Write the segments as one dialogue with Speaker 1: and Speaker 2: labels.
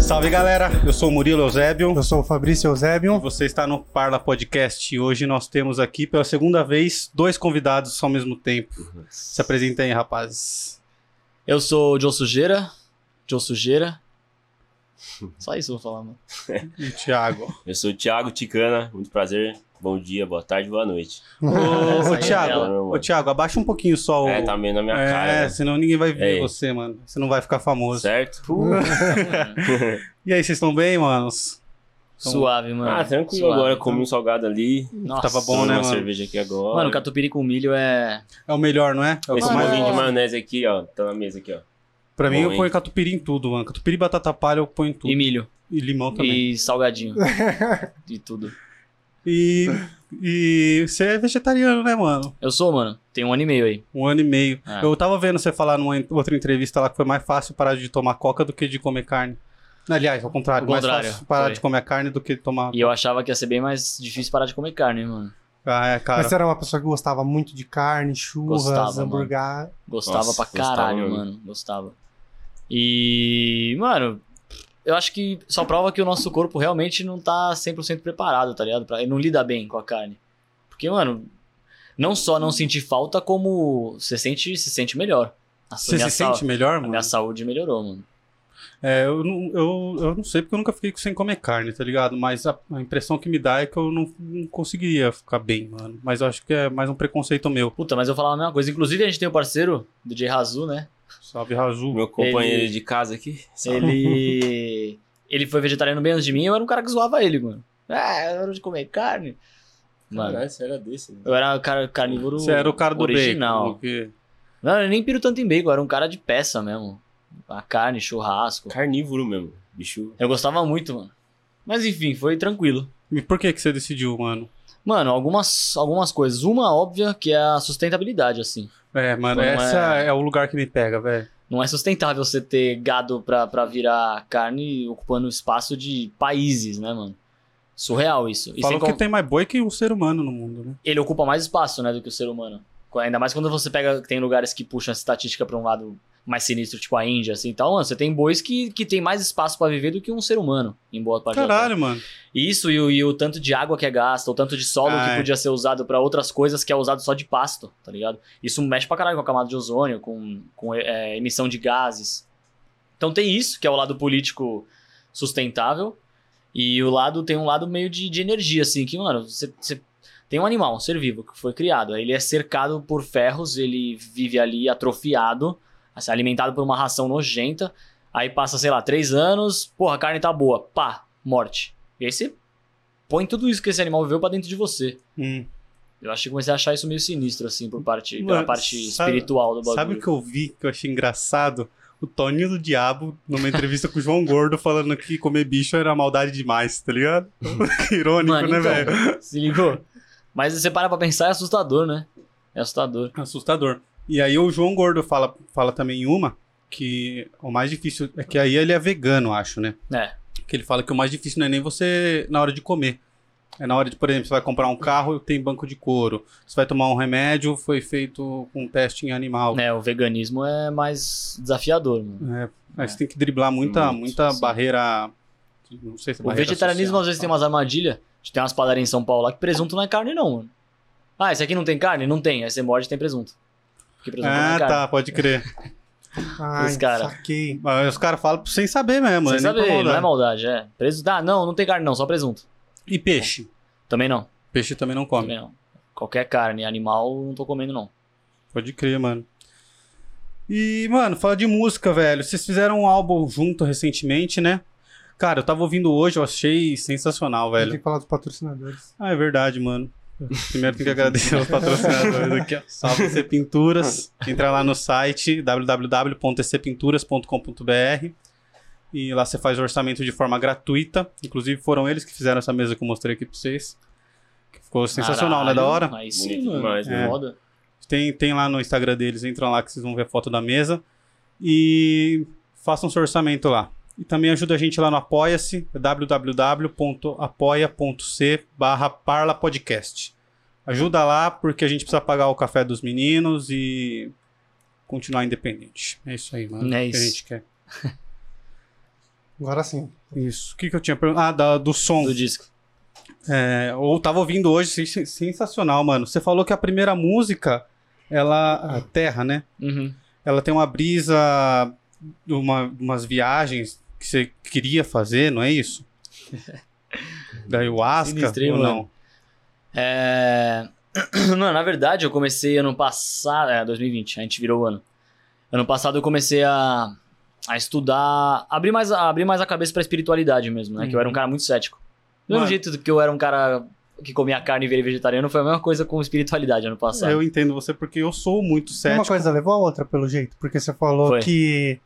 Speaker 1: Salve galera, eu sou o Murilo Eusébio.
Speaker 2: Eu sou o Fabrício Eusébio.
Speaker 1: Você está no Parla Podcast e hoje nós temos aqui pela segunda vez dois convidados ao mesmo tempo. Se apresentem aí, rapazes.
Speaker 3: Eu sou o John Sujeira. John Sujeira. Só isso eu vou falar, mano.
Speaker 1: E o Thiago.
Speaker 4: Eu sou o Thiago Ticana, muito prazer. Bom dia, boa tarde, boa noite.
Speaker 1: Ô,
Speaker 3: Essa
Speaker 1: ô,
Speaker 3: aí é
Speaker 1: Thiago,
Speaker 4: ela, meu
Speaker 1: ô,
Speaker 4: mano.
Speaker 1: Thiago, abaixa um pouquinho só o.
Speaker 4: É, tá meio na minha
Speaker 1: É,
Speaker 4: cara, né?
Speaker 1: senão ninguém vai ver
Speaker 4: Ei.
Speaker 1: você, mano. Você não vai ficar famoso.
Speaker 4: certo?
Speaker 1: E aí, vocês estão bem, manos? Então-
Speaker 3: Suave, mano.
Speaker 4: ah, tranquilo
Speaker 3: Suave.
Speaker 4: agora, comi um salgado ali,
Speaker 3: Nossa.
Speaker 1: Tava bom,
Speaker 4: tomei
Speaker 1: né,
Speaker 4: uma
Speaker 1: mano?
Speaker 4: cerveja aqui agora.
Speaker 3: Mano, catupiry com milho é.
Speaker 1: É o melhor, não é? É o que
Speaker 4: Esse
Speaker 1: eu mais-
Speaker 4: bolinho de maionese aqui, ó, tá na mesa aqui, ó.
Speaker 1: Pra mim,
Speaker 4: Bom,
Speaker 1: eu
Speaker 4: hein?
Speaker 1: ponho catupiry em tudo, mano. Catupiry e batata palha eu ponho em tudo.
Speaker 3: E milho.
Speaker 1: E limão também.
Speaker 3: E salgadinho. De tudo.
Speaker 1: E... e você é vegetariano, né, mano?
Speaker 3: Eu sou, mano. Tem um ano e meio aí.
Speaker 1: Um ano e meio.
Speaker 3: É.
Speaker 1: Eu tava vendo você falar numa en- outra entrevista lá que foi mais fácil parar de tomar coca do que de comer carne. Aliás, ao contrário,
Speaker 3: Ao contrário,
Speaker 1: mais fácil parar
Speaker 3: foi.
Speaker 1: de comer carne do que de tomar.
Speaker 3: E eu achava que ia ser bem mais difícil parar de comer carne, mano.
Speaker 1: Ah, é, cara.
Speaker 2: Mas você era uma pessoa que gostava muito de carne, churras,
Speaker 3: Gostava,
Speaker 2: hambúrguer.
Speaker 3: Gostava
Speaker 4: Nossa,
Speaker 3: pra
Speaker 4: gostava,
Speaker 3: caralho,
Speaker 4: mano.
Speaker 3: mano. Gostava. E, mano, eu acho que só prova que o nosso corpo realmente não tá 100% preparado, tá ligado? Pra- Ele não lida bem com a carne. Porque, mano, não só não sentir falta, como você sente, se sente melhor. A
Speaker 1: Você
Speaker 3: minha
Speaker 1: se
Speaker 3: sa-
Speaker 1: sente melhor,
Speaker 3: A
Speaker 1: mano?
Speaker 3: minha saúde melhorou, mano.
Speaker 1: É, eu não, eu, eu não sei porque eu nunca fiquei sem comer carne, tá ligado? Mas a, a impressão que me dá é que eu não, não conseguiria ficar bem, mano. Mas eu acho que é mais um preconceito meu.
Speaker 3: Puta, mas eu falava a mesma coisa. Inclusive, a gente tem um parceiro, do J Razu, né?
Speaker 1: Salve, Raju.
Speaker 4: Meu companheiro
Speaker 3: Ele-
Speaker 4: de casa aqui. sabe?
Speaker 3: Ele. Ele foi vegetariano bem antes de mim, eu era um cara que zoava ele, mano. Ah, eu hora de comer carne. Mano,
Speaker 4: Caralho, você era desse, né?
Speaker 3: eu era o cara carnívoro.
Speaker 1: Você era o cara do
Speaker 3: original.
Speaker 1: bacon. que-
Speaker 3: Não, eu nem piro tanto em bacon, eu era um cara de peça mesmo. A carne, churrasco.
Speaker 4: Carnívoro mesmo, bicho.
Speaker 3: Eu gostava muito, mano. Mas enfim, foi tranquilo.
Speaker 1: E por que que você decidiu, mano?
Speaker 3: Mano, algumas, algumas coisas. Uma óbvia que é a sustentabilidade, assim.
Speaker 1: É, mano,
Speaker 3: Não
Speaker 1: essa é...
Speaker 3: é-
Speaker 1: o lugar que me pega, velho.
Speaker 3: Não é sustentável você ter gado pra, pra virar carne ocupando espaço de países, né, mano? Surreal isso. E
Speaker 1: Falam
Speaker 3: sem
Speaker 1: que
Speaker 3: con-
Speaker 1: tem mais boi que um ser humano no mundo, né?
Speaker 3: ele ocupa mais espaço, né, do que o ser humano. Ainda mais quando você pega, tem lugares que puxam a estatística pra um lado mais sinistro, tipo a Índia, assim, então, mano, você tem bois que, que tem mais espaço pra viver do que um ser humano, em boa parte da terra.
Speaker 1: Caralho, mano.
Speaker 3: E Isso e, o- e o tanto de água que é gasta, o tanto de solo
Speaker 1: Ah, é.
Speaker 3: que podia ser usado pra outras coisas que é usado só de pasto, tá ligado? Isso mexe pra caralho com a camada de ozônio, com, com é, emissão de gases. Então tem isso, que é o lado político sustentável, e o lado tem um lado meio de, de energia, assim, que, mano, você, você tem um animal, um ser vivo, que foi criado. Ele é cercado por ferros, ele vive ali atrofiado, assim, alimentado por uma ração nojenta. Aí passa, sei lá, três anos, porra, a carne tá boa, pá, morte. E aí você põe tudo isso que esse animal viveu pra dentro de você.
Speaker 1: Hum.
Speaker 3: Eu acho que comecei a achar isso meio sinistro, assim, por parte,
Speaker 1: Mano,
Speaker 3: pela parte
Speaker 1: sabe-
Speaker 3: espiritual do bagulho.
Speaker 1: Sabe o que eu vi que eu achei engraçado? O Toninho do Diabo, numa entrevista com o João Gordo, falando que comer bicho era maldade demais, tá ligado? que irônico,
Speaker 3: Mano,
Speaker 1: né,
Speaker 3: então,
Speaker 1: velho?
Speaker 3: Se ligou? Mas você para pra pensar, é assustador, né? É assustador.
Speaker 1: Assustador. E aí o João Gordo fala, fala também uma, que o mais difícil é que aí ele é vegano, acho, né?
Speaker 3: É.
Speaker 1: Que ele fala que o mais difícil não é nem você na hora de comer. É na hora de, por exemplo, você vai comprar um carro, tem banco de couro. Você vai tomar um remédio, foi feito com um teste em animal.
Speaker 3: É, o veganismo é mais desafiador, mano.
Speaker 1: É, aí você tem que driblar muita,
Speaker 4: Muito,
Speaker 1: muita
Speaker 3: sim.
Speaker 1: barreira. Não sei se é
Speaker 3: O
Speaker 1: barreira
Speaker 3: vegetarianismo
Speaker 1: social,
Speaker 3: às vezes tem
Speaker 1: tá?
Speaker 3: umas armadilhas. Tem umas padarias em São Paulo lá que presunto não é carne, não, mano. Ah, esse aqui não tem carne? Não tem. Aí você morde e tem presunto. Porque presunto não
Speaker 1: Ah,
Speaker 3: é carne.
Speaker 1: tá, pode crer.
Speaker 2: Ai,
Speaker 3: Os cara.
Speaker 2: saquei.
Speaker 1: Mas os caras falam sem saber mesmo.
Speaker 3: Sem
Speaker 1: é nem
Speaker 3: saber,
Speaker 1: por
Speaker 3: não
Speaker 1: maldade.
Speaker 3: é maldade, é. Presunto. Ah, não, não tem carne, não, só presunto.
Speaker 1: E peixe?
Speaker 3: Também não.
Speaker 1: Peixe também não come.
Speaker 3: Também não. Qualquer carne, animal, não tô comendo, não.
Speaker 1: Pode crer, mano. E, mano, fala de música, velho. Vocês fizeram um álbum junto recentemente, né? Cara, eu tava ouvindo hoje, eu achei sensacional,
Speaker 2: Tem
Speaker 1: velho.
Speaker 2: que falar dos patrocinadores.
Speaker 1: Ah, é verdade, mano. Primeiro tem que agradecer aos patrocinadores aqui, ó. Salve EC Pinturas. Entra lá no site www.ecpinturas.com.br e lá você faz o orçamento de forma gratuita. Inclusive foram eles que fizeram essa mesa que eu mostrei aqui pra vocês. Que Ficou sensacional,
Speaker 3: Caralho,
Speaker 1: né? Da hora.
Speaker 3: Aí sim,
Speaker 4: Bonito
Speaker 3: mano. é
Speaker 4: demais, né?
Speaker 3: Foda.
Speaker 1: Tem, tem lá no Instagram deles, entram lá que vocês vão ver a foto da mesa. E façam seu orçamento lá. E também ajuda a gente lá no Apoia-se, www.apoia.c barra Parla Podcast. Ajuda lá, porque a gente precisa pagar o café dos meninos e continuar independente. É isso aí, mano.
Speaker 3: É
Speaker 1: que a
Speaker 3: isso.
Speaker 1: gente quer.
Speaker 2: Agora sim.
Speaker 1: Isso. O que, que eu tinha perguntado? Ah, da- do som.
Speaker 3: do disco.
Speaker 1: É, eu tava ouvindo hoje, sen- sensacional, mano. Você falou que a primeira música, ela. A Terra, né?
Speaker 3: Uhum.
Speaker 1: Ela tem uma brisa de uma, de umas viagens que você queria fazer, não é isso? da ayahuasca
Speaker 3: Sinistrei,
Speaker 1: ou não?
Speaker 3: É... Não, na verdade, eu comecei ano passado. É, 2020, a gente virou o ano. Ano passado eu comecei a, a estudar, abrir mais, a- abrir mais a cabeça pra espiritualidade mesmo, né? Que eu era um cara muito cético. Do mesmo
Speaker 1: Uhum. Mano.
Speaker 3: jeito que eu era um cara que comia carne e virei vegetariano, foi a mesma coisa com espiritualidade ano passado.
Speaker 1: Eu entendo você porque eu sou muito
Speaker 2: Uma
Speaker 1: cético.
Speaker 2: coisa levou a outra, pelo jeito, porque você falou
Speaker 3: Foi.
Speaker 2: que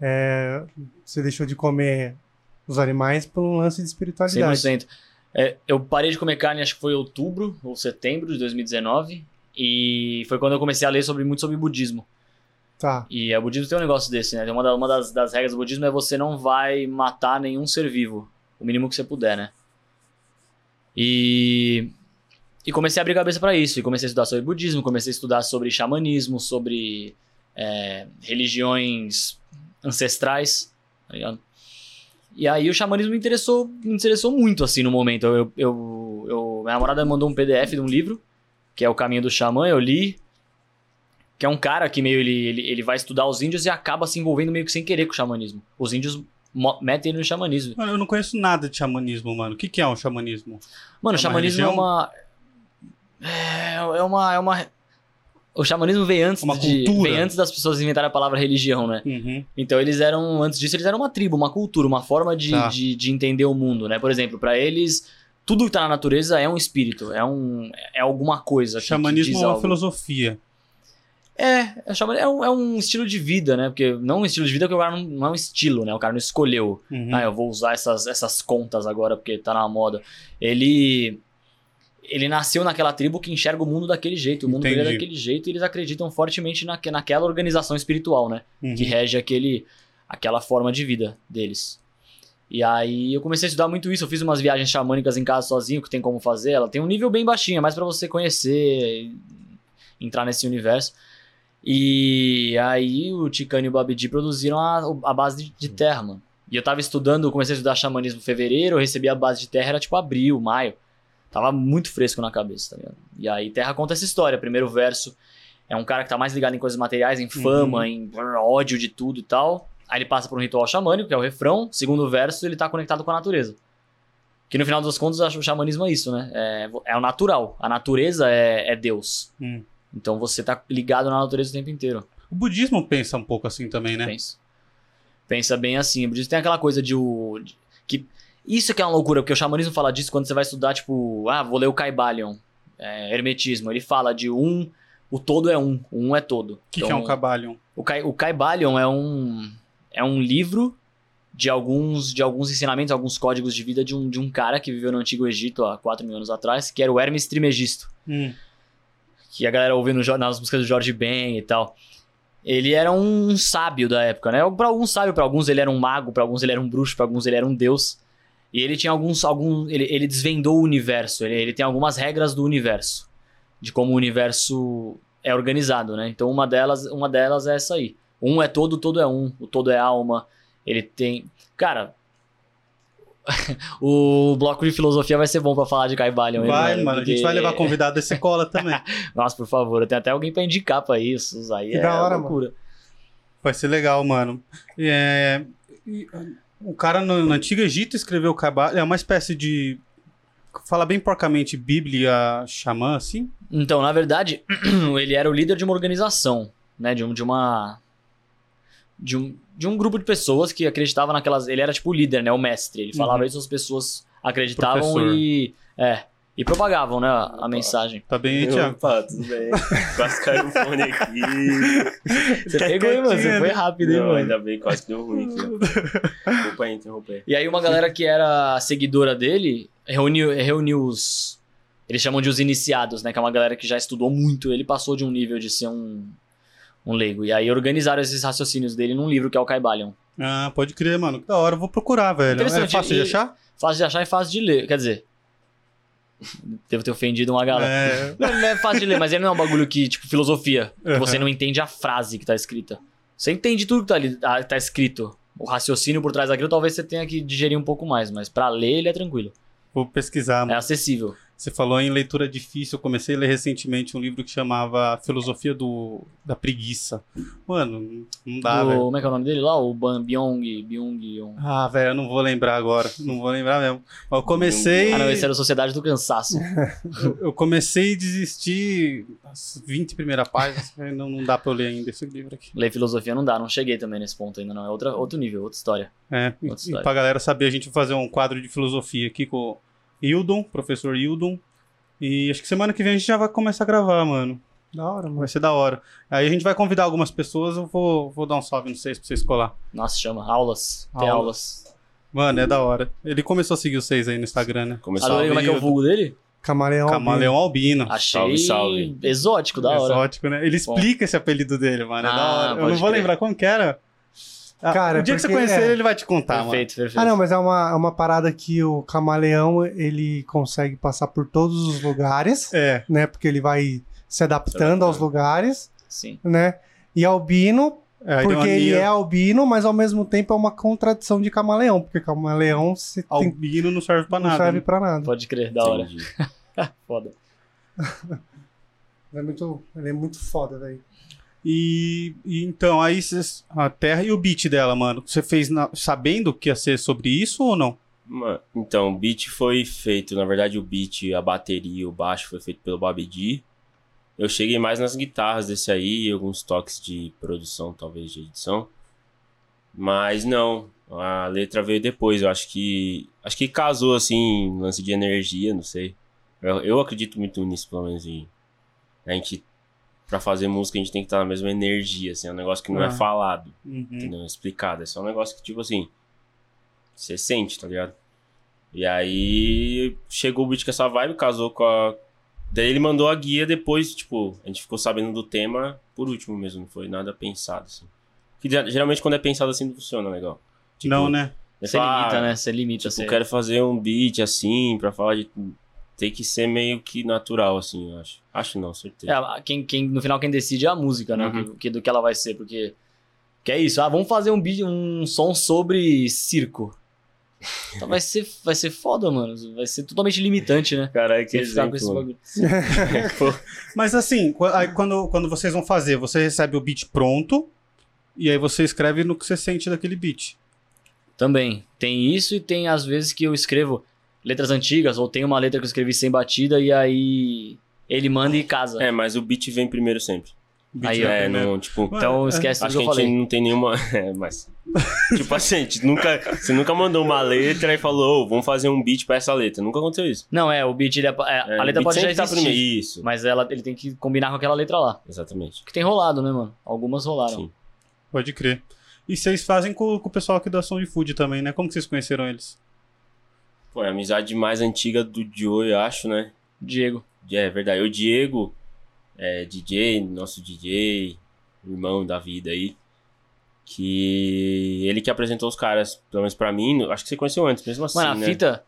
Speaker 2: é, você deixou de comer os animais por um lance de espiritualidade.
Speaker 3: 100%. É, eu parei de comer carne, acho que foi em outubro ou setembro de 2019. E foi quando eu comecei a ler sobre, muito sobre budismo.
Speaker 2: Tá.
Speaker 3: E é, o budismo tem um negócio desse, né? Tem Uma, da- uma das, das regras do budismo é você não vai matar nenhum ser vivo. O mínimo que você puder, né? E. E comecei a abrir cabeça pra isso. E comecei a estudar sobre budismo, comecei a estudar sobre xamanismo, sobre é, religiões ancestrais, tá ligado? E aí o xamanismo me interessou, me interessou muito, assim, no momento. Eu, eu, eu- minha namorada mandou um PDF de um livro, que é O Caminho do Xamã, eu li, que é um cara que meio ele, ele, ele vai estudar os índios e acaba se envolvendo meio que sem querer com o xamanismo. Os índios mo- metem ele no xamanismo.
Speaker 1: Mano, eu não conheço nada de xamanismo, mano. O que, que é um xamanismo?
Speaker 3: Mano,
Speaker 1: É
Speaker 3: o
Speaker 1: uma
Speaker 3: xamanismo é
Speaker 1: religião?
Speaker 3: uma. É é uma. É uma. O xamanismo veio antes,
Speaker 1: Uma
Speaker 3: de,
Speaker 1: cultura.
Speaker 3: veio antes das pessoas inventarem a palavra religião, né?
Speaker 1: Uhum.
Speaker 3: Então eles eram, antes disso, eles eram uma tribo, uma cultura, uma forma de,
Speaker 1: Tá.
Speaker 3: de, de entender o mundo, né? Por exemplo, pra eles, tudo que tá na natureza é um espírito, é um é alguma coisa. que- que
Speaker 1: Xamanismo
Speaker 3: diz
Speaker 1: é uma
Speaker 3: algo.
Speaker 1: filosofia.
Speaker 3: É, é, xamani- é um, é um estilo de vida, né? Porque não um estilo de vida, porque o cara não, não é um estilo, né? O cara não escolheu.
Speaker 1: Uhum.
Speaker 3: Ah, eu vou usar essas, essas contas agora porque tá na moda. Ele. Ele nasceu naquela tribo que enxerga o mundo daquele jeito, o mundo dele é
Speaker 1: Entendi.
Speaker 3: daquele jeito, e eles acreditam fortemente naque- naquela organização espiritual, né?
Speaker 1: Uhum.
Speaker 3: que rege aquele, aquela forma de vida deles. E aí eu comecei a estudar muito isso, eu fiz umas viagens xamânicas em casa sozinho, que tem como fazer, ela tem um nível bem baixinho, é mais pra você conhecer, entrar nesse universo. E aí o Ticano e o Babidi produziram a, a base de, de terra, mano. E eu tava estudando, eu comecei a estudar xamanismo em fevereiro, eu recebi a base de terra, era tipo abril, maio. Tava muito fresco na cabeça, tá ligado? E aí terra conta essa história, primeiro verso é um cara que tá mais ligado em coisas materiais, em fama,
Speaker 1: Uhum.
Speaker 3: em brrr, ódio de tudo e tal. Aí ele passa por um ritual xamânico, que é o refrão. Segundo verso, ele tá conectado com a natureza. Que no final das contas, eu acho que o xamanismo é isso, né? É, é o natural. A natureza é, é Deus.
Speaker 1: Hum.
Speaker 3: Então você tá ligado na natureza o tempo inteiro.
Speaker 1: O budismo pensa um pouco assim também, né?
Speaker 3: Pensa. Pensa bem assim. O budismo tem aquela coisa de o. de- que, isso que é uma loucura, porque o xamanismo fala disso quando você vai estudar, tipo, ah, vou ler o Kaibalion, é, Hermetismo. Ele fala de um, o todo é um, o um é todo.
Speaker 1: O que, que é um cabalion?
Speaker 3: O, Kai, o Kaibalion é um, é um livro de alguns, de alguns ensinamentos, alguns códigos de vida de um, de um cara que viveu no Antigo Egito há 4 mil anos atrás, que era o Hermes Trimegisto,
Speaker 1: Hum.
Speaker 3: que a galera ouve no jo- nas músicas do Jorge Ben e tal. Ele era um sábio da época, né? Pra alguns sábio, pra alguns ele era um mago, pra alguns ele era um bruxo, pra alguns ele era um deus. E ele tinha alguns. algum ele, ele desvendou o universo, ele, ele tem algumas regras do universo, de como o universo é organizado, né? Então uma delas, uma delas é essa aí. Um é todo, o todo é um, o todo é alma. Ele tem, cara, o bloco de filosofia vai ser bom pra falar de Caibalion.
Speaker 1: Vai, mano, a gente vai levar convidado da escola também.
Speaker 3: Nossa, por favor, tem até alguém pra indicar pra isso, aí
Speaker 2: Que
Speaker 3: é
Speaker 2: da hora,
Speaker 3: loucura.
Speaker 1: Vai ser legal, mano. É, e, ah, o cara no, no Antigo Egito escreveu o Kabbalah, é uma espécie de. Fala bem porcamente Bíblia xamã, assim?
Speaker 3: Então, na verdade, ele era o líder de uma organização, né? De, um, de uma. De um, de um grupo de pessoas que acreditava naquelas. Ele era tipo o líder, né? O mestre. Ele falava
Speaker 1: Uhum.
Speaker 3: isso, as pessoas acreditavam
Speaker 1: Professor.
Speaker 3: e. É. E propagavam, né? A, a mensagem.
Speaker 1: Tá bem, aí, Thiago?
Speaker 4: Opa, tudo bem. Quase caiu o fone aqui.
Speaker 3: Você
Speaker 4: É
Speaker 3: pegou, hein, mano? Você
Speaker 1: quietinho,
Speaker 3: foi
Speaker 1: né?
Speaker 3: rápido, hein,
Speaker 4: Não,
Speaker 3: mano?
Speaker 4: ainda bem, quase que deu ruim aqui. ó. Desculpa aí, interromper.
Speaker 3: E aí uma galera que era seguidora dele reuniu, reuniu os. Eles chamam de os iniciados, né? Que é uma galera que já estudou muito. Ele passou de um nível de ser um, um leigo. E aí organizaram esses raciocínios dele num livro que é o Caibalion.
Speaker 1: Ah, pode crer, mano. Que da hora, eu vou procurar, velho. É
Speaker 3: Interessante,
Speaker 1: fácil de
Speaker 3: e-
Speaker 1: achar?
Speaker 3: Fácil de achar e fácil de ler. Quer dizer. Devo ter ofendido uma galera.
Speaker 1: É,
Speaker 3: Não, ele não é fácil de ler, mas ele não é um bagulho que, tipo, filosofia. Que
Speaker 1: Uhum.
Speaker 3: você não entende a frase que tá escrita. Você entende tudo que tá ali, ah, tá escrito. o raciocínio por trás daquilo, talvez você tenha que digerir um pouco mais, mas pra ler ele é tranquilo.
Speaker 1: Vou pesquisar.
Speaker 3: É acessível.
Speaker 1: Você falou em leitura difícil. Eu comecei a ler recentemente um livro que chamava Filosofia do, da Preguiça. Mano, não dá,
Speaker 3: Do-
Speaker 1: velho.
Speaker 3: como é que é o nome dele lá? O Ban Byong, Byung Yong.
Speaker 1: Ah, velho, eu não vou lembrar agora. Não vou lembrar mesmo. Eu comecei.
Speaker 3: Ah, não, esse era a Sociedade do Cansaço.
Speaker 1: eu- Eu comecei a desistir as 20 primeiras páginas. né? não, não dá pra eu ler ainda esse livro aqui.
Speaker 3: Ler filosofia não dá, não cheguei também nesse ponto ainda, não. É outra, outro nível, outra história.
Speaker 1: É, e- e
Speaker 3: Outra história.
Speaker 1: pra galera saber, a gente vai fazer um quadro de filosofia aqui com o Hildon, professor Hildon. E acho que semana que vem a gente já vai começar a gravar, mano.
Speaker 2: Da hora, mano.
Speaker 1: Vai ser da hora. Aí a gente vai convidar algumas pessoas, eu vou, vou dar um salve nos seis pra vocês colar.
Speaker 3: Nossa, chama. Aulas. Tem aulas.
Speaker 1: Mano, é da hora. Ele começou a seguir os seis aí no Instagram, né?
Speaker 4: Começar
Speaker 3: Adorei como é que é o
Speaker 1: Hildo.
Speaker 3: vulgo dele?
Speaker 2: Camaleão. é um
Speaker 1: Camaleão Albino.
Speaker 3: Achei
Speaker 4: Salve, salve.
Speaker 3: exótico, da hora.
Speaker 1: Exótico, né? Ele
Speaker 3: Bom.
Speaker 1: explica esse apelido dele, mano. É da
Speaker 3: Ah,
Speaker 1: hora. Eu
Speaker 3: pode
Speaker 1: não vou
Speaker 3: crer.
Speaker 1: lembrar como que era. Ah,
Speaker 2: Cara,
Speaker 1: o dia que você
Speaker 2: porque-
Speaker 1: conhecer
Speaker 2: é.
Speaker 1: ele, ele vai te
Speaker 4: tá,
Speaker 1: contar,
Speaker 3: perfeito, perfeito.
Speaker 2: Ah, não, mas é uma, é uma parada que o camaleão ele consegue passar por todos os lugares,
Speaker 1: mano. É.
Speaker 2: né? Porque ele vai se adaptando aos lugares,
Speaker 3: Sim.
Speaker 2: né? E albino,
Speaker 1: é aí deu uma
Speaker 2: porque ele
Speaker 1: linha
Speaker 2: é albino, mas ao mesmo tempo é uma contradição de camaleão, porque camaleão se tem,
Speaker 1: Albino é um não serve pra
Speaker 2: não
Speaker 1: nada.
Speaker 2: serve
Speaker 1: né?
Speaker 2: pra nada.
Speaker 3: Pode crer, da hora.
Speaker 4: Entendi.
Speaker 3: Foda.
Speaker 2: Ele é muito, ele é muito foda, velho.
Speaker 1: E, e então, aí cês- a Terra e o beat dela, mano. Você fez na- sabendo que ia ser sobre isso ou não?
Speaker 4: Mano, então, o beat foi feito, na verdade o beat, a bateria, o baixo foi feito pelo Babidi. Eu cheguei mais nas guitarras desse aí, alguns toques de produção, talvez de edição. Mas não, a letra veio depois, eu acho que acho que casou assim, um lance de energia, não sei. Eu, eu acredito muito nisso, pelo menos em a gente pra fazer música a gente tem que estar na mesma energia, assim, é um negócio que não
Speaker 1: Ah.
Speaker 4: é falado
Speaker 3: Uhum.
Speaker 4: entendeu? Explicado. É só um negócio que, tipo assim, você sente, tá ligado? E aí chegou o beat com essa vibe, casou com a. Daí ele mandou a guia depois, tipo, a gente ficou sabendo do tema por último mesmo, não foi nada pensado, assim. Que ge- geralmente quando é pensado assim não funciona legal. Tipo,
Speaker 1: não, né?
Speaker 4: eu
Speaker 3: Você
Speaker 4: falo, ah,
Speaker 3: limita, né? Você limita.
Speaker 4: Tipo,
Speaker 3: você...
Speaker 4: eu quero fazer um beat assim, pra falar de. Tem que ser meio que natural, assim, eu acho. Acho não, certeza.
Speaker 3: É, a- quem, quem, no final, quem decide é a música, né?
Speaker 4: Uhum.
Speaker 3: Que, que- do que ela vai ser, porque. Que é isso. Ah, vamos fazer um, bi- um som sobre circo. Então vai ser, vai ser foda, mano. Vai ser totalmente limitante, né?
Speaker 4: Caralho, que
Speaker 3: Você ficar com esse
Speaker 4: exemplo.
Speaker 3: bagulho.
Speaker 1: Mas assim, qu- aí quando, quando vocês vão fazer, você recebe o beat pronto e aí você escreve no que você sente daquele beat.
Speaker 3: Também. Tem isso e tem às vezes que eu escrevo letras antigas, ou tem uma letra que eu escrevi sem batida, e aí ele manda e casa.
Speaker 4: É, mas o beat vem primeiro sempre.
Speaker 1: O beat né?
Speaker 3: Aí,
Speaker 1: vem
Speaker 3: ó.
Speaker 4: É,
Speaker 1: primeiro.
Speaker 4: não, tipo,
Speaker 3: Então esquece tudo
Speaker 4: Acho
Speaker 3: que
Speaker 4: que
Speaker 3: eu
Speaker 4: a gente
Speaker 3: falei.
Speaker 4: não tem nenhuma. É, mas. tipo assim, a gente nunca, você nunca mandou uma letra e falou, "Ô, vamos fazer um beat pra essa letra. Nunca aconteceu isso.
Speaker 3: Não, é, o beat, ele é, é,
Speaker 4: É,
Speaker 3: a letra
Speaker 4: o beat
Speaker 3: pode já
Speaker 4: sempre tá
Speaker 3: existir,
Speaker 4: primeiro. Isso,
Speaker 3: mas ela, ele tem que combinar com aquela letra lá.
Speaker 4: exatamente.
Speaker 3: Que tem rolado, né, mano? Algumas rolaram.
Speaker 4: Sim.
Speaker 1: Pode crer. E vocês fazem com, com o pessoal aqui da Som de Food também, né? Como que vocês conheceram eles?
Speaker 4: Pô, é a amizade mais antiga do Joe, eu acho, né?
Speaker 3: Diego.
Speaker 4: É verdade. O Diego, é, DJ, nosso DJ, irmão da vida aí. Que ele que apresentou os caras, pelo menos pra mim, acho que você conheceu antes, mesmo assim,
Speaker 3: Mano,
Speaker 4: né?
Speaker 3: a fita,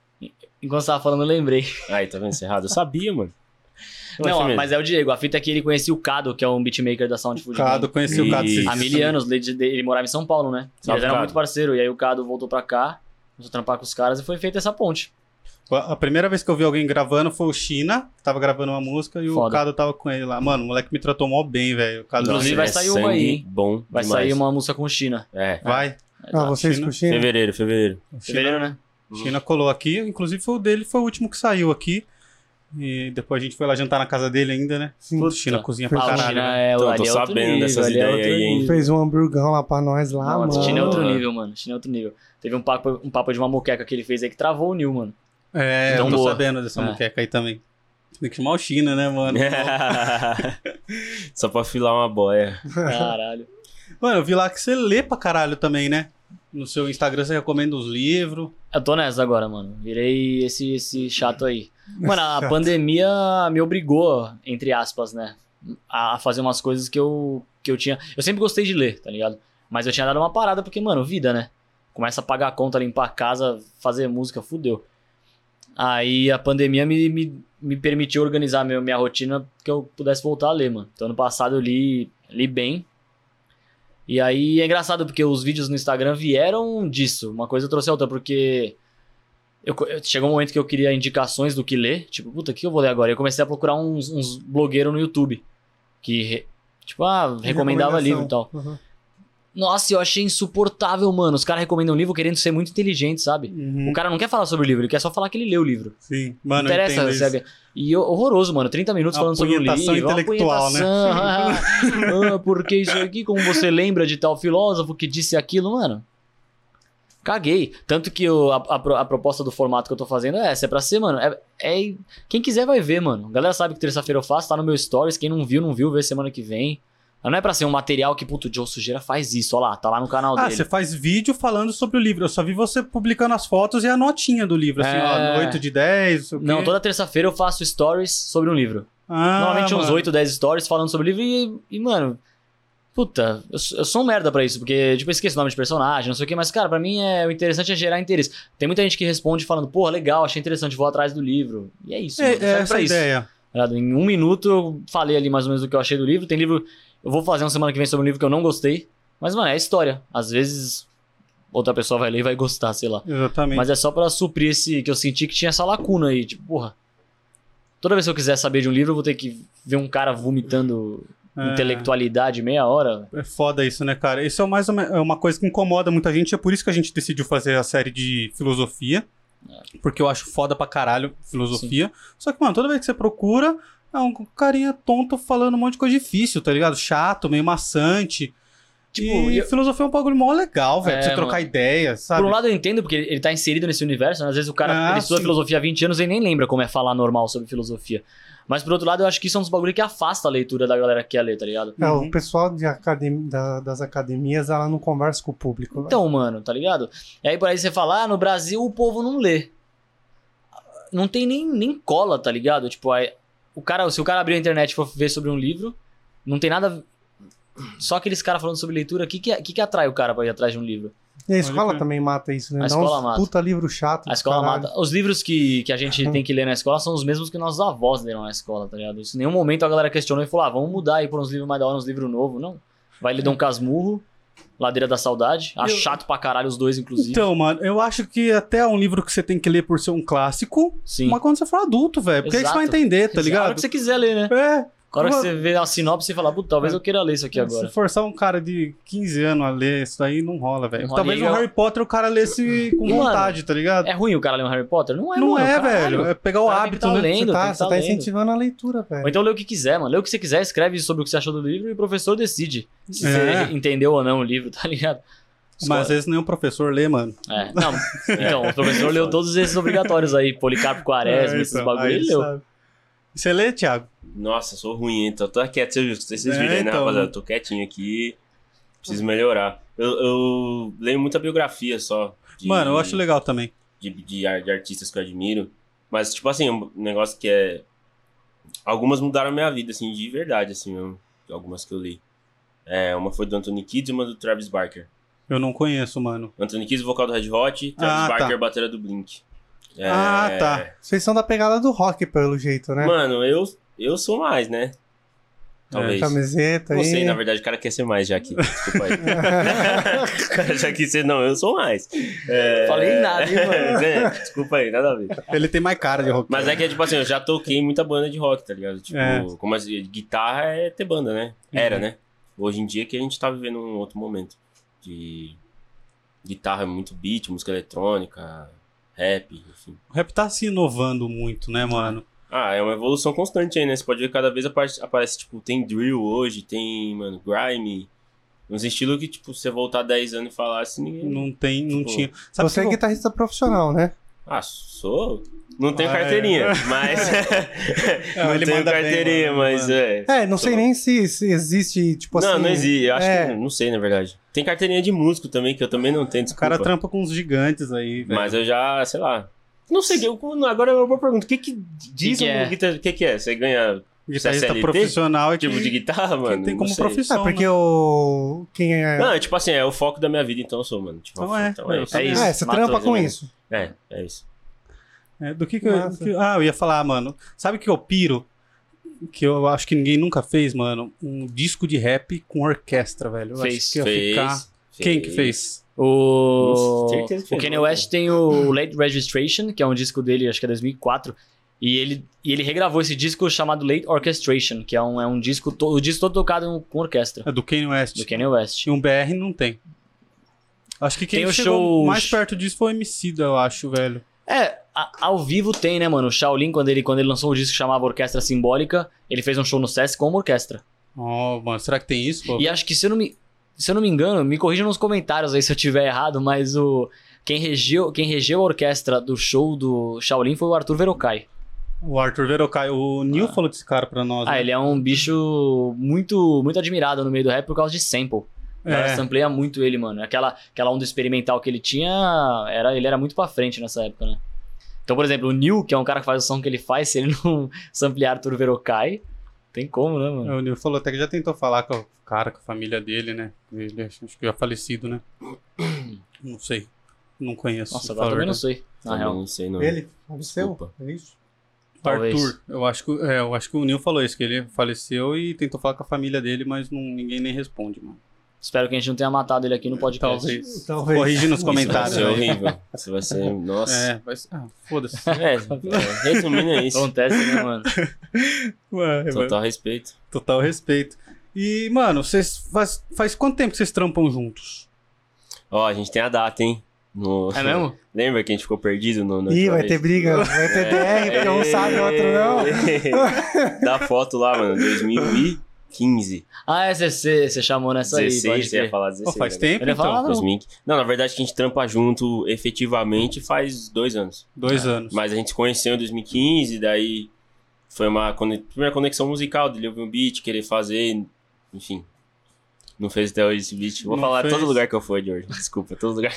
Speaker 3: enquanto você tava falando, eu lembrei.
Speaker 4: Aí, tá vendo? Isso é errado. Eu sabia, mano. Eu
Speaker 3: Não,
Speaker 4: acho assim mesmo.
Speaker 3: mas é o Diego. A fita é que ele conhecia o Cado, que é um beatmaker da Sound Food.
Speaker 1: Cado,
Speaker 3: Gang.
Speaker 1: conheci o Cado.
Speaker 4: E-
Speaker 1: vocês-
Speaker 3: Há mil anos, ele, ele morava em São Paulo, né?
Speaker 4: Salve,
Speaker 3: Eles eram
Speaker 4: Cado.
Speaker 3: muito parceiro. E aí o Cado voltou pra cá, começou a trampar com os caras e foi feita essa ponte.
Speaker 1: A a primeira vez que eu vi alguém gravando foi o China, que tava gravando uma música, e o
Speaker 3: Foda.
Speaker 1: Cado tava com ele lá. Mano, o moleque me tratou mó bem, velho. O Cado
Speaker 3: Inclusive,
Speaker 4: Nossa,
Speaker 3: vai
Speaker 4: ele é
Speaker 3: sair uma aí,
Speaker 4: sangue
Speaker 3: hein?
Speaker 4: Bom
Speaker 3: Vai
Speaker 4: demais.
Speaker 3: sair uma música com China.
Speaker 4: É.
Speaker 1: vai.
Speaker 2: Ah, vocês
Speaker 1: China.
Speaker 2: com China?
Speaker 4: Fevereiro, fevereiro.
Speaker 3: Fevereiro, né?
Speaker 1: China colou aqui, inclusive foi o dele, foi o último que saiu aqui. E depois a gente foi lá jantar na casa dele ainda, né?
Speaker 2: Sim.
Speaker 1: Puta, China cozinha pra
Speaker 3: Ah, o
Speaker 1: caralho.
Speaker 3: China é o
Speaker 4: Tô- tô
Speaker 3: ali é outro
Speaker 4: sabendo
Speaker 3: nível,
Speaker 4: dessas
Speaker 3: ali é
Speaker 4: ideias
Speaker 3: outro
Speaker 4: aí, hein?
Speaker 3: nível.
Speaker 2: Fez um hamburgão lá pra nós
Speaker 1: Ah,
Speaker 2: lá,
Speaker 3: Não, mas
Speaker 2: mano.
Speaker 3: o China é outro
Speaker 4: Mano.
Speaker 3: nível, mano. O China é outro nível. Teve um papo, um papo de uma moqueca que ele fez aí que travou o Nil, mano.
Speaker 1: É,
Speaker 3: Então
Speaker 1: eu tô
Speaker 3: boa.
Speaker 1: sabendo dessa
Speaker 3: É.
Speaker 1: moqueca aí também. Tem que chamar o China, né, mano?
Speaker 4: Só pra filar uma boia.
Speaker 3: Caralho.
Speaker 1: mano, eu vi lá que você lê pra caralho também, né? No seu Instagram você recomenda os livros.
Speaker 3: Eu tô nessa agora, mano. Virei esse, esse chato aí. Mano, a pandemia me obrigou, entre aspas, né? A a fazer umas coisas que eu, que eu tinha. Eu sempre gostei de ler, tá ligado? Mas eu tinha dado uma parada porque, mano, vida, né? Começa a pagar a conta, limpar a casa, fazer música, fudeu. Aí a pandemia me, me, me permitiu organizar meu, minha rotina que eu pudesse voltar a ler, mano. Então, ano passado eu li, li bem. E aí é engraçado porque os vídeos no Instagram vieram disso. Uma coisa trouxe a outra, porque eu, co- eu- chegou um momento que eu queria indicações do que ler. Tipo, puta, o que eu vou ler agora? E eu comecei a procurar uns, uns blogueiros no YouTube. Que, re- tipo, ah, recomendava livro e tal.
Speaker 2: Uhum.
Speaker 3: Nossa, eu achei insuportável, mano. Os caras recomendam um livro querendo ser muito inteligente, sabe?
Speaker 1: Uhum.
Speaker 3: O cara não quer falar sobre o livro, ele quer só falar que ele leu o livro.
Speaker 1: Sim, mano, eu
Speaker 3: não interessa,
Speaker 1: entendo isso.
Speaker 3: sabe? E eu- horroroso, mano. 30 minutos
Speaker 1: Uma
Speaker 3: falando sobre o livro.
Speaker 1: punhetação intelectual, né?
Speaker 3: né? ah, porque isso aqui, como você lembra de tal filósofo que disse aquilo, mano. Caguei. Tanto que o- a, a pro- a proposta do formato que eu tô fazendo é essa. É pra ser, mano. É, é- quem quiser vai ver, mano. A galera sabe que terça-feira eu faço, tá no meu stories. Quem não viu, não viu, vê semana que vem. Não é pra ser um material que, puto, o Joe Sujeira faz isso, ó lá, tá lá no canal
Speaker 1: Ah,
Speaker 3: dele.
Speaker 1: você faz vídeo falando sobre o livro. Eu só vi você publicando as fotos e a notinha do livro, assim,
Speaker 3: É.
Speaker 1: ó, 8 de 10. sei o
Speaker 3: Não,
Speaker 1: quê.
Speaker 3: toda terça-feira eu faço stories sobre um livro.
Speaker 1: Ah,
Speaker 3: Normalmente uns
Speaker 1: mano.
Speaker 3: 8, 10 stories falando sobre o livro e, e, mano. Puta, eu, sou- eu sou um merda pra isso, porque, tipo, eu esqueço o nome de personagem, não sei o que, mas, cara, pra mim é, o interessante é gerar interesse. Tem muita gente que responde falando, porra, legal, achei interessante, vou atrás do livro. E é isso, mano,
Speaker 1: É, é
Speaker 3: serve
Speaker 1: essa
Speaker 3: pra
Speaker 1: a
Speaker 3: isso.
Speaker 1: ideia.
Speaker 3: ligado? Em um minuto eu falei ali mais ou menos o que eu achei do livro. Tem livro. Eu vou fazer uma semana que vem sobre um livro que eu não gostei. Mas, mano, é história. Às vezes outra pessoa vai ler e vai gostar, sei lá.
Speaker 1: Exatamente.
Speaker 3: Mas é só pra suprir esse. Que eu senti que tinha essa lacuna aí. Tipo, porra. Toda vez que eu quiser saber de um livro, eu vou ter que ver um cara vomitando
Speaker 1: É.
Speaker 3: intelectualidade meia hora.
Speaker 1: É foda isso, né, cara? Isso é mais uma, é uma coisa que incomoda muita gente. É por isso que a gente decidiu fazer a série de filosofia.
Speaker 3: É.
Speaker 1: Porque eu acho foda pra caralho filosofia. Só que, mano, toda vez que você procura, é um carinha tonto falando um monte de coisa difícil, tá ligado? Chato, meio maçante.
Speaker 3: Tipo,
Speaker 1: e
Speaker 3: eu-
Speaker 1: filosofia é um bagulho mó legal, velho.
Speaker 3: É,
Speaker 1: pra você trocar ideia, sabe?
Speaker 3: Por um lado eu entendo, porque ele ele tá inserido nesse universo, né? às vezes o cara
Speaker 1: Ah,
Speaker 3: ele estuda
Speaker 1: sim.
Speaker 3: filosofia há 20 anos e nem lembra como é falar normal sobre filosofia. Mas por outro lado, eu acho que isso é um dos bagulho que afasta a leitura da galera que quer ler, tá ligado?
Speaker 2: É,
Speaker 1: Uhum.
Speaker 2: o pessoal de academ- da- das academias, ela não conversa com o público.
Speaker 3: Então, mano, tá ligado? E aí por aí você fala, ah, no Brasil o povo não lê. Não tem nem, nem cola, tá ligado? Tipo, aí, o cara, se o cara abrir a internet e for ver sobre um livro, não tem nada. Só aqueles caras falando sobre leitura, o que, que, que, que atrai o cara pra ir atrás de um livro?
Speaker 2: E a
Speaker 1: Pode
Speaker 2: escola
Speaker 1: crer.
Speaker 2: também mata isso, né?
Speaker 3: A
Speaker 2: Dá
Speaker 3: escola
Speaker 2: uns
Speaker 3: mata.
Speaker 2: puta livro chato.
Speaker 3: A escola
Speaker 2: caralho.
Speaker 3: mata. Os livros que, que a gente tem que ler na escola são os mesmos que nossos avós leram na escola, tá ligado? Isso, em nenhum momento a galera questionou e falou, ah, vamos mudar aí por uns livros mais da hora, uns livros novos. Não. Vai ler Dom Casmurro, Ladeira da Saudade. Acho
Speaker 1: Eu-
Speaker 3: chato pra caralho os dois, inclusive.
Speaker 1: Então, mano, eu acho que até é um livro que você tem que ler por ser um clássico,
Speaker 3: Sim.
Speaker 1: mas quando você for adulto, velho, porque aí você
Speaker 3: Exato.
Speaker 1: vai entender, tá
Speaker 3: é A hora
Speaker 1: ligado?
Speaker 3: que você quiser ler, né?
Speaker 1: É,
Speaker 3: A hora que
Speaker 1: Uma-
Speaker 3: você vê a sinopse e fala, puta,
Speaker 1: É.
Speaker 3: talvez eu queira ler isso aqui agora.
Speaker 1: Se forçar um cara de 15 anos a ler isso daí, não rola, velho.
Speaker 3: Não rola.
Speaker 1: Talvez
Speaker 3: E
Speaker 1: o
Speaker 3: eu-
Speaker 1: Harry Potter o cara lesse com
Speaker 3: E, mano,
Speaker 1: vontade, tá ligado?
Speaker 3: É ruim o cara ler um Harry Potter? Não é,
Speaker 1: não
Speaker 3: mano,
Speaker 1: é,
Speaker 3: caralho.
Speaker 1: velho. É pegar o
Speaker 3: cara tem que
Speaker 1: hábito,
Speaker 3: tá
Speaker 1: né?
Speaker 3: lendo,
Speaker 2: Você
Speaker 3: tem
Speaker 2: tá,
Speaker 3: que
Speaker 2: você
Speaker 3: tá
Speaker 2: tá
Speaker 3: lendo.
Speaker 2: incentivando a leitura,
Speaker 3: Ou
Speaker 2: velho.
Speaker 3: então lê o que quiser, mano. Lê o que você quiser, escreve sobre o que você achou do livro e o professor decide se
Speaker 1: É.
Speaker 3: você entendeu ou não o livro, tá ligado?
Speaker 1: Mas às vezes nem o professor lê, mano.
Speaker 3: É, não. Então, o professor leu todos esses obrigatórios aí, Policarpo Quaresma,
Speaker 1: É,
Speaker 3: esses
Speaker 1: então,
Speaker 3: bagulho,
Speaker 1: aí
Speaker 3: ele leu.
Speaker 2: sabe?
Speaker 1: Você lê, Thiago?
Speaker 4: Nossa, sou ruim, hein? Então tô quieto, vocês, vocês
Speaker 1: É,
Speaker 4: viram aí, né,
Speaker 1: então.
Speaker 4: rapaziada? Eu Tô quietinho aqui. Preciso melhorar. Eu, eu leio muita biografia só. de-
Speaker 1: Mano, eu acho legal também.
Speaker 4: de, de, ar- de artistas que eu admiro. Mas, tipo assim, um negócio que é. Algumas mudaram a minha vida, assim, de verdade, assim, mesmo. Algumas que eu li. É, uma foi do Anthony Kidd e uma do Travis Barker.
Speaker 1: Eu não conheço, mano.
Speaker 4: Anthony Kidd, vocal do Red Hot, Travis
Speaker 1: Ah, tá.
Speaker 4: Barker, batera do Blink. É,
Speaker 1: Ah, tá.
Speaker 2: Vocês são da pegada do rock, pelo jeito, né?
Speaker 4: Mano, eu, eu sou mais,
Speaker 1: É,
Speaker 4: né? Talvez.
Speaker 2: Camiseta
Speaker 4: não
Speaker 2: aí.
Speaker 4: sei, na verdade, o cara quer ser mais já aqui. Desculpa aí. o cara já quis ser, não, eu sou mais. É,
Speaker 3: Falei nada, hein, mano?
Speaker 4: né? Desculpa aí, nada a ver.
Speaker 1: Ele tem mais cara de rock.
Speaker 4: Mas é que, tipo assim, eu já toquei em muita banda de rock, tá ligado? Tipo,
Speaker 1: É. Uhum.
Speaker 4: como as, guitarra é ter banda, né? Era, né? Hoje em dia que a gente tá vivendo um outro momento. De guitarra, é muito beat, música eletrônica, rap, enfim.
Speaker 1: O rap tá se inovando muito, né, mano?
Speaker 4: Ah, é uma evolução constante aí, né? Você pode ver que cada vez aparece, aparece, tipo, tem drill hoje, tem, mano, grime. Uns estilos que, tipo, você voltar 10 anos e falar assim, ninguém.
Speaker 1: Não tem, não
Speaker 4: Tipo,
Speaker 1: tinha. Sabe
Speaker 2: Você é
Speaker 1: que eu-
Speaker 2: guitarrista profissional, né?
Speaker 4: Ah, sou. Não tenho
Speaker 1: Ah,
Speaker 4: carteirinha,
Speaker 1: é.
Speaker 4: mas.
Speaker 1: Não,
Speaker 4: não
Speaker 1: ele
Speaker 4: tenho
Speaker 1: manda bem,
Speaker 4: carteirinha,
Speaker 1: mano,
Speaker 4: mas
Speaker 1: mano.
Speaker 4: é.
Speaker 2: É, não sei
Speaker 4: Sou.
Speaker 2: nem se, se existe, tipo assim.
Speaker 4: não, não existe. Eu acho
Speaker 2: é.
Speaker 4: que. Não sei, na verdade. Tem carteirinha de músico também, que eu também não tenho.
Speaker 1: O cara
Speaker 4: desculpa.
Speaker 1: trampa com uns gigantes aí, velho.
Speaker 4: Mas eu já, sei lá. Não sei, eu, agora é uma boa pergunta. O que que diz
Speaker 3: Que que
Speaker 4: um
Speaker 3: é?
Speaker 4: guitar- O que que é? Você ganha
Speaker 1: Guitarrista
Speaker 4: CLT?
Speaker 1: profissional é que,
Speaker 4: tipo de guitarra,
Speaker 1: que
Speaker 4: mano?
Speaker 1: tem
Speaker 4: Não
Speaker 1: como
Speaker 4: sei.
Speaker 2: É,
Speaker 1: profissão.
Speaker 2: porque o. Quem é.
Speaker 4: Não, é tipo assim, é o foco da minha vida, então eu sou, mano. Tipo,
Speaker 1: Então é, eu
Speaker 4: isso.
Speaker 1: também.
Speaker 4: É
Speaker 1: isso,
Speaker 2: ah, é, você
Speaker 4: matou
Speaker 2: trampa
Speaker 4: as
Speaker 2: com
Speaker 4: minhas-
Speaker 2: isso.
Speaker 4: É, é isso.
Speaker 1: É, do que que eu,
Speaker 2: Massa.
Speaker 1: que- Ah, eu ia falar, mano. Sabe o que eu piro? que eu acho que ninguém nunca fez, mano. Um disco de rap com orquestra, velho. Eu
Speaker 3: Fez.
Speaker 1: acho que ia
Speaker 4: Fez,
Speaker 1: ficar. Quem que fez?
Speaker 3: O,
Speaker 4: Com certeza que
Speaker 3: o
Speaker 4: fez,
Speaker 3: Kanye
Speaker 4: né,
Speaker 3: West tem o Late Registration, que é um disco dele, acho que é 2004. E ele, e ele regravou esse disco chamado Late Orchestration, que é um, é um disco, to, o disco todo tocado com orquestra,
Speaker 1: É do Kanye West.
Speaker 3: do Kanye West.
Speaker 1: E um BR não tem. Acho que quem
Speaker 3: Tem o
Speaker 1: chegou
Speaker 3: show-
Speaker 1: mais perto disso foi o Emicida, eu acho, velho.
Speaker 3: É, a- ao vivo tem, né, mano? O Shaolin, quando ele, quando ele lançou um disco que chamava Orquestra Simbólica, ele fez um show no SESC com uma orquestra.
Speaker 1: Oh, mano, será que tem isso, pô?
Speaker 3: E acho que, se eu não me, se eu não me engano, me corrija nos comentários aí se eu tiver errado, mas o quem regeu, quem regeu a orquestra do show do Shaolin foi o Arthur Verocai.
Speaker 1: O Arthur Verocai, o Nil falou desse cara pra nós.
Speaker 3: Ah,
Speaker 1: né?
Speaker 3: ele é um bicho muito muito admirado no meio do rap por causa de sample. O cara
Speaker 1: É.
Speaker 3: sampleia muito ele, mano. Aquela, aquela onda experimental que ele tinha, era, ele era muito pra frente nessa época, né? Então, por exemplo, o Neil, que é um cara que faz o som que ele faz, se ele não samplear Arthur Verocai, tem como, né, mano?
Speaker 1: É, O Nil falou até que já tentou falar com o cara, com a família dele, né? Ele acho acho que já falecido, né? não sei. Não conheço. né?
Speaker 3: Nossa,
Speaker 1: pra
Speaker 3: agora também não
Speaker 1: falar
Speaker 3: sei, na
Speaker 4: Também
Speaker 3: real.
Speaker 4: Não sei, não.
Speaker 2: Ele faleceu?
Speaker 4: Desculpa.
Speaker 2: É isso?
Speaker 1: a
Speaker 3: Talvez.
Speaker 1: verdade. Arthur, eu acho, que, é, eu acho que o Nil falou isso, que ele faleceu e tentou falar com a família dele, mas não- ninguém nem responde, mano.
Speaker 3: Espero que a gente não tenha matado ele aqui no podcast.
Speaker 1: Talvez.
Speaker 2: Talvez.
Speaker 1: Corrige nos
Speaker 4: Isso vai
Speaker 1: comentários.
Speaker 3: né?
Speaker 4: ser
Speaker 1: aí.
Speaker 4: horrível. Isso vai ser. Nossa.
Speaker 1: É, mas, ah, foda-se.
Speaker 3: É,
Speaker 4: É, Resumindo, é isso.
Speaker 3: acontece, né, mano?
Speaker 1: Ué, mano,
Speaker 4: Total respeito.
Speaker 1: Total respeito. E, mano, vocês faz, faz quanto tempo que vocês trampam juntos?
Speaker 4: Ó, a gente tem a data, hein? No-
Speaker 3: É mesmo?
Speaker 4: Lembra que a gente ficou perdido no. na
Speaker 2: Ih,
Speaker 4: última
Speaker 2: vai
Speaker 4: vez?
Speaker 2: ter briga. Vai ter DR, porque um sabe, o outro não.
Speaker 4: não. Dá foto lá, mano. 2015.
Speaker 3: Ah, é, você você chamou nessa aí,
Speaker 4: 16,
Speaker 3: pode
Speaker 4: você ia
Speaker 3: crer.
Speaker 4: falar 16.
Speaker 1: Pô, faz
Speaker 4: né?
Speaker 1: tempo,
Speaker 3: Ele
Speaker 1: então?
Speaker 3: fala- Ah, não.
Speaker 4: 2015. Não, na verdade que a gente trampa junto efetivamente faz dois anos.
Speaker 1: Dois anos.
Speaker 4: Mas a gente se conheceu em 2015, daí foi uma conex- primeira conexão musical dele ouvir um beat, querer fazer, enfim. Não fez até hoje esse beat. Vou
Speaker 1: Não
Speaker 4: falar
Speaker 1: fez.
Speaker 4: todo lugar que eu for de hoje. Desculpa, todo lugar.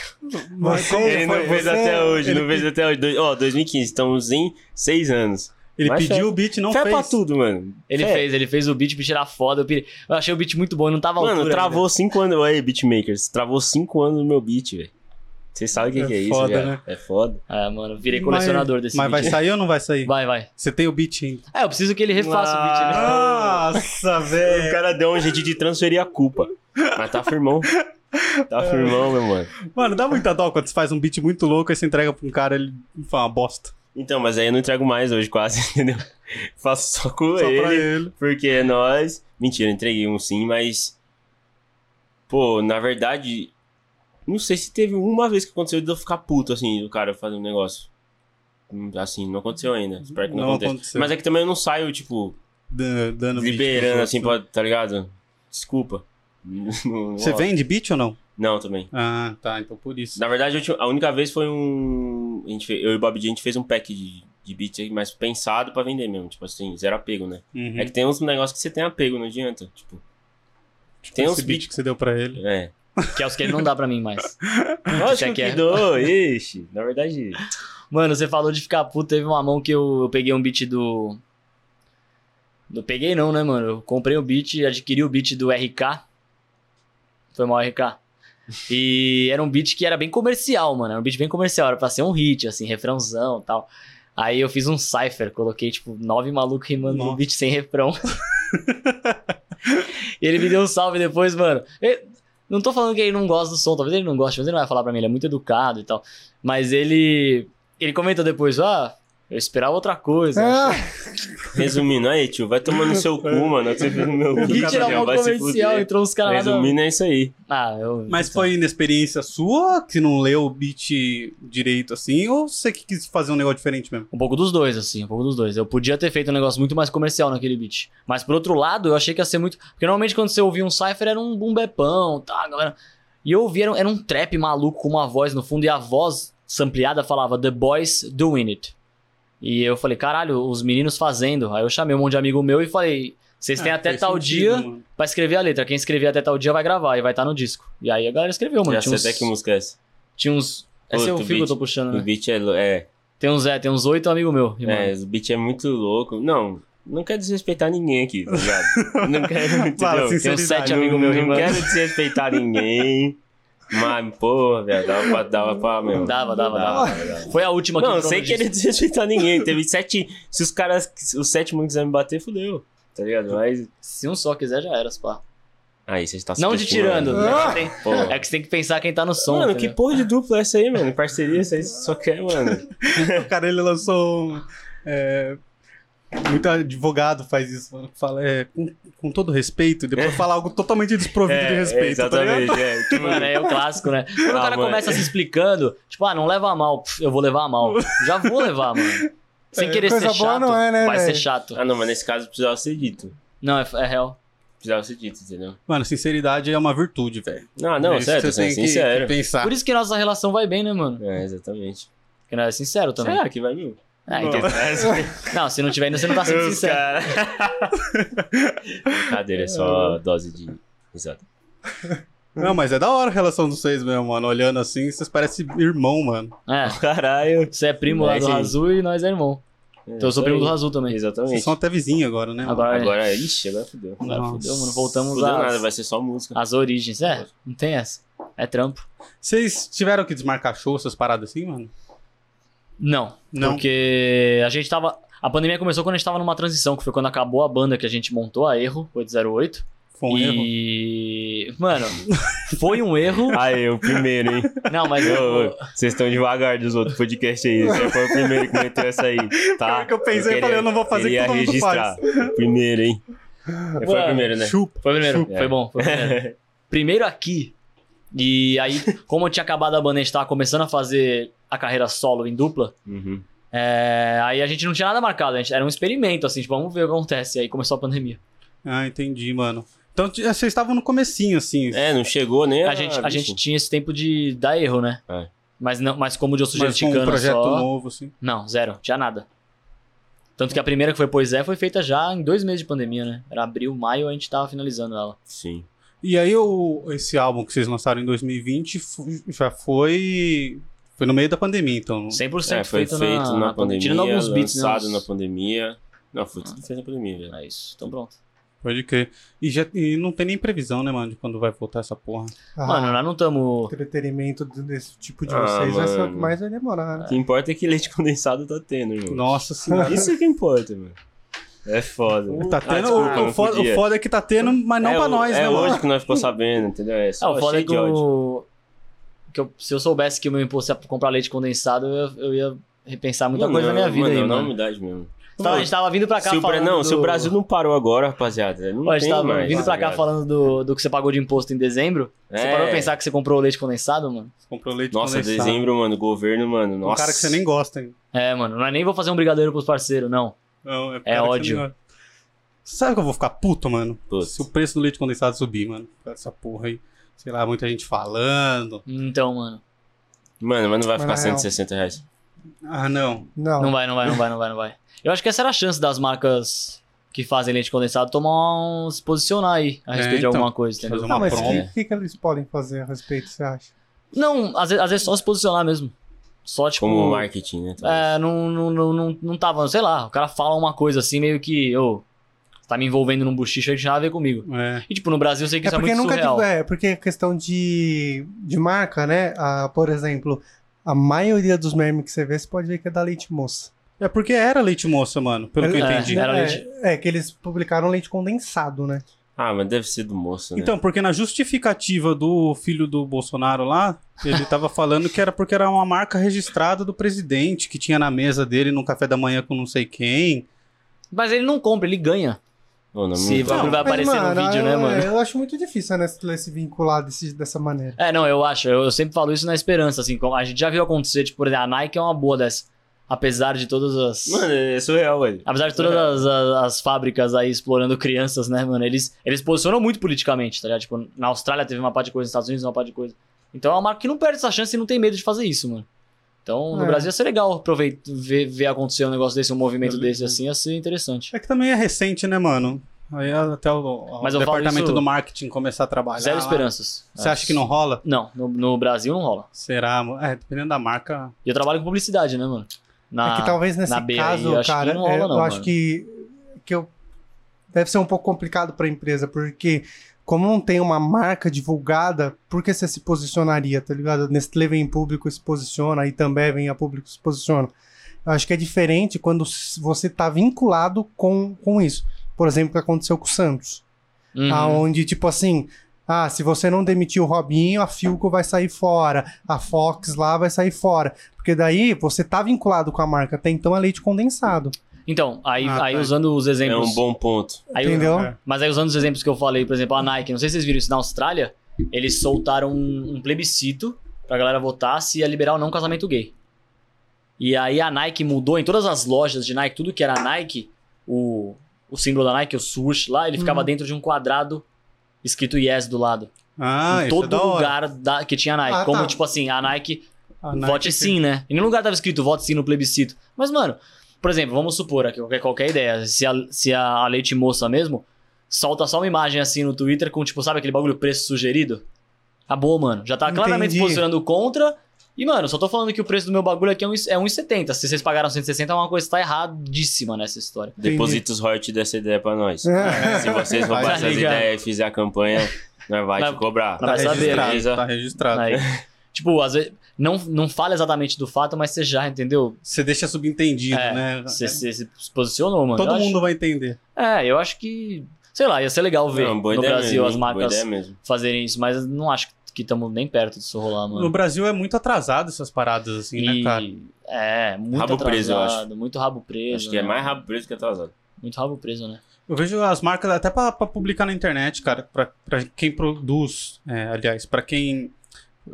Speaker 2: Você,
Speaker 4: Ele não
Speaker 2: foi
Speaker 4: fez
Speaker 2: você.
Speaker 4: até hoje,
Speaker 1: ele-
Speaker 4: não fez até hoje. Dois- Ó, 2015, estamos em seis anos.
Speaker 1: Ele
Speaker 4: Mas
Speaker 1: pediu o beat e não
Speaker 4: Fé
Speaker 1: fez.
Speaker 4: pra tudo, mano.
Speaker 3: Ele
Speaker 1: é.
Speaker 4: Fé.
Speaker 3: fez, ele fez o beat pra tirar foda. Eu, pirei- eu achei o beat muito bom, ele não tava à
Speaker 4: Mano,
Speaker 3: altura né? ainda.
Speaker 4: travou cinco anos. Aí, beatmakers, travou cinco anos no meu beat, velho. Vocês sabem o que
Speaker 1: É
Speaker 4: que é, isso,
Speaker 1: foda,
Speaker 4: cara.
Speaker 1: né?
Speaker 4: É foda.
Speaker 3: Ah, mano, virei colecionador desse
Speaker 1: Mas
Speaker 3: beat.
Speaker 1: vai sair ou não vai sair?
Speaker 3: Vai, vai.
Speaker 1: Você tem o beat ainda.
Speaker 3: É, eu preciso que ele refaça o beat. Né?
Speaker 1: Ah! Nossa,
Speaker 4: O
Speaker 1: velho.
Speaker 4: cara deu um jeito de transferir a culpa. Mas tá firmão.
Speaker 1: É.
Speaker 4: Tá firmão, meu mano.
Speaker 1: Mano, dá muita dó quando você faz um beat muito louco e você entrega pra um cara ele fala uma bosta.
Speaker 4: Então, mas aí eu não entrego mais hoje quase, entendeu? Faço só com
Speaker 1: Só pra
Speaker 4: ele,
Speaker 1: ele.
Speaker 4: porque é nós. Mentira, entreguei um sim, mas. Pô, na verdade. Não sei se teve uma vez que aconteceu de eu ficar puto, assim, do cara fazer um negócio. Hum, Assim, não aconteceu ainda. Espero que não,
Speaker 1: Não
Speaker 4: aconteça.
Speaker 1: aconteceu.
Speaker 4: Mas é que também eu não saio, tipo,
Speaker 1: Dan- Dando beat
Speaker 4: liberando,
Speaker 1: pros
Speaker 4: assim,
Speaker 1: outros.
Speaker 4: pra, tá ligado? Desculpa. Não- não
Speaker 1: Você
Speaker 4: rola.
Speaker 1: vende beat ou não?
Speaker 4: Não, também.
Speaker 1: Ah, tá. Então por isso.
Speaker 4: Na verdade, a última- a única vez foi um. A gente, fe- eu e o Bob G, a gente fez um pack de, de beats aí, mas pensado pra vender mesmo. Tipo assim, zero apego, né?
Speaker 1: Uhum.
Speaker 4: É que tem uns negócios que você tem apego, não adianta. Tipo.
Speaker 3: Tipo
Speaker 4: tem uns
Speaker 1: Esse beat
Speaker 4: beats.
Speaker 1: que você deu pra ele.
Speaker 4: É.
Speaker 3: Que é os que ele não dá pra mim mais. Isso
Speaker 4: Lógico
Speaker 3: aqui
Speaker 4: que
Speaker 3: é-
Speaker 4: dou, ixi. Na verdade.
Speaker 3: Mano, você falou de ficar puto, teve uma mão que eu, eu peguei um beat do. Não peguei não, né, mano? Eu comprei o beat, adquiri o beat do RK. Foi mal RK. E era um beat que era bem comercial, mano. Era um beat bem comercial, era pra ser um hit, assim, refrãozão e tal. Aí eu fiz um cipher, coloquei, tipo, nove malucos rimando no
Speaker 1: Nossa.
Speaker 3: beat sem refrão. e ele me deu um salve depois, mano. Eu não tô falando que ele não gosta do som, talvez ele não goste, mas ele não vai falar pra mim, ele é muito educado e tal. Mas ele. Ele comentou depois, ah, eu esperava outra coisa.
Speaker 1: É,
Speaker 2: Ah,
Speaker 4: Resumindo, aí, tio, vai tomar no seu cu, mano. Você fez no meu
Speaker 3: É. O
Speaker 4: cu,
Speaker 3: beat era
Speaker 4: Gabriel,
Speaker 3: mal
Speaker 4: vai se
Speaker 3: comercial,
Speaker 4: fuder.
Speaker 3: entrou uns caras lá.
Speaker 4: Resumindo, é isso aí.
Speaker 3: Ah, eu.
Speaker 1: Mas foi inexperiência sua que não leu o beat direito assim? Ou você que quis fazer um negócio diferente mesmo?
Speaker 3: Um pouco dos dois, assim, um pouco dos dois. Eu podia ter feito um negócio muito mais comercial naquele beat. Mas por outro lado, eu achei que ia ser muito. Porque normalmente quando você ouvia um Cypher era um bumbepão, tá, galera. E eu ouvia, era um, era um trap maluco com uma voz no fundo, e a voz sampleada falava The Boys Doing It. E eu falei, caralho, os meninos fazendo. Aí eu chamei um monte de amigo meu e falei, vocês têm
Speaker 1: Ah,
Speaker 3: até
Speaker 1: fez
Speaker 3: tal
Speaker 1: sentido,
Speaker 3: dia
Speaker 1: mano.
Speaker 3: pra escrever a letra. Quem escrever até tal dia vai gravar e vai estar no disco. E aí a galera escreveu, mano.
Speaker 4: Já
Speaker 3: Tinha
Speaker 4: sei
Speaker 3: uns,
Speaker 4: até que música é essa.
Speaker 3: tinha uns. Esse é o fio
Speaker 4: Outro
Speaker 3: que eu
Speaker 4: beat.
Speaker 3: tô puxando,
Speaker 4: O
Speaker 3: né?
Speaker 4: beat é. lo- É,
Speaker 3: Tem uns, é, tem uns oito amigos meus. rimando.
Speaker 4: é, o beat é muito louco. Não, não quero desrespeitar ninguém aqui, tá ligado? não quero.
Speaker 1: Fala, sinceridade.
Speaker 4: entendeu?
Speaker 3: Tem uns sete
Speaker 4: Não-
Speaker 3: amigos meus
Speaker 4: Não
Speaker 3: rimando.
Speaker 4: quero desrespeitar ninguém. Mas, porra, velho, dava pra, dava pra, meu.
Speaker 3: Dava, dava, dava.
Speaker 4: dava.
Speaker 3: Foi a última que
Speaker 4: Não, eu
Speaker 3: entrou
Speaker 4: sei
Speaker 3: no
Speaker 4: que ele
Speaker 3: disco.
Speaker 4: desrespeitar ninguém. Teve sete. Se os caras. Os sete não quiserem me bater, fudeu. tá ligado? Mas.
Speaker 3: Se um só quiser, já era, pá.
Speaker 4: Aí você está se
Speaker 3: Não de
Speaker 4: perfurando.
Speaker 3: tirando. né?
Speaker 2: Ah!
Speaker 3: Tem-
Speaker 4: Pô.
Speaker 3: É que você tem que pensar quem tá no som.
Speaker 4: Mano, que
Speaker 3: entendeu?
Speaker 4: porra de dupla é essa aí, mano? Parceria, isso aí só quer, mano.
Speaker 1: O cara, ele lançou um, é, muito advogado faz isso, mano. que Fala, é, com, com todo respeito, depois fala algo totalmente desprovido de respeito, tá ligado?
Speaker 4: É, exatamente, é. Tipo,
Speaker 3: Mano, é o clássico, né? Quando o
Speaker 4: Ah,
Speaker 3: cara
Speaker 4: mano.
Speaker 3: começa se explicando, tipo, ah, não leva a mal. Pff, eu vou levar a mal. Já vou levar, mano. Sem
Speaker 1: É,
Speaker 3: querer
Speaker 2: coisa
Speaker 3: ser
Speaker 2: boa
Speaker 3: chato,
Speaker 2: não é, né,
Speaker 3: vai ser
Speaker 2: velho?
Speaker 3: chato.
Speaker 4: Ah, não, mas nesse caso precisava ser dito.
Speaker 3: Não, é, é real.
Speaker 4: Precisava ser dito, entendeu?
Speaker 1: Mano, sinceridade é uma virtude, velho.
Speaker 4: Ah, não,
Speaker 1: É isso
Speaker 4: sério,
Speaker 1: que
Speaker 4: tô
Speaker 1: você tem
Speaker 4: sendo
Speaker 1: que-
Speaker 4: sincero.
Speaker 1: que pensar.
Speaker 3: Por isso que nossa relação vai bem, né, mano?
Speaker 4: É, exatamente.
Speaker 3: Porque nós é sincero também.
Speaker 4: Será que vai mil?
Speaker 3: Ah, então- Não, se não tiver ainda, você não tá sendo
Speaker 4: Os
Speaker 3: sincero.
Speaker 4: Brincadeira, é só dose de risada.
Speaker 1: Não, mas é da hora a relação dos seis mesmo, mano. Olhando assim, vocês parecem irmão, mano.
Speaker 3: É,
Speaker 4: Caralho.
Speaker 3: você é primo lá
Speaker 4: É,
Speaker 3: do
Speaker 4: sim.
Speaker 3: Razu e nós é irmão. Então eu sou primo do Razu também.
Speaker 4: Exatamente.
Speaker 1: Vocês são até vizinhos agora, né? mano?
Speaker 3: Agora,
Speaker 4: Agora, ixi, agora fudeu.
Speaker 1: Agora
Speaker 4: Agora
Speaker 1: fudeu,
Speaker 4: fudeu.
Speaker 3: Então, mano, voltamos
Speaker 4: Fudeu nada,
Speaker 3: às,
Speaker 4: vai ser só música.
Speaker 3: às origens. É, não tem essa. É trampo.
Speaker 1: Vocês tiveram que desmarcar show, essas paradas assim, mano?
Speaker 3: Não,
Speaker 1: Não.
Speaker 3: porque a gente tava... A pandemia começou quando a gente tava numa transição, que foi quando acabou a banda que a gente montou, a Erro 808.
Speaker 1: Foi um erro.
Speaker 3: e... Mano, foi um erro.
Speaker 4: Aí, o primeiro, hein?
Speaker 3: Não, mas
Speaker 4: Ô,
Speaker 3: eu,
Speaker 4: ô, Vocês estão devagar dos outros podcasts aí. Você foi o primeiro que meteu essa aí. Tá?
Speaker 1: Pior que eu pensei, eu falei, eu não vou fazer, que
Speaker 4: queria
Speaker 1: todo mundo
Speaker 4: registrar. O Primeiro, hein? Foi o
Speaker 3: Ué,
Speaker 4: primeiro, né?
Speaker 1: Chupa.
Speaker 3: foi o primeiro.
Speaker 4: Chupa.
Speaker 3: Foi bom. Foi o primeiro. primeiro aqui. E aí, como eu tinha acabado a banda, a gente tava começando a fazer a carreira solo em dupla.
Speaker 4: Uhum.
Speaker 3: é, aí a gente não tinha nada marcado, a gente, era um experimento, assim, tipo, vamos ver o que acontece. E aí começou a pandemia.
Speaker 1: Ah, entendi, mano. Então t- vocês estavam no comecinho, assim.
Speaker 4: É, não chegou nem
Speaker 3: A gente, a gente tinha esse tempo de dar erro, né?
Speaker 4: É.
Speaker 3: Mas, não, mas como o Joe sugeriu
Speaker 1: mas com um
Speaker 3: ticando
Speaker 1: projeto
Speaker 3: só.
Speaker 1: novo, assim.
Speaker 3: Não, zero, tinha nada. Tanto que a primeira que foi Pois é foi feita já em dois meses de pandemia, né? Era abril, maio, a gente tava finalizando ela.
Speaker 4: Sim.
Speaker 1: E aí o, esse álbum que vocês lançaram em 2020 fu- já foi. Foi no meio da pandemia, então.
Speaker 3: 100%
Speaker 4: É, foi
Speaker 3: feito,
Speaker 4: feito,
Speaker 3: na,
Speaker 4: na, pandemia.
Speaker 3: Tirando alguns beats, né?
Speaker 4: lançado na
Speaker 3: uns-
Speaker 4: pandemia. Não, foi tudo feito na pandemia, velho.
Speaker 3: É isso, então pronto.
Speaker 1: Pode crer. E, já, e não tem nem previsão, né, mano, de quando vai voltar essa porra.
Speaker 2: Ah,
Speaker 3: Mano, nós não
Speaker 2: o
Speaker 3: estamos...
Speaker 2: entretenimento desse tipo de
Speaker 4: Ah,
Speaker 2: vocês vai ser o que
Speaker 4: mano.
Speaker 2: mais vai demorar, né?
Speaker 4: O que importa é que leite condensado tá tendo, irmão.
Speaker 1: Nossa senhora.
Speaker 4: Isso é que importa, mano. É foda.
Speaker 1: Tá
Speaker 4: Ah,
Speaker 1: tendo,
Speaker 4: desculpa,
Speaker 1: o,
Speaker 4: não
Speaker 1: o foda,
Speaker 4: podia.
Speaker 1: o foda é que tá tendo, mas não
Speaker 4: é,
Speaker 1: pra
Speaker 4: o-
Speaker 1: nós,
Speaker 4: é
Speaker 1: né,
Speaker 4: hoje
Speaker 1: mano?
Speaker 4: que nós ficou sabendo, entendeu? É
Speaker 3: Ah,
Speaker 4: só
Speaker 3: o foda é
Speaker 4: cheio
Speaker 3: que
Speaker 4: de ódio.
Speaker 3: eu... que eu- Se eu soubesse que o meu imposto ia comprar leite condensado, eu, eu ia repensar é muita
Speaker 4: Mano,
Speaker 3: coisa na minha vida
Speaker 4: mano,
Speaker 3: aí,
Speaker 4: não,
Speaker 3: mano.
Speaker 4: na humildade mesmo.
Speaker 3: Então, a gente tava vindo pra cá
Speaker 4: Se o, Bra-
Speaker 3: falando
Speaker 4: não,
Speaker 3: do...
Speaker 4: se o Brasil não parou agora, rapaziada, não
Speaker 3: Ó, a gente
Speaker 4: tem
Speaker 3: tava
Speaker 4: mais.
Speaker 3: vindo pra
Speaker 4: tá
Speaker 3: cá
Speaker 4: ligado?
Speaker 3: falando do, do que você pagou de imposto em dezembro. Você
Speaker 4: É.
Speaker 3: parou pra pensar que você comprou leite condensado, mano?
Speaker 1: Comprou leite
Speaker 4: Nossa,
Speaker 1: condensado.
Speaker 4: dezembro, mano, governo, mano,
Speaker 1: Um
Speaker 4: nossa.
Speaker 1: cara que você nem gosta, hein?
Speaker 3: É, mano, não é nem vou fazer um brigadeiro pros parceiros, não.
Speaker 1: Não, é,
Speaker 3: É
Speaker 1: cara que você
Speaker 3: ódio.
Speaker 1: nem gosta. Sabe que eu vou ficar puto, mano?
Speaker 4: Putz.
Speaker 1: Se o preço do leite condensado subir, mano. Essa porra aí. Sei lá, muita gente falando.
Speaker 3: Então, mano.
Speaker 4: Mano, mas não vai
Speaker 2: Mas
Speaker 4: ficar
Speaker 2: na
Speaker 4: 160 reais.
Speaker 1: Ah, não.
Speaker 2: Não,
Speaker 3: Não vai, não vai, não vai, não vai, não vai. Eu acho que essa era a chance das marcas que fazem leite condensado tomar um. se posicionar aí a
Speaker 1: É,
Speaker 3: respeito de
Speaker 1: então.
Speaker 3: alguma coisa, entendeu?
Speaker 1: Fazer
Speaker 2: não
Speaker 1: uma
Speaker 2: mas o
Speaker 1: promo.
Speaker 2: que, que, que eles podem fazer a respeito, você acha?
Speaker 3: Não, às ve- às vezes, só se posicionar mesmo. Só tipo.
Speaker 4: Como marketing, né? talvez.
Speaker 3: É, não, não, não, não, não tava, sei lá, o cara fala uma coisa assim, meio que, ô, você tá me envolvendo num buchicho aí que nada a ver comigo.
Speaker 1: É.
Speaker 3: E tipo, no Brasil eu sei que
Speaker 2: É
Speaker 3: isso é
Speaker 2: porque
Speaker 3: muito
Speaker 2: nunca
Speaker 3: surreal.
Speaker 2: tive- é porque a questão de, de marca, né? Ah, por exemplo, a maioria dos memes que você vê, você pode ver que é da Leite Moça.
Speaker 1: é porque era leite moça, mano. Pelo que eu
Speaker 3: É,
Speaker 1: entendi.
Speaker 3: era
Speaker 2: é,
Speaker 3: leite-
Speaker 2: é que eles publicaram leite condensado, né?
Speaker 4: Ah, mas deve ser do moço, né?
Speaker 1: Então, porque na justificativa do filho do Bolsonaro lá, ele tava falando que era porque era uma marca registrada do presidente, que tinha na mesa dele no café da manhã com não sei quem.
Speaker 3: Mas ele não compra, ele ganha.
Speaker 4: Ô, na
Speaker 3: Se
Speaker 4: minha-
Speaker 3: vai, vai
Speaker 2: Mas,
Speaker 3: aparecer
Speaker 2: mano,
Speaker 3: no vídeo,
Speaker 2: eu,
Speaker 3: né, mano?
Speaker 2: Eu acho muito difícil né, se se vincular desse- dessa maneira.
Speaker 3: É, não, eu acho. Eu, eu sempre falo isso na esperança, assim. como A gente já viu acontecer, tipo, por exemplo, a Nike é uma boa dessa. Apesar de todas as.
Speaker 4: Mano, é surreal, velho.
Speaker 3: Apesar de
Speaker 1: É.
Speaker 3: todas as, as- as fábricas aí explorando crianças, né, mano? Eles, eles posicionam muito politicamente, tá ligado? Tipo, na Austrália teve uma parte de coisa, nos Estados Unidos uma parte de coisa. Então é uma marca que não perde essa chance e não tem medo de fazer isso, mano. Então, no
Speaker 2: É.
Speaker 3: Brasil ia ser legal aproveitar, ver, ver acontecer um negócio desse, um movimento
Speaker 1: Eu-
Speaker 3: desse assim, ia ser interessante.
Speaker 1: É que também é recente, né, mano? Aí até o, o
Speaker 3: Mas eu falo
Speaker 1: departamento
Speaker 3: isso-
Speaker 1: do marketing começar a trabalhar.
Speaker 3: Zero
Speaker 1: lá.
Speaker 3: esperanças.
Speaker 1: Você acha que não rola?
Speaker 3: Não, no, no Brasil não rola.
Speaker 1: Será? mano? É, dependendo da marca.
Speaker 3: E eu trabalho com publicidade, né, mano? Na...
Speaker 2: é
Speaker 1: tá um-
Speaker 2: que talvez nesse
Speaker 3: na B aí,
Speaker 2: caso,
Speaker 3: eu acho que
Speaker 2: cara,
Speaker 3: não rola
Speaker 2: é,
Speaker 3: não,
Speaker 2: eu acho
Speaker 3: mano.
Speaker 2: que, que eu, deve ser um pouco complicado pra empresa, porque como não tem uma marca divulgada, por que você se posicionaria, tá ligado? Nestlé vem em público e se posiciona, e também vem a público e se posiciona. Eu acho que é diferente quando s- você tá vinculado com, com isso. por exemplo, que aconteceu com o Santos.
Speaker 3: Uhum.
Speaker 1: tá um-
Speaker 2: Aonde, tipo assim, ah, se você não demitir o Robinho, a Filco vai sair fora, a Fox lá vai sair fora. Porque daí você tá vinculado com a marca, até então é leite condensado.
Speaker 3: Então, aí,
Speaker 2: Ah,
Speaker 3: aí
Speaker 2: tá.
Speaker 3: usando os
Speaker 4: É
Speaker 3: exemplos.
Speaker 4: um bom ponto.
Speaker 3: aí-
Speaker 2: entendeu?
Speaker 1: É.
Speaker 3: Mas aí usando os exemplos que eu falei, por exemplo, a Nike, não sei se vocês viram isso na Austrália, eles soltaram um, um plebiscito pra galera votar se ia liberar ou não casamento gay. E aí a Nike mudou em todas as lojas de Nike, tudo que era Nike, o, o símbolo da Nike, o swoosh lá, ele ficava
Speaker 2: Uhum.
Speaker 3: dentro de um quadrado escrito yes do lado.
Speaker 1: Ah, isso
Speaker 3: em
Speaker 1: é
Speaker 3: todo
Speaker 1: da hora.
Speaker 3: lugar da- que tinha Nike.
Speaker 2: Ah,
Speaker 3: como,
Speaker 2: tá.
Speaker 3: tipo assim, a Nike
Speaker 1: Ah,
Speaker 2: A Nike
Speaker 3: Vote sim, né? Em nenhum lugar tava escrito vote sim no plebiscito. Mas, mano, por exemplo, vamos supor aqui qualquer, qualquer ideia. Se, a, se a Leite Moça mesmo solta só uma imagem assim no Twitter com, tipo, sabe aquele bagulho preço sugerido? Acabou, mano. Já tá claramente se
Speaker 2: Entendi.
Speaker 3: posicionando contra. E, mano, só tô falando que o preço do meu bagulho aqui é 1,70. É 1,70. Se vocês pagaram 160, é uma coisa que tá erradíssima nessa história.
Speaker 2: Entendi.
Speaker 4: Deposita os royalties dessa ideia pra nós.
Speaker 2: É.
Speaker 4: Se vocês
Speaker 1: Vai
Speaker 4: roubarem
Speaker 3: ligar.
Speaker 4: essas ideias e fizer a campanha, nós vai
Speaker 3: Vai-
Speaker 4: te cobrar.
Speaker 1: Tá
Speaker 3: Vai saber, né?
Speaker 1: registrado,
Speaker 4: Beleza?
Speaker 1: tá registrado.
Speaker 3: Aí, tipo, às vezes. Não, não fala exatamente do fato, mas você já entendeu.
Speaker 1: Você deixa subentendido,
Speaker 3: É,
Speaker 1: né?
Speaker 3: Você, você se posicionou, mano.
Speaker 1: Todo
Speaker 3: Eu acho-
Speaker 1: mundo vai entender.
Speaker 3: É, eu acho que. Sei lá, ia ser legal ver
Speaker 4: Não, boa
Speaker 3: no
Speaker 4: ideia
Speaker 3: Brasil
Speaker 4: mesmo,
Speaker 3: as
Speaker 4: hein? Boa
Speaker 3: marcas
Speaker 4: ideia mesmo.
Speaker 3: fazerem isso, mas não acho que estamos nem perto disso rolar,
Speaker 1: No
Speaker 3: mano.
Speaker 1: Brasil é muito atrasado essas paradas, assim, né, cara?
Speaker 3: E, é, muito
Speaker 4: Rabo
Speaker 3: atrasado,
Speaker 4: preso, eu
Speaker 3: muito rabo preso.
Speaker 4: Acho que é
Speaker 3: né?
Speaker 4: mais rápido preso que atrasado.
Speaker 3: Muito rabo preso, né?
Speaker 1: Eu vejo as marcas até pra, pra publicar na internet, cara. Pra, pra quem produz, é, aliás, pra quem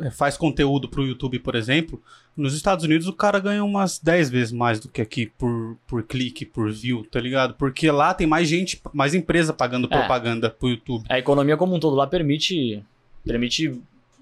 Speaker 1: é, faz conteúdo pro YouTube, por exemplo, nos Estados Unidos o cara ganha umas 10 vezes mais do que aqui por, por clique, por view, tá ligado? Porque lá tem mais gente, mais empresa pagando
Speaker 3: É.
Speaker 1: propaganda pro YouTube.
Speaker 3: A economia como um todo lá permite permite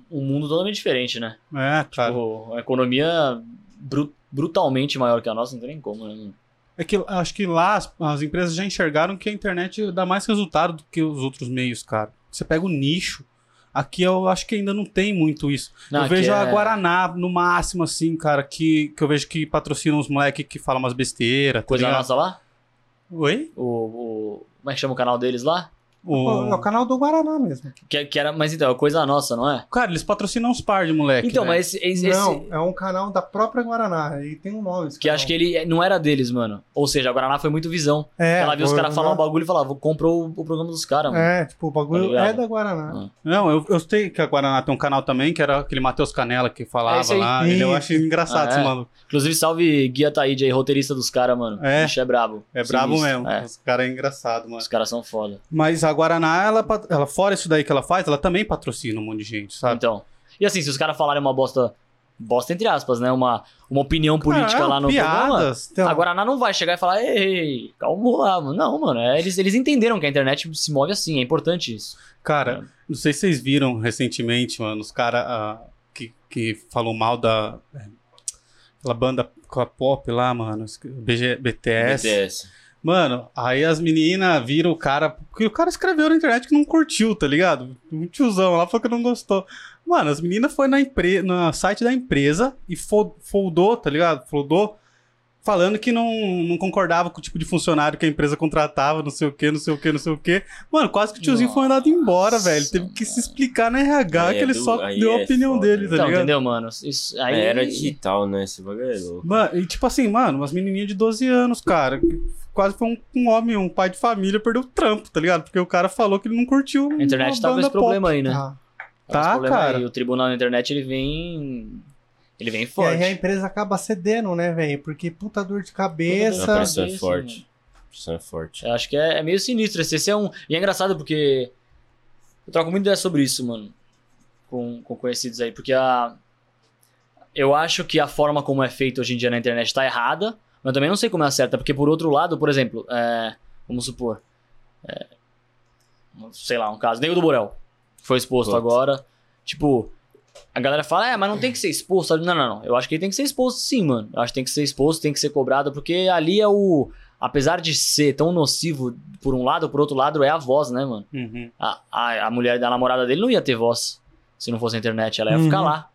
Speaker 3: um mundo totalmente diferente, né?
Speaker 1: É, cara.
Speaker 3: Tipo, a economia bru- brutalmente maior que a nossa, não tem nem como, né? mano?
Speaker 1: É que acho que lá as, as empresas já enxergaram que a internet dá mais resultado do que os outros meios, cara. Você pega o nicho. Aqui eu acho que ainda não tem muito isso.
Speaker 3: Não,
Speaker 1: eu vejo
Speaker 3: aqui
Speaker 1: a
Speaker 3: é-
Speaker 1: Guaraná no máximo, assim, cara, que, que eu vejo que patrocina uns moleque que falam umas besteiras.
Speaker 3: Coisa nossa lá?
Speaker 1: Oi?
Speaker 3: O, o- Como é que chama o canal deles lá?
Speaker 2: É o
Speaker 1: O...
Speaker 2: canal do Guaraná mesmo.
Speaker 3: Que, que era... Mas então, é coisa nossa, não é?
Speaker 1: Cara, eles patrocinam uns par de moleque.
Speaker 3: então,
Speaker 1: né?
Speaker 3: mas esse, esse-
Speaker 2: Não, é um canal da própria Guaraná. E tem um nome. esse
Speaker 3: Que
Speaker 2: canal.
Speaker 3: acho que ele é, não era deles, mano. Ou seja, a Guaraná foi muito visão.
Speaker 2: É,
Speaker 3: ela viu os caras
Speaker 2: Guaraná-
Speaker 3: falar um bagulho e falava, comprou o programa dos caras, mano.
Speaker 2: É, tipo, o bagulho
Speaker 3: Tá ligado?
Speaker 2: é da Guaraná.
Speaker 1: Não, eu, eu sei que a Guaraná tem um canal também, que era aquele Matheus Canela que
Speaker 3: É
Speaker 1: falava
Speaker 3: esse aí.
Speaker 1: lá. Ele, eu
Speaker 2: Isso.
Speaker 1: acho engraçado
Speaker 3: Ah,
Speaker 1: esse
Speaker 3: é?
Speaker 1: maluco.
Speaker 3: Inclusive, salve Guia Taíde aí, roteirista dos caras, mano.
Speaker 1: É.
Speaker 3: O bicho é brabo.
Speaker 1: É
Speaker 3: Sinistro.
Speaker 1: brabo mesmo.
Speaker 3: É,
Speaker 1: Os caras é engraçado, mano.
Speaker 3: Os caras são foda.
Speaker 1: Mas a Guaraná, ela, pat- ela, fora isso daí que ela faz, ela também patrocina um monte de gente, sabe?
Speaker 3: Então. E assim, se os caras falarem uma bosta. Bosta entre aspas, né? Uma, uma opinião política
Speaker 1: Ah,
Speaker 3: lá no programa.
Speaker 1: piadas.
Speaker 2: Então,
Speaker 3: A Guaraná não vai chegar e falar, ei, calma lá, mano. Não, mano. é, eles, eles entenderam que a internet se move assim, é importante isso.
Speaker 1: Tá Cara, não sei se vocês viram recentemente, mano, os caras que, que falou mal da. é, Aquela banda com a pop lá, mano. esque- BG, BTS.
Speaker 4: BTS.
Speaker 1: Mano, aí as meninas viram o cara. Porque o cara escreveu na internet que não curtiu, tá ligado? Um tiozão lá falou que não gostou. Mano, as meninas foi na empresa, no site da empresa e fo- foldou, tá ligado? Foldou. Falando que não, não concordava com o tipo de funcionário que a empresa contratava, não sei o que, não sei o que, não sei o que. Mano, quase que o tiozinho foi mandado embora,
Speaker 3: Nossa,
Speaker 1: velho. Teve que se explicar na RH
Speaker 4: Aí
Speaker 1: que
Speaker 4: é
Speaker 1: ele
Speaker 4: do-
Speaker 1: só
Speaker 4: aí
Speaker 1: deu a
Speaker 4: é
Speaker 1: opinião
Speaker 4: foda,
Speaker 1: dele,
Speaker 4: né?
Speaker 1: tá
Speaker 3: então,
Speaker 1: ligado?
Speaker 3: entendeu, mano? Isso aí.
Speaker 4: É, Era digital, né? Esse bagulho é louco.
Speaker 1: Mano, e tipo assim, mano, umas menininhas de 12 anos, cara. que Quase foi um, um homem, um pai de família, perdeu o trampo, tá ligado? Porque o cara falou que ele não curtiu.
Speaker 3: A internet
Speaker 1: uma
Speaker 3: tá com esse
Speaker 1: banda pop.
Speaker 3: problema aí, né?
Speaker 2: ah,
Speaker 1: Tá,
Speaker 3: Esse problema
Speaker 1: cara.
Speaker 3: aí, o tribunal na internet, ele vem. Ele vem
Speaker 2: e
Speaker 3: forte.
Speaker 2: aí a empresa acaba cedendo, né, velho? Porque puta dor de
Speaker 4: A
Speaker 2: cabeça.
Speaker 3: Puta dor
Speaker 4: pressão é
Speaker 3: Isso,
Speaker 4: forte.
Speaker 3: mano.
Speaker 4: A pressão é forte.
Speaker 3: Eu acho que é, é meio sinistro. Esse, esse é um. E é engraçado porque. Eu troco muita ideia sobre isso, mano. Com, com conhecidos aí. Porque a. Eu acho que a forma como é feito hoje em dia na internet tá errada. Mas eu também não sei como é a certa. Porque por outro lado, por exemplo, é, vamos supor. é, sei lá, um caso. Nego do Borel. Foi exposto
Speaker 4: Putz.
Speaker 3: agora. Tipo. A galera fala, é, mas não tem que ser exposto. Não, não, não. Eu acho que ele tem que ser exposto sim, mano. Eu acho que tem que ser exposto, tem que ser cobrado, porque ali é o apesar de ser tão nocivo por um lado, por outro lado, é a voz, né, mano?
Speaker 1: Uhum.
Speaker 3: A, a, a mulher da namorada dele não ia ter voz se não fosse a internet. Ela ia ficar
Speaker 2: Uhum.
Speaker 3: lá,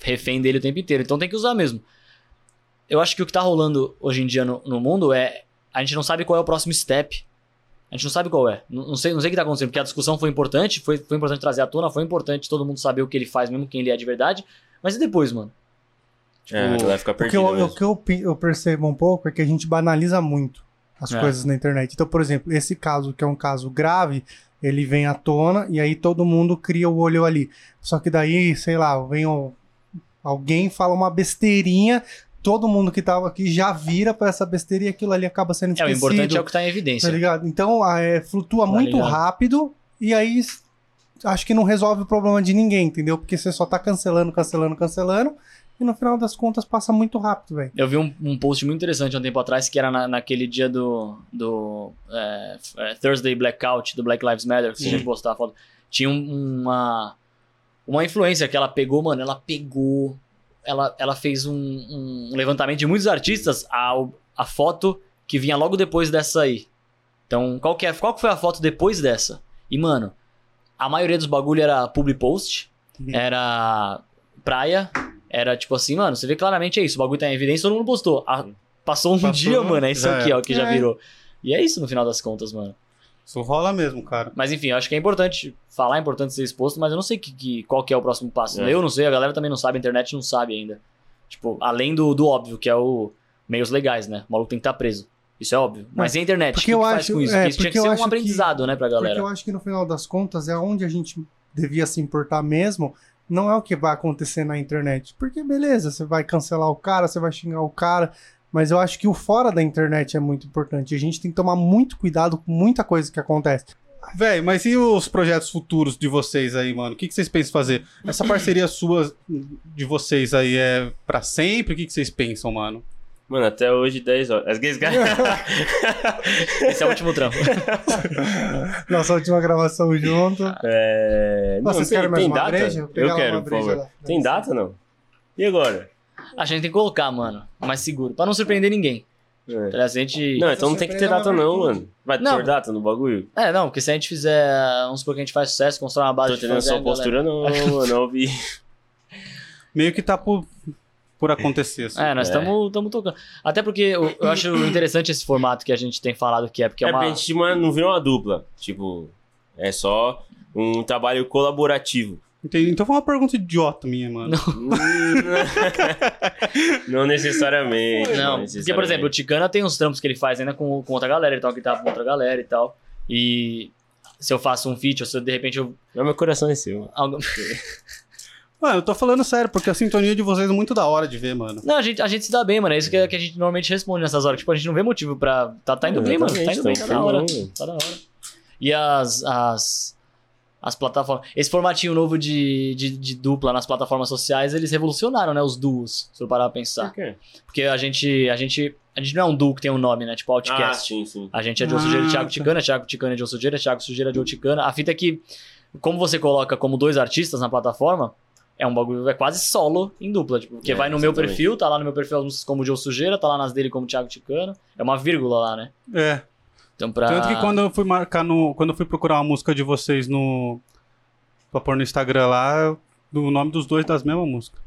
Speaker 3: refém dele o tempo inteiro. Então tem que usar mesmo. Eu acho que o que tá rolando hoje em dia no, no mundo é. A gente não sabe qual é o próximo step. A gente não sabe qual é. Não, não sei, não sei o que tá acontecendo, porque a discussão foi importante, foi, foi importante trazer à tona, foi importante todo mundo saber o que ele faz, mesmo quem ele é de verdade. Mas e depois, mano?
Speaker 4: É, ela vai ficar
Speaker 2: O que,
Speaker 3: tipo,
Speaker 4: perdida
Speaker 2: eu,
Speaker 4: mesmo.
Speaker 2: o que eu pe- eu percebo um pouco é que a gente banaliza muito. as
Speaker 3: É.
Speaker 2: coisas na internet. Então, por exemplo, esse caso, que é um caso grave, ele vem à tona e aí todo mundo cria o olho ali. Só que daí, sei lá, vem um- alguém fala uma besteirinha, todo mundo que tava aqui já vira pra essa besteira e aquilo ali acaba sendo
Speaker 3: É, o
Speaker 2: esquecido.
Speaker 3: importante é o que tá em
Speaker 2: Tá
Speaker 3: evidência.
Speaker 2: ligado? Então a- é, flutua
Speaker 3: Tá
Speaker 2: muito
Speaker 3: ligado.
Speaker 2: rápido e aí s- acho que não resolve o problema de ninguém, entendeu? Porque você só tá cancelando, cancelando, cancelando e no final das contas passa muito rápido, velho.
Speaker 3: Eu vi um, um post muito interessante há um tempo atrás que era na- naquele dia do, do é, f- é, Thursday Blackout, do Black Lives Matter, que
Speaker 4: Sim.
Speaker 3: você já postar a foto. Tinha um- uma, uma influencer que ela pegou, mano, ela pegou. Ela, ela fez um, um levantamento de muitos artistas, a, a foto que vinha logo depois dessa aí. Então, qual que, é, qual que foi a foto depois dessa? E, mano, a maioria dos bagulho era public post,
Speaker 2: Uhum.
Speaker 3: era praia, era tipo assim, mano, você vê claramente é isso, o bagulho tá em evidência, todo mundo postou. A- passou um
Speaker 1: Passou,
Speaker 3: dia, mano, é isso
Speaker 1: já
Speaker 3: aqui, ó, que já
Speaker 2: É.
Speaker 3: virou. E é isso no final das contas, mano.
Speaker 1: Isso rola mesmo, cara.
Speaker 3: Mas enfim, eu acho que é importante falar, é importante ser exposto, mas eu não sei que, que- qual que é o próximo passo.
Speaker 4: É.
Speaker 3: Eu não sei, a galera também não sabe, a internet não sabe ainda. Tipo, além do, do óbvio, que é o meios legais, né? O maluco tem que estar preso. Isso é óbvio. Mas e a internet?
Speaker 2: Porque
Speaker 3: o que,
Speaker 2: eu
Speaker 3: que faz
Speaker 2: acho-
Speaker 3: com isso?
Speaker 2: é,
Speaker 3: Porque isso tinha
Speaker 2: porque
Speaker 3: que ser
Speaker 2: eu
Speaker 3: um
Speaker 2: acho que-
Speaker 3: aprendizado, né, pra
Speaker 2: Porque
Speaker 3: galera.
Speaker 2: eu acho que no final das contas é onde a gente devia se importar mesmo, não é o que vai acontecer na internet. Porque beleza, você vai cancelar o cara, você vai xingar o cara, mas eu acho que o fora da internet é muito importante. A gente tem que tomar muito cuidado com muita coisa que acontece.
Speaker 1: Véi, mas e os projetos futuros de vocês aí, mano? O que, que vocês pensam fazer? Essa parceria sua, de vocês aí, é pra sempre? O que, que vocês pensam, mano?
Speaker 4: Mano, até hoje 10 horas. As gays
Speaker 3: Esse é o último trampo.
Speaker 2: Nossa última gravação junto.
Speaker 4: É...
Speaker 2: Nossa, vocês
Speaker 4: tem-
Speaker 2: querem mais
Speaker 4: tem
Speaker 2: uma
Speaker 4: data?
Speaker 2: breja? Vou pegar
Speaker 4: Eu
Speaker 2: lá
Speaker 4: quero,
Speaker 2: uma
Speaker 4: por
Speaker 2: breja
Speaker 4: favor.
Speaker 2: lá.
Speaker 4: Tem data, não? E agora?
Speaker 3: a gente tem que colocar, mano, mais seguro, pra não surpreender ninguém.
Speaker 4: É.
Speaker 3: Tá ligado? Se a gente...
Speaker 4: Não, então não tem que ter data, não, mano. Vai
Speaker 3: Não.
Speaker 4: ter data no bagulho?
Speaker 3: É, não, porque se a gente fizer, vamos supor que a gente faz sucesso, constrói uma
Speaker 4: Tô
Speaker 3: base
Speaker 4: entendendo a
Speaker 3: fãs,
Speaker 4: sua
Speaker 3: aí a galera-
Speaker 4: postura, não, mano. Não ouvi.
Speaker 1: Meio que tá por, por acontecer, assim.
Speaker 3: É, nós
Speaker 4: É.
Speaker 3: estamos tocando. Até porque eu, eu acho interessante esse formato que a gente tem falado que é, porque é
Speaker 4: É
Speaker 3: uma.
Speaker 4: porque a gente não é- não virou uma dupla. Tipo, é só um trabalho colaborativo.
Speaker 1: Entendi. Então foi uma pergunta idiota minha, mano.
Speaker 4: Hum, não necessariamente.
Speaker 3: Não, porque,
Speaker 4: é
Speaker 3: por exemplo, o Ticana tem uns trampos que ele faz ainda com, com outra galera, ele toca guitarra com outra galera e tal. E se eu faço um feat, ou se eu, de repente eu.
Speaker 4: Não, meu coração é seu.
Speaker 3: algum-
Speaker 1: Mano, eu tô falando sério, porque a sintonia de vocês é muito da hora de ver, mano.
Speaker 3: Não, a gente, a gente se dá bem, mano. É isso que, que a gente normalmente responde nessas horas. Tipo, a gente não vê motivo pra. Tá, tá indo bem, mano. Tá indo bem, tá da hora. Tá da hora. E as. as... As plataformas. Esse formatinho novo de, de, de dupla nas plataformas sociais, eles revolucionaram, né? Os duos, se eu parar pra
Speaker 4: Tá.
Speaker 3: pensar. Porque a gente, a gente. A gente não é um duo que tem um nome, né? Tipo
Speaker 4: Ah,
Speaker 3: Outcast.
Speaker 4: sim, sim.
Speaker 3: a gente é John Sujeira e
Speaker 2: Ah,
Speaker 3: Thiago
Speaker 2: tá.
Speaker 3: Ticana, Thiago Ticana é John Sujeira, Thiago Sujeira é John Ticana. A fita é que, como você coloca como dois artistas na plataforma, é um bagulho, é quase solo em dupla. Tipo, porque
Speaker 4: É,
Speaker 3: vai no meu
Speaker 4: exatamente.
Speaker 3: perfil, tá lá no meu perfil as músicas como John Sujeira, tá lá nas dele como Thiago Ticana. É uma vírgula lá, né?
Speaker 1: É.
Speaker 3: Então pra.
Speaker 1: Tanto que quando eu fui marcar no. Quando eu fui procurar uma música de vocês no. Pra pôr no Instagram lá, eu- o nome dos dois das mesmas músicas.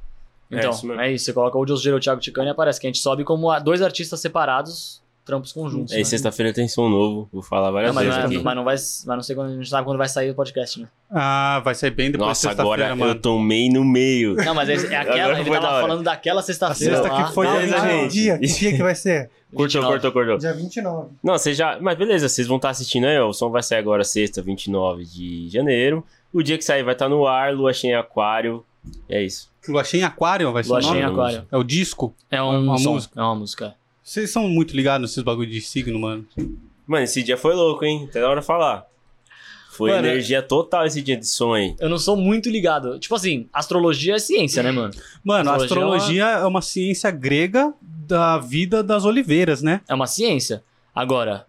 Speaker 3: Então,
Speaker 4: É isso mesmo.
Speaker 3: é, isso. Você coloca o John Sujeira ou Thiago Ticana e aparece que a gente sobe como a- dois artistas separados, trampos conjuntos. né?
Speaker 4: Aí, sexta-feira tem som novo. Vou falar várias
Speaker 3: Não, mas, não
Speaker 4: vezes
Speaker 3: é-
Speaker 4: aqui.
Speaker 3: mas não vai. Mas não sei quando. A gente sabe quando vai sair o podcast, né?
Speaker 1: Ah, vai sair bem depois de
Speaker 4: Nossa, agora
Speaker 1: sexta-feira, mano.
Speaker 4: eu tomei no meio.
Speaker 3: Não, mas é, é aquela,
Speaker 4: Agora
Speaker 3: ele
Speaker 4: foi da
Speaker 3: tava
Speaker 4: hora.
Speaker 3: falando daquela
Speaker 1: A
Speaker 3: sexta-feira.
Speaker 1: sexta
Speaker 3: lá,
Speaker 1: que foi.
Speaker 4: Não,
Speaker 1: aí, né?
Speaker 4: mas a
Speaker 2: Ah,
Speaker 1: gente.
Speaker 2: que dia, que dia que vai ser?
Speaker 4: Cortou,
Speaker 3: 29.
Speaker 4: cortou, cortou.
Speaker 2: Dia 29.
Speaker 4: Não, vocês já. Mas beleza, vocês vão estar assistindo aí, ó. O som vai sair agora, sexta, 29 de janeiro. O dia que sair vai estar no ar, lua cheia em aquário. É isso.
Speaker 1: Lua Cheia em Aquário, vai ser
Speaker 3: Lua
Speaker 1: o nome?
Speaker 3: Cheia em Aquário.
Speaker 1: É o disco?
Speaker 3: É um
Speaker 1: uma
Speaker 3: som,
Speaker 1: música.
Speaker 3: É uma música.
Speaker 1: Vocês são muito ligados nesses bagulho de signo, mano.
Speaker 4: Mano, esse dia foi louco, hein? Até na hora de falar. Foi
Speaker 3: Mano,
Speaker 4: energia total esse dia de som, hein?
Speaker 3: Eu não sou muito ligado. Tipo assim, astrologia é ciência, né, mano?
Speaker 1: Mano, a
Speaker 3: Astrologia
Speaker 1: astrologia é uma ciência grega da vida das oliveiras, né?
Speaker 3: É uma ciência. Agora,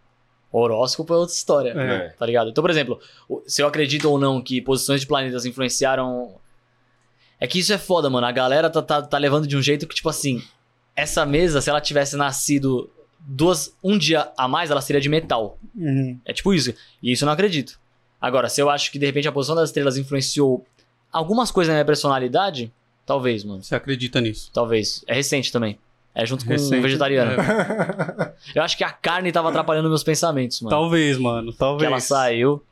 Speaker 3: horóscopo é outra história,
Speaker 1: É.
Speaker 3: tá ligado? Então, por exemplo, o- se eu acredito ou não que posições de planetas influenciaram. É que isso é foda, mano. A galera tá, tá, tá levando de um jeito que, tipo assim, essa mesa, se ela tivesse nascido duas, um dia a mais, ela seria de metal.
Speaker 1: Uhum.
Speaker 3: É tipo isso. E isso eu não acredito. Agora, se eu acho que de repente a posição das estrelas influenciou algumas coisas na minha personalidade, talvez, mano.
Speaker 1: Você acredita nisso?
Speaker 3: Talvez. É recente também. É junto com
Speaker 1: Recente,
Speaker 3: o vegetariano.
Speaker 1: é.
Speaker 3: Eu acho que a carne tava atrapalhando meus pensamentos, mano.
Speaker 1: Talvez, mano.
Speaker 3: que
Speaker 1: Talvez.
Speaker 3: ela saiu.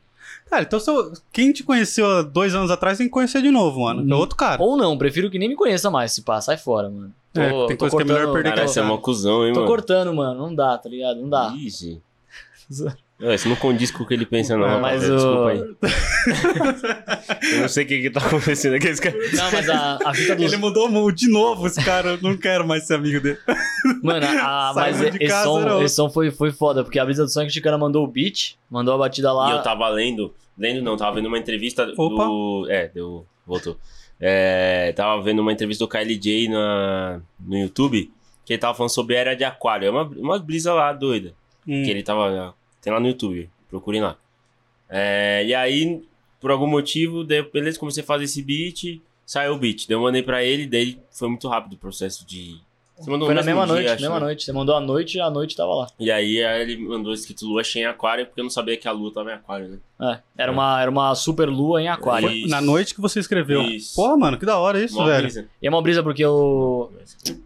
Speaker 1: Cara, então se eu- quem te conheceu há dois anos atrás tem que conhecer de novo, mano. que É
Speaker 3: Hum.
Speaker 1: outro cara.
Speaker 3: Ou não, prefiro que nem me conheça mais, se pá, sai fora, mano. Tô,
Speaker 1: É, tem
Speaker 3: tô
Speaker 1: coisa que é melhor
Speaker 3: cortando-
Speaker 1: perder que
Speaker 4: Caralho, você é mó cuzão, hein,
Speaker 3: Tô
Speaker 4: mano?
Speaker 3: cortando, mano. Não dá, tá ligado? Não dá.
Speaker 4: Ixi. Não, isso não condiz com o que ele pensa, não.
Speaker 3: Não, mas
Speaker 4: rapaziada. Desculpa
Speaker 3: o-
Speaker 4: aí. Eu não sei o que que tá acontecendo aqui. Esse cara...
Speaker 3: Não, mas a, a fita dos.
Speaker 1: Ele mudou mu- de novo esse cara. Eu não quero mais ser amigo dele.
Speaker 3: Mano, a, a-
Speaker 1: Saiu
Speaker 3: mas
Speaker 1: de
Speaker 3: esse
Speaker 1: casa, era
Speaker 3: som,
Speaker 1: outro.
Speaker 3: esse som foi, foi foda, porque a brisa do som é que o Chicana mandou o beat, mandou a batida lá.
Speaker 4: E eu tava lendo, lendo não, tava vendo uma entrevista
Speaker 1: Opa.
Speaker 4: do. É, deu. Voltou. É, tava vendo uma entrevista do Kylie J na, no YouTube, que ele tava falando sobre a era de aquário. É uma, uma brisa lá doida.
Speaker 1: Hum.
Speaker 4: Que ele tava. Tem lá no YouTube, procurem lá. É, e aí, por algum motivo, daí, eu, beleza, comecei a fazer esse beat, saiu o beat. Daí eu mandei pra ele, daí foi muito rápido o processo de. Você mandou
Speaker 3: foi
Speaker 4: no
Speaker 3: na mesma
Speaker 4: mesmo
Speaker 3: noite,
Speaker 4: dia, acho,
Speaker 3: mesma
Speaker 4: né?
Speaker 3: noite. Você mandou a noite e a noite tava lá.
Speaker 4: E aí, aí ele mandou escrito Lua cheia em aquário, porque eu não sabia que a lua tava em aquário, né?
Speaker 3: É, era, Uma, era uma super lua em aquário.
Speaker 4: Foi-
Speaker 1: Foi Na noite que você escreveu.
Speaker 4: Isso.
Speaker 1: Porra, mano, que da hora isso,
Speaker 4: Mó
Speaker 1: velho.
Speaker 4: brisa.
Speaker 3: E é uma brisa porque eu.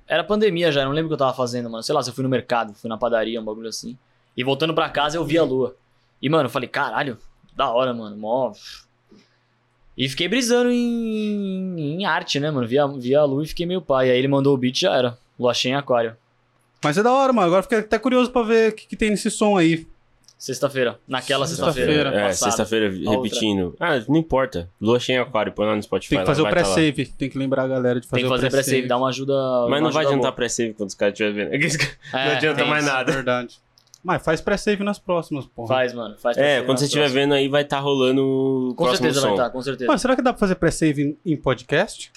Speaker 3: Era pandemia já, eu não lembro o que eu tava fazendo, mano. Sei lá, se eu fui no mercado, fui na padaria, um bagulho assim. E voltando pra casa eu vi
Speaker 4: Uhum.
Speaker 3: a lua. E, mano, eu falei, caralho, da hora, mano. Mó. E fiquei brisando em, em arte, né, mano? Vi a, vi a lua e fiquei meio pai. Aí ele mandou o beat já era. Lua cheia em aquário.
Speaker 1: Mas é da hora, mano. Agora fiquei até curioso pra ver o que, que tem nesse som aí.
Speaker 3: Sexta-feira. Naquela sexta-feira.
Speaker 1: Sexta-feira.
Speaker 4: É,
Speaker 3: passada.
Speaker 4: sexta-feira,
Speaker 3: outra.
Speaker 4: repetindo. Ah, não importa. Lua cheia em aquário, põe lá no Spotify.
Speaker 1: Tem que
Speaker 4: lá,
Speaker 1: fazer o
Speaker 4: vai tá lá.
Speaker 1: pré-save. Tem que lembrar a galera de fazer,
Speaker 3: Tem que fazer
Speaker 1: o pré-save.
Speaker 3: pré-save, dá uma ajuda. uma
Speaker 4: Mas não vai
Speaker 3: ajuda
Speaker 4: adiantar pré-save quando os caras estiverem vendo.
Speaker 3: boa. É,
Speaker 4: não adianta
Speaker 3: tem
Speaker 4: mais
Speaker 3: isso.
Speaker 4: nada.
Speaker 1: Verdade. Mas faz pré-save nas próximas, porra.
Speaker 3: Faz, mano. Faz
Speaker 4: É,
Speaker 3: pré-save
Speaker 4: quando você
Speaker 3: nas
Speaker 4: estiver
Speaker 3: próximas.
Speaker 4: vendo aí, vai estar rolando o
Speaker 3: Com
Speaker 4: próximo
Speaker 3: certeza
Speaker 4: som.
Speaker 3: vai tá. estar, com certeza.
Speaker 1: Mano, será que dá pra fazer pré-save em, em podcast?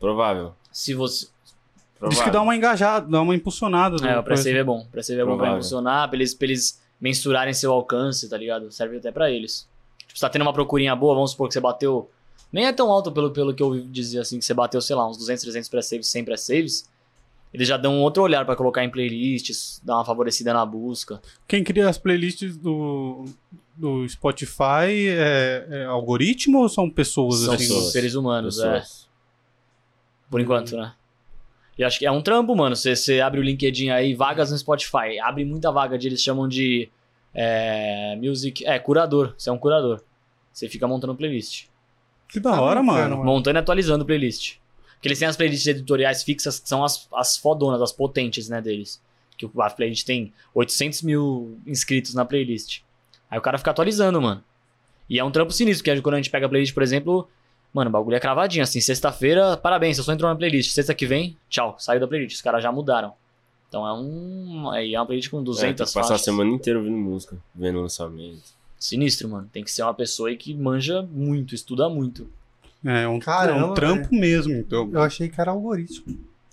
Speaker 4: Provável.
Speaker 3: Se você.
Speaker 4: Provável.
Speaker 1: Diz que dá uma engajada, dá uma impulsionada.
Speaker 3: É,
Speaker 1: né?
Speaker 3: o pré-save é bom. O pré-save é bom pra
Speaker 4: Provável.
Speaker 3: impulsionar, pra eles, pra eles mensurarem seu alcance, tá ligado? Serve até pra eles. Tipo, você tá tendo uma procurinha boa, vamos supor que você bateu. Nem é tão alto pelo, pelo que eu ouvi dizer assim, que você bateu, sei lá, uns 200, 300 pré-saves, 100 pré-saves. Eles já dão um outro olhar pra colocar em playlists, dar uma favorecida na busca.
Speaker 1: Quem cria as playlists do, do Spotify é, é algoritmo ou são pessoas
Speaker 3: São
Speaker 1: assim?
Speaker 4: pessoas.
Speaker 3: seres humanos, é.
Speaker 4: Pessoas.
Speaker 3: Por enquanto, né? E acho que é um trampo, mano. Você- Você abre o LinkedIn aí, vagas no Spotify. Abre muita vaga de, eles chamam de é, music. É, curador. Você é um curador. Você fica montando playlist.
Speaker 1: Que da hora, mano.
Speaker 3: Montando e atualizando playlist. Porque eles têm as playlists editoriais fixas, que são as, as fodonas, as potentes, né, deles. Que o- a playlist tem 800 mil inscritos na playlist. Aí o cara fica atualizando, mano. E é um trampo sinistro, porque quando a gente pega a playlist, por exemplo, mano, o bagulho é cravadinho, assim, sexta-feira, parabéns, você só entrou na playlist. Sexta que vem, tchau, saiu da playlist. Os caras já mudaram. Então é um. aí É uma playlist com
Speaker 4: É, tem que
Speaker 3: 200
Speaker 4: passar a
Speaker 3: faixas.
Speaker 4: semana inteira ouvindo música, vendo lançamento.
Speaker 3: Sinistro, mano. Tem que ser uma pessoa aí que manja muito, estuda muito.
Speaker 1: É um,
Speaker 2: Caramba,
Speaker 1: é um trampo mesmo, então.
Speaker 2: Eu achei que era algoritmo.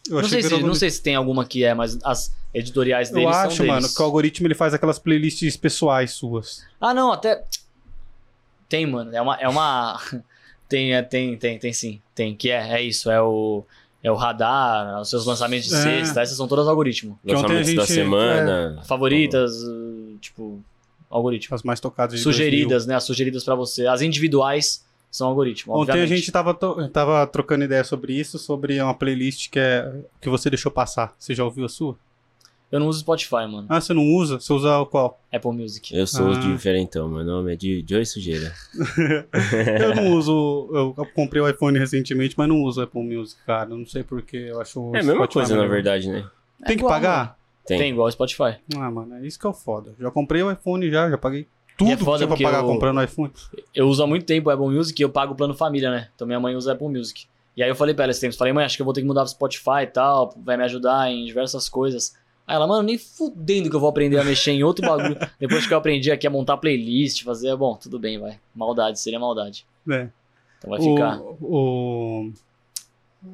Speaker 1: Eu
Speaker 3: Não
Speaker 1: achei
Speaker 3: sei,
Speaker 1: que
Speaker 3: se,
Speaker 1: era
Speaker 3: não
Speaker 1: algoritmo.
Speaker 3: sei se tem alguma que é, mas as editoriais deles
Speaker 1: Eu
Speaker 3: são
Speaker 1: acho,
Speaker 3: deles.
Speaker 1: mano, que o algoritmo ele faz aquelas playlists pessoais suas.
Speaker 3: Ah, não, até. Tem, mano. É uma. É uma... tem, é, tem, tem, tem sim. Tem, que é, é isso. É o. É o radar, os seus lançamentos de
Speaker 1: É.
Speaker 3: sexta, essas são todas algoritmo.
Speaker 1: Que ontem a
Speaker 4: Lançamentos da
Speaker 1: gente- é,
Speaker 4: semana.
Speaker 3: Favoritas, uh, tipo, algoritmo.
Speaker 1: As mais tocadas de 2000.
Speaker 3: Sugeridas, né? As sugeridas pra você. As individuais são algoritmo.
Speaker 1: Ontem a
Speaker 3: obviamente.
Speaker 1: gente tava, to- tava trocando ideia sobre isso, sobre uma playlist que é que você deixou passar. Você já ouviu a sua?
Speaker 3: Eu não uso Spotify, mano.
Speaker 1: Ah, você não usa? Você usa o qual?
Speaker 3: Apple Music.
Speaker 4: Eu sou
Speaker 1: Ah.
Speaker 4: diferentão, meu nome é de Joy Sujeira.
Speaker 1: Eu não uso. Eu comprei o iPhone recentemente, mas não uso o Apple Music, cara. Não sei porque eu acho. o
Speaker 4: É a mesma
Speaker 1: Spotify
Speaker 4: coisa, na
Speaker 1: melhor.
Speaker 4: verdade, né?
Speaker 1: Tem que
Speaker 3: É igual, né?
Speaker 1: pagar?
Speaker 4: Tem.
Speaker 3: Tem igual o Spotify.
Speaker 1: Ah, mano, é isso que é o foda. Já comprei o iPhone, já, já paguei tudo
Speaker 3: E é
Speaker 1: que
Speaker 3: foda
Speaker 1: tinha pra
Speaker 3: porque
Speaker 1: pagar
Speaker 3: o-
Speaker 1: comprando o iPhone.
Speaker 3: eu uso há muito tempo o Apple Music e eu pago o plano família, né? Então minha mãe usa Apple Music. E aí eu falei pra ela esse tempo, falei, mãe, acho que eu vou ter que mudar pro Spotify e tal, vai me ajudar em diversas coisas. Aí ela, mano, nem fudendo que eu vou aprender a mexer em outro bagulho. Depois que eu aprendi aqui a montar playlist, fazer, bom, tudo bem, vai. Maldade, seria maldade.
Speaker 1: É.
Speaker 3: Então vai ficar.
Speaker 1: O,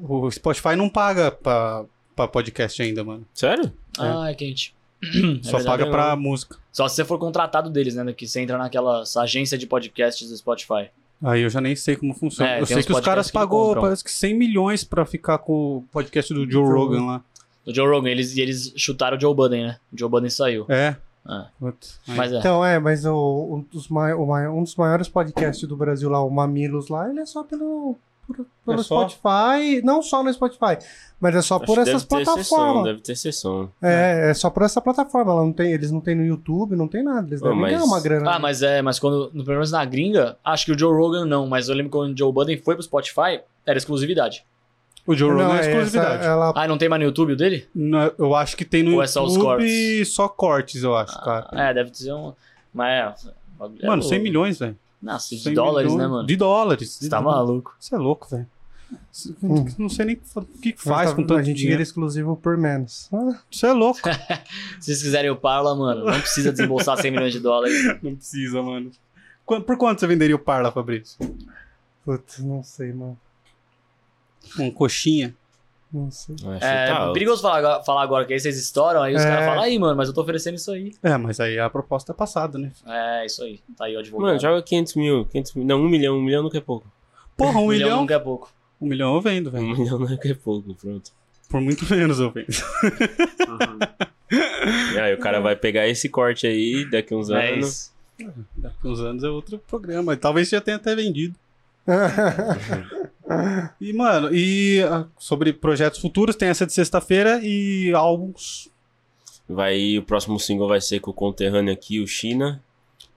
Speaker 1: o, o Spotify não paga pra, pra podcast ainda, mano.
Speaker 4: Sério?
Speaker 1: Tá
Speaker 3: Ah, é quente. É
Speaker 1: Só
Speaker 3: verdade,
Speaker 1: paga
Speaker 3: eu-
Speaker 1: pra música.
Speaker 3: Só se você for contratado deles, né? Que você entra naquelas agência de podcasts do Spotify.
Speaker 1: Aí eu já nem sei como funciona.
Speaker 3: É,
Speaker 1: eu
Speaker 3: tem
Speaker 1: sei
Speaker 3: uns
Speaker 1: que os
Speaker 3: podcasts
Speaker 1: caras
Speaker 3: que
Speaker 1: pagou,
Speaker 3: compram.
Speaker 1: parece que 100 milhões pra ficar com o podcast do Joe
Speaker 2: Joe
Speaker 1: Rogan lá.
Speaker 3: O Joe Rogan, eles, e eles chutaram o Joe Budden, né? O Joe Budden saiu.
Speaker 1: É.
Speaker 3: Ah.
Speaker 1: Putz, aí-
Speaker 3: Mas é.
Speaker 2: Então, é, mas o- um, dos mai- o mai- um dos maiores podcasts do Brasil lá, o Mamilos lá, ele é só pelo por- pelo
Speaker 1: É só?
Speaker 2: Spotify, não só no Spotify, mas é só
Speaker 4: Acho
Speaker 2: por
Speaker 4: que
Speaker 2: essas
Speaker 4: deve ter sessão, né?
Speaker 2: plataformas.
Speaker 4: deve ter sessão.
Speaker 2: É, é só por essa plataforma. Ela não tem, eles não têm no YouTube, não tem nada. Eles
Speaker 4: Pô,
Speaker 2: devem
Speaker 4: mas-
Speaker 2: ganhar uma grana. né?
Speaker 1: Uhum.
Speaker 3: Ah, mas é, mas quando, no- pelo menos na gringa, acho que o Joe Rogan não, mas eu lembro quando o Joe Budden foi pro Spotify, era exclusividade.
Speaker 1: O Joe Rogan
Speaker 2: Não,
Speaker 1: é
Speaker 2: essa- é.
Speaker 1: exclusividade.
Speaker 2: ela
Speaker 3: Ah, não tem mais no YouTube o dele?
Speaker 1: Não, eu acho que tem no
Speaker 3: Ou é só os
Speaker 1: YouTube só cortes, eu acho, cara.
Speaker 3: É, deve ser um. Mas é. bagulho é
Speaker 1: Mano,
Speaker 3: louco.
Speaker 1: 100 milhões, velho.
Speaker 3: Nossa, de
Speaker 1: 100
Speaker 3: dólares,
Speaker 1: milhões-
Speaker 3: né, mano?
Speaker 1: De dólares.
Speaker 3: Você tá maluco.
Speaker 1: Você é louco, velho. Cê-
Speaker 2: Hum.
Speaker 1: Não sei nem o que fa- o que que
Speaker 2: faz
Speaker 1: faz com tanto
Speaker 2: a gente
Speaker 1: dinheiro.
Speaker 2: vira exclusivo por menos. Ah,
Speaker 1: Você é louco.
Speaker 3: Se vocês quiserem o Parla, mano, não precisa desembolsar 100 milhões de dólares.
Speaker 1: Não precisa, mano. Qu- Por quanto você venderia o Parla, Fabrício?
Speaker 2: putz, não sei, mano.
Speaker 1: Um coxinha.
Speaker 2: Não sei.
Speaker 4: Acho
Speaker 3: É,
Speaker 4: que tá alto.
Speaker 3: perigoso falar, agora- falar agora, que aí vocês estouram, aí os
Speaker 2: É.
Speaker 3: caras falam, aí, mano, mas eu tô oferecendo isso aí.
Speaker 1: É, mas aí a proposta é passada, né?
Speaker 3: É, isso aí. Tá aí o advogado.
Speaker 4: Mano, joga 500 mil, 500 mil. Não, 1 milhão, 1 milhão nunca é pouco.
Speaker 1: Porra, um
Speaker 3: um milhão,
Speaker 1: milhão.
Speaker 3: nunca é pouco.
Speaker 1: Um milhão eu vendo,
Speaker 4: 1
Speaker 1: velho.
Speaker 4: milhão nunca é pouco, pronto.
Speaker 1: Por muito menos eu vendo.
Speaker 4: E aí o cara vai pegar esse corte aí daqui uns
Speaker 3: É
Speaker 4: anos.
Speaker 3: isso.
Speaker 1: Daqui uns anos é outro programa. Talvez já tenha até vendido. E, mano, e ah, sobre projetos futuros, tem essa de sexta-feira e álbuns.
Speaker 4: Vai, o próximo single vai ser com o conterrâneo aqui, o China.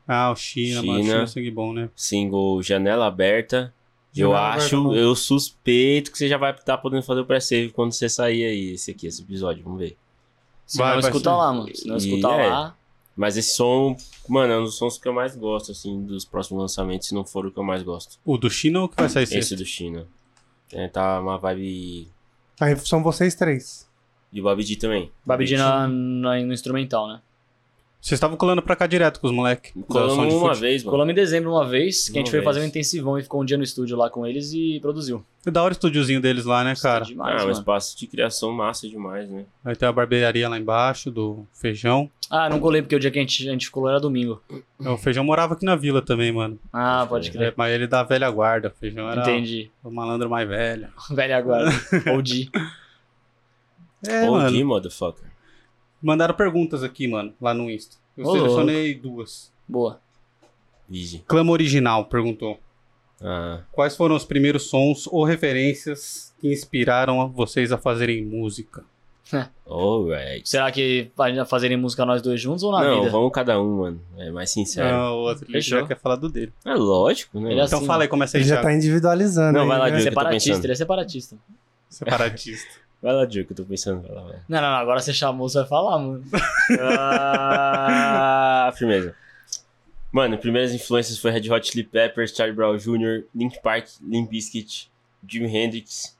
Speaker 1: Ah, o China, mano.
Speaker 4: China.
Speaker 1: China é sangue bom, né?
Speaker 4: Single Janela Aberta. Eu
Speaker 2: Janela
Speaker 4: acho,
Speaker 2: Aberta, não.
Speaker 4: eu suspeito que você já vai estar podendo fazer o pré-save quando você sair aí, esse aqui, esse episódio, vamos ver.
Speaker 3: Se
Speaker 1: Vai,
Speaker 3: não
Speaker 1: vai
Speaker 3: escutar
Speaker 1: ser.
Speaker 3: lá, mano. Se não
Speaker 4: E
Speaker 3: escutar
Speaker 4: é.
Speaker 3: lá.
Speaker 4: Mas esse som, mano, é um dos sons que eu mais gosto, assim, dos próximos lançamentos, se não for o que eu mais gosto.
Speaker 1: O do China ou o que vai sair sexta?
Speaker 4: Esse do China. É, tá uma vibe.
Speaker 2: Aí Tá, são vocês três.
Speaker 4: E o Babidi também.
Speaker 3: Babidi na, na- no instrumental, né?
Speaker 1: Vocês estavam colando pra cá direto com os moleques.
Speaker 4: Colamos uma vez, mano.
Speaker 3: Colamos em dezembro uma vez, que a gente
Speaker 4: Uma
Speaker 3: foi
Speaker 4: vez.
Speaker 3: fazer um intensivão e ficou um dia no estúdio lá com eles e produziu.
Speaker 1: É Da hora o estúdiozinho deles lá, né, cara?
Speaker 3: Foi
Speaker 4: Ah,
Speaker 3: demais,
Speaker 4: é um
Speaker 3: mano.
Speaker 4: espaço de criação massa demais, né?
Speaker 1: Aí tem a barbearia lá embaixo, do feijão.
Speaker 3: Ah, não colei porque o dia que a gente, a gente colou era domingo.
Speaker 1: É, O feijão morava aqui na vila também, mano.
Speaker 3: Ah, pode
Speaker 4: É.
Speaker 3: crer.
Speaker 1: É, mas ele da velha guarda. O feijão era
Speaker 3: Entendi.
Speaker 1: o malandro mais velho.
Speaker 3: Velho agora. Ou de.
Speaker 1: É,
Speaker 4: OG,
Speaker 1: mano.
Speaker 4: motherfucker.
Speaker 1: Mandaram perguntas aqui, mano, lá no Insta. Eu
Speaker 3: Ô,
Speaker 1: selecionei duas.
Speaker 3: Boa.
Speaker 4: Vigi.
Speaker 1: Clama Original perguntou.
Speaker 4: Ah,
Speaker 1: Quais foram os primeiros sons ou referências que inspiraram a vocês a fazerem música?
Speaker 4: alright.
Speaker 3: Será que ainda fazerem música nós dois juntos ou na
Speaker 4: Não,
Speaker 3: vida?
Speaker 4: vamos cada um, mano. É mais sincero.
Speaker 1: Ah, o outro ele
Speaker 3: Fechou.
Speaker 1: já quer falar do dele.
Speaker 4: É lógico, né?
Speaker 3: Ele é
Speaker 4: mano?
Speaker 1: Então
Speaker 3: Assim,
Speaker 1: fala aí, começa aí,
Speaker 2: Ele já
Speaker 1: Thiago.
Speaker 2: tá individualizando.
Speaker 4: Não,
Speaker 2: aí,
Speaker 4: vai lá,
Speaker 2: né?
Speaker 4: Diogo.
Speaker 3: Separatista,
Speaker 4: pensando.
Speaker 3: ele é separatista.
Speaker 1: Separatista.
Speaker 4: Vai lá, Diogo, que eu tô pensando. Vai lá, vai. lá.
Speaker 3: Não, não, não, agora você chamou, você vai falar, mano.
Speaker 4: Ah, firmeza. Mano, primeiras influências foi Red Hot Chili Peppers, Charlie Brown Jr., Link Park, Limp Bizkit, Jimi Hendrix.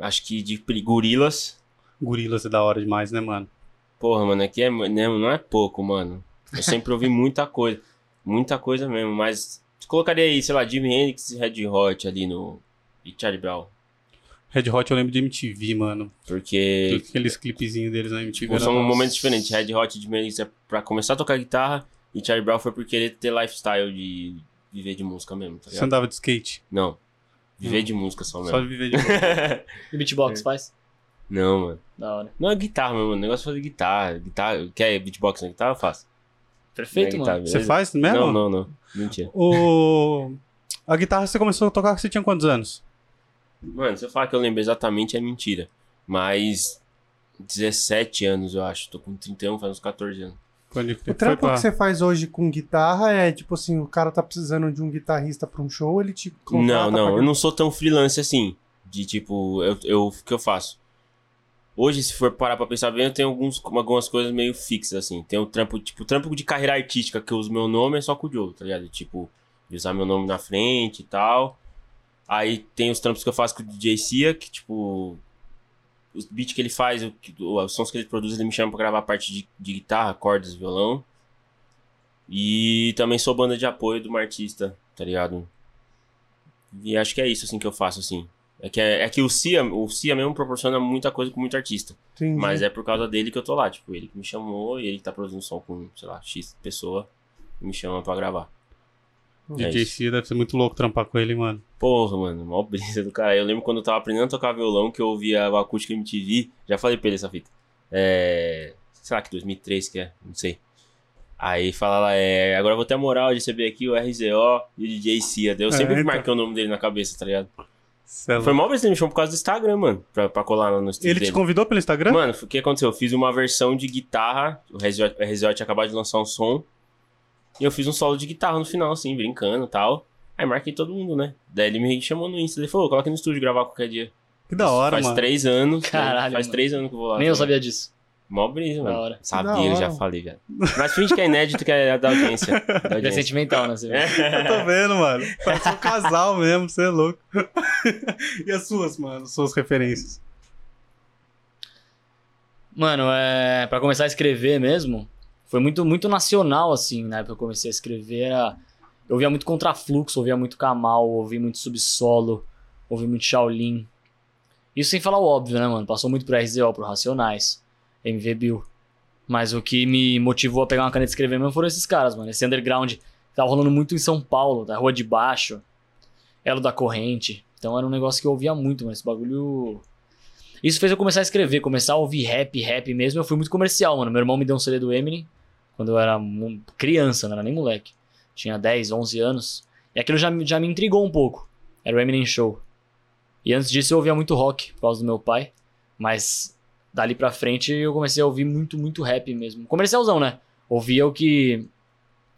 Speaker 4: Acho que de pri- gorilas.
Speaker 1: Gorilas é da hora demais, né, mano?
Speaker 4: Porra, mano, aqui é, né, não é pouco, mano. Eu sempre ouvi muita coisa. Muita coisa mesmo, mas colocaria aí, sei lá, Jimi Hendrix e Red Hot ali no. E Charlie Brown.
Speaker 1: Red Hot eu lembro de MTV, mano.
Speaker 4: Porque
Speaker 1: Aqueles clipezinhos deles na MTV.
Speaker 4: tipo,
Speaker 1: era-
Speaker 3: um
Speaker 4: são momentos diferentes. Red Hot e Jimi Hendrix é pra começar a tocar guitarra e Charlie Brown foi por querer ter lifestyle de viver de música mesmo, tá
Speaker 1: Você
Speaker 4: ligado?
Speaker 1: andava de skate?
Speaker 4: Não. Viver de música Hum. só
Speaker 1: Só
Speaker 4: mesmo.
Speaker 1: de viver de
Speaker 3: E
Speaker 4: É.
Speaker 3: beatbox faz?
Speaker 4: não, mano.
Speaker 3: Da hora.
Speaker 4: Não é guitarra, meu mano. O negócio é fazer guitarra. guitarra. Quer beatbox na guitarra? Eu faço.
Speaker 3: Perfeito,
Speaker 4: Na
Speaker 3: mano.
Speaker 4: guitarra,
Speaker 1: Você
Speaker 4: beleza?
Speaker 1: faz mesmo?
Speaker 4: Não, não, não. Mentira.
Speaker 1: O... A guitarra você começou a tocar, você tinha quantos anos?
Speaker 4: Mano, se eu falar que eu lembro exatamente, é mentira. Mas 17 anos, eu acho. Tô com 31, faz uns 14 anos.
Speaker 1: Quando
Speaker 2: O
Speaker 1: foi
Speaker 2: trampo
Speaker 1: pra-
Speaker 2: que você faz hoje com guitarra é tipo assim, o cara tá precisando de um guitarrista pra um show, ele te
Speaker 4: Não,
Speaker 2: contrata
Speaker 4: não,
Speaker 2: pra-
Speaker 4: eu não sou tão freelance assim. De tipo, eu, eu, o que eu faço? Hoje, se for parar pra pensar bem, eu tenho alguns, algumas coisas meio fixas, assim. Tem o trampo, tipo, o trampo de carreira artística, que eu uso meu nome é só com o Joe, tá ligado? Tipo, de usar meu nome na frente e tal. Aí tem os trampos que eu faço com o DJ Cia, que, tipo, os beats que ele faz, o que- o- os sons que ele produz, ele me chama pra gravar a parte de, de guitarra, cordas, violão. E também sou banda de apoio de uma artista, tá ligado? E acho que é isso, assim, que eu faço, assim. É que, é, é que o Cia, o Cia mesmo proporciona muita coisa com muito artista.
Speaker 1: Uhum.
Speaker 2: Entendi.
Speaker 4: Mas é por causa dele que eu tô lá. Tipo, ele que me chamou e ele que tá produzindo som com, sei lá, X pessoa. Me chama pra gravar. É
Speaker 1: DJ
Speaker 4: isso.
Speaker 1: C deve ser muito louco trampar com ele, mano.
Speaker 4: Porra, mano, mó brisa do cara. Eu lembro quando eu tava aprendendo a tocar violão, que eu ouvia o Acústica MTV. Já falei pra ele essa fita. É. Sei lá que 2003 que é, não sei. Aí fala lá, é, agora eu vou ter a moral de receber aqui o RZO e o DJ Cia. Eu
Speaker 1: É,
Speaker 4: sempre
Speaker 1: então.
Speaker 4: marquei o nome dele na cabeça, tá ligado?
Speaker 1: Cê é
Speaker 4: Foi
Speaker 1: louco.
Speaker 4: mal vez que ele me chamou por causa do Instagram, mano. Pra, pra colar lá no estúdio
Speaker 1: Ele te
Speaker 4: dele.
Speaker 1: convidou pelo Instagram?
Speaker 4: Mano, o que aconteceu? Eu fiz uma versão de guitarra. O RZO RZO tinha acabado de lançar um som. E eu fiz um solo de guitarra no final, assim, brincando e tal. Aí marquei todo mundo, né? Daí ele me chamou no Insta. Ele falou, coloca aqui no estúdio gravar qualquer dia.
Speaker 1: que da hora,
Speaker 4: faz
Speaker 1: mano.
Speaker 4: três anos. né?
Speaker 3: Caralho,
Speaker 4: Faz
Speaker 3: mano.
Speaker 4: três anos que eu vou lá.
Speaker 3: Nem eu
Speaker 4: tá
Speaker 3: sabia disso.
Speaker 4: ligado? Mó brisa,
Speaker 3: Da
Speaker 4: mano.
Speaker 3: hora.
Speaker 2: Da hora,
Speaker 4: Sabia, já
Speaker 2: mano.
Speaker 4: falei, velho. Mas finge que é inédito, que é da audiência. Da
Speaker 3: Ele é
Speaker 4: audiência.
Speaker 3: sentimental, né? Você vê?
Speaker 1: Eu tô vendo, mano. Parece um casal mesmo, você é louco. e as suas, mano? Suas referências.
Speaker 3: Mano, é, para começar a escrever mesmo, foi muito muito nacional assim, na época que eu comecei a escrever, era- eu via muito Contrafluxo, ouvia muito Kamal, ouvi muito Subsolo, ouvi muito Shaolin. Isso sem falar o óbvio, né, mano? Passou muito pro RZO, pro Racionais, MV Bill. Mas o que me motivou a pegar uma caneta e escrever mesmo foram esses caras, mano. Esse underground que tava rolando muito em São Paulo, da Rua de Baixo, Elo da Corrente. Então era um negócio que eu ouvia muito, mas esse bagulho isso fez eu começar a escrever, começar a ouvir rap, rap mesmo. Eu fui muito comercial, mano. Meu irmão me deu um CD do Eminem quando eu era mu- criança, não era nem moleque. Tinha 10, 11 anos. E aquilo já, me- já me intrigou um pouco. Era o Eminem Show. E antes disso eu ouvia muito rock por causa do meu pai. Mas dali pra frente eu comecei a ouvir muito, muito rap mesmo. Comercialzão, né? Ouvia o que,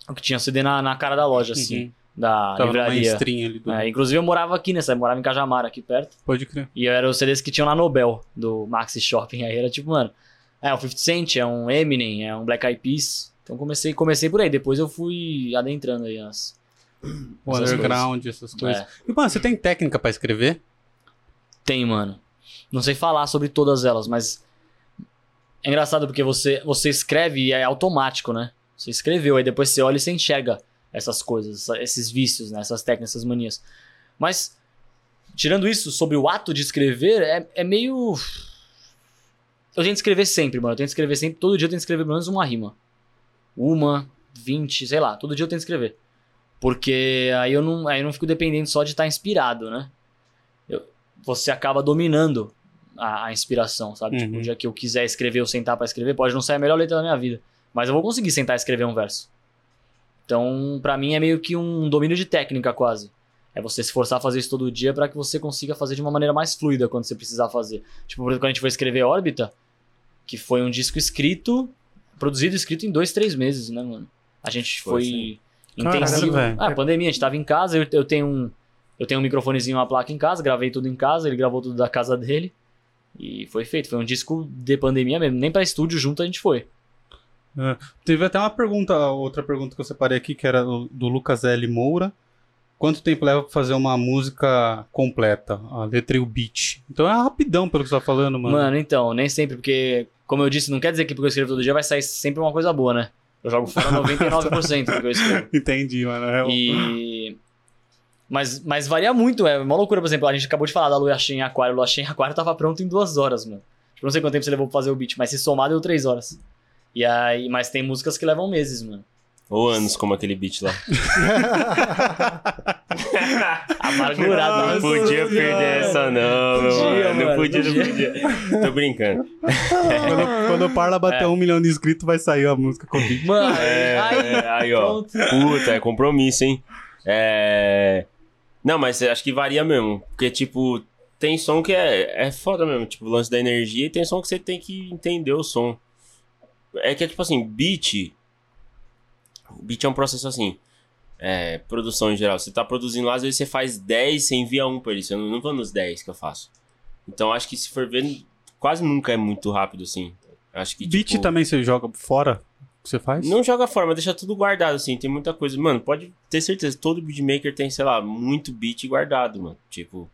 Speaker 3: o que tinha CD na, na cara da loja, assim.
Speaker 1: Uhum.
Speaker 4: Ah,
Speaker 3: Da
Speaker 1: Tava numa
Speaker 3: livraria.
Speaker 1: estrinha ali do.
Speaker 3: É, inclusive eu morava aqui nessa, eu morava em Cajamar, aqui perto.
Speaker 1: Pode crer.
Speaker 3: E eu era os CDs que tinham na Nobel, do Maxi Shopping. Aí era tipo, mano, é um 50 Cent, é um Eminem, é um Black Eyed Peas. Então comecei, comecei por aí. Depois eu fui adentrando aí as.
Speaker 1: O
Speaker 3: essas
Speaker 1: underground, essas coisas.
Speaker 3: É,
Speaker 1: E, mano, você tem técnica pra escrever?
Speaker 3: tem, mano. Não sei falar sobre todas elas, mas. É engraçado porque você, você escreve e é automático, né? Você escreveu, aí depois você olha e você enxerga essas coisas, essa- esses vícios, né? essas técnicas, essas manias. Mas, tirando isso, sobre o ato de escrever, é, é meio. Eu tento escrever sempre, mano. Eu tento escrever sempre. Todo dia eu tento escrever pelo menos uma rima. Uma, vinte, sei lá. Todo dia eu tento escrever. Porque aí eu não, aí eu não fico dependendo só de estar inspirado, né? Eu- você acaba dominando a, a inspiração, sabe? Tipo,
Speaker 1: Uhum.
Speaker 3: o dia que eu quiser escrever ou sentar pra escrever, pode não ser a melhor letra da minha vida. Mas eu vou conseguir sentar e escrever um verso. Então, pra mim, é meio que um domínio de técnica quase. É você se forçar a fazer isso todo dia pra que você consiga fazer de uma maneira mais fluida quando você precisar fazer. Tipo, por exemplo, quando a gente foi escrever Órbita, que foi um disco escrito, produzido e escrito em dois, três meses, né, mano? A gente
Speaker 4: Foi,
Speaker 3: foi,
Speaker 4: sim.
Speaker 1: Caralho,
Speaker 3: intensivo.
Speaker 1: velho.
Speaker 3: ah, pandemia, a gente tava em casa, eu, eu tenho um. Eu tenho um microfonezinho, uma placa em casa, gravei tudo em casa, ele gravou tudo da casa dele. E foi feito. Foi um disco de pandemia mesmo. Nem pra estúdio junto a gente foi.
Speaker 1: Teve até uma pergunta, outra pergunta que eu separei aqui, que era do do Lucas L. Moura. Quanto tempo leva pra fazer uma música completa? A letra e o beat. Então é rapidão pelo que você tá falando, mano.
Speaker 3: Mano. então, nem sempre, porque, como eu disse, não quer dizer que porque eu escrevo todo dia vai sair sempre uma coisa boa, né? Eu jogo fora 99% do que eu escrevo.
Speaker 1: Entendi, mano. É,
Speaker 3: E. Mas, mas varia muito, é uma loucura, por exemplo, a gente acabou de falar da Lua Cheia em Aquário, Lua Cheia em Aquário tava pronto em duas horas, mano. Tipo, não sei quanto tempo você levou pra fazer o beat, mas se somar deu três horas. E aí, mas tem músicas que levam meses, mano.
Speaker 4: Ou anos, como aquele beat lá.
Speaker 1: Nossa,
Speaker 3: Amargurado, né?
Speaker 4: Não podia
Speaker 1: Senhora.
Speaker 4: perder essa, não, meu
Speaker 3: Podia,
Speaker 4: mano. Não
Speaker 3: mano,
Speaker 4: podia, não
Speaker 3: podia.
Speaker 4: podia. Tô brincando. É.
Speaker 1: Quando, quando o Parla bater um milhão de inscritos, vai sair a música com o beat.
Speaker 3: Mano,
Speaker 4: É,
Speaker 3: ai,
Speaker 4: é, aí, ó.
Speaker 3: pronto.
Speaker 4: Puta, é compromisso, hein? É. Não, mas acho que varia mesmo. Porque, tipo, tem som que é, é foda mesmo. Tipo, o lance da energia e tem som que você tem que entender o som. É que é tipo assim, beat. Beat é um processo assim. É, produção em geral. Você tá produzindo lá, às vezes você faz 10, você envia um pra ele. Eu não, não vou nos 10 que eu faço. Então acho que se for ver, quase nunca é muito rápido, assim. Acho que.
Speaker 1: Beat
Speaker 4: tipo,
Speaker 1: também você joga fora? O que você faz?
Speaker 4: não joga fora, mas deixa tudo guardado, assim. Tem muita coisa. Mano, pode ter certeza. Todo beatmaker tem, sei lá, muito beat guardado, mano. Tipo,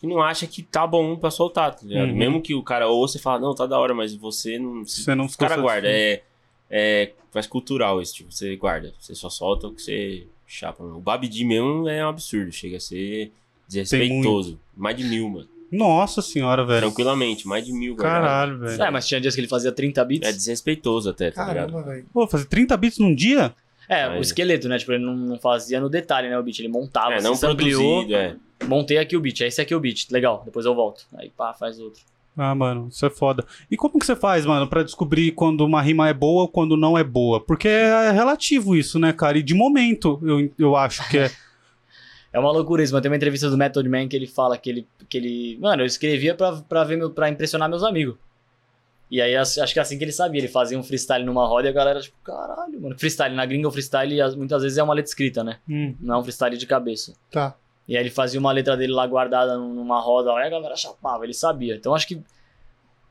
Speaker 4: que não acha que tá bom pra soltar, tá ligado?
Speaker 1: Uhum.
Speaker 4: Mesmo que o cara ouça e fala, não, tá da hora, mas você não.
Speaker 1: Você não
Speaker 4: Os caras
Speaker 1: ficou
Speaker 4: guardam.
Speaker 1: satisfeito.
Speaker 4: É, é. Faz cultural isso, tipo, você guarda. Você só solta o que você chapa. mano. O Babidi mesmo é um absurdo. Chega a ser desrespeitoso. Mais de mil, mano.
Speaker 1: Nossa senhora, velho.
Speaker 4: Tranquilamente, mais de mil, guardado.
Speaker 1: Caralho, velho.
Speaker 3: É, mas tinha dias que ele fazia 30
Speaker 4: É
Speaker 3: beats.
Speaker 4: desrespeitoso até, tá ligado?
Speaker 2: Caramba, velho.
Speaker 1: Pô, fazer 30 beats num dia?
Speaker 3: É, o
Speaker 4: Aí.
Speaker 3: esqueleto, né? Tipo, ele não, não fazia no detalhe, né? O beat, ele montava,
Speaker 4: É,
Speaker 3: se
Speaker 4: não
Speaker 3: ampliou.
Speaker 4: produzido, é.
Speaker 3: Montei aqui o beat, esse aqui é o beat, legal, depois eu volto. Aí pá, faz outro.
Speaker 1: Ah, mano, isso é foda. E como que você faz, mano, pra descobrir quando uma rima é boa ou quando não é boa? Porque é relativo isso, né, cara? E de momento, eu, eu acho que é.
Speaker 3: É uma loucura isso, mas tem uma entrevista do Method Man que ele fala que ele. Que ele mano, eu escrevia pra, pra, ver meu, pra impressionar meus amigos. E aí acho acho que é assim que ele sabia. Ele fazia um freestyle numa roda e a galera, tipo, caralho, mano. Freestyle na gringa, o freestyle as- muitas vezes é uma letra escrita, né?
Speaker 1: Hum,
Speaker 3: Não é um freestyle de cabeça.
Speaker 2: Tá.
Speaker 3: E aí ele fazia uma letra dele lá guardada num- numa roda, aí a galera chapava, ele sabia. Então acho que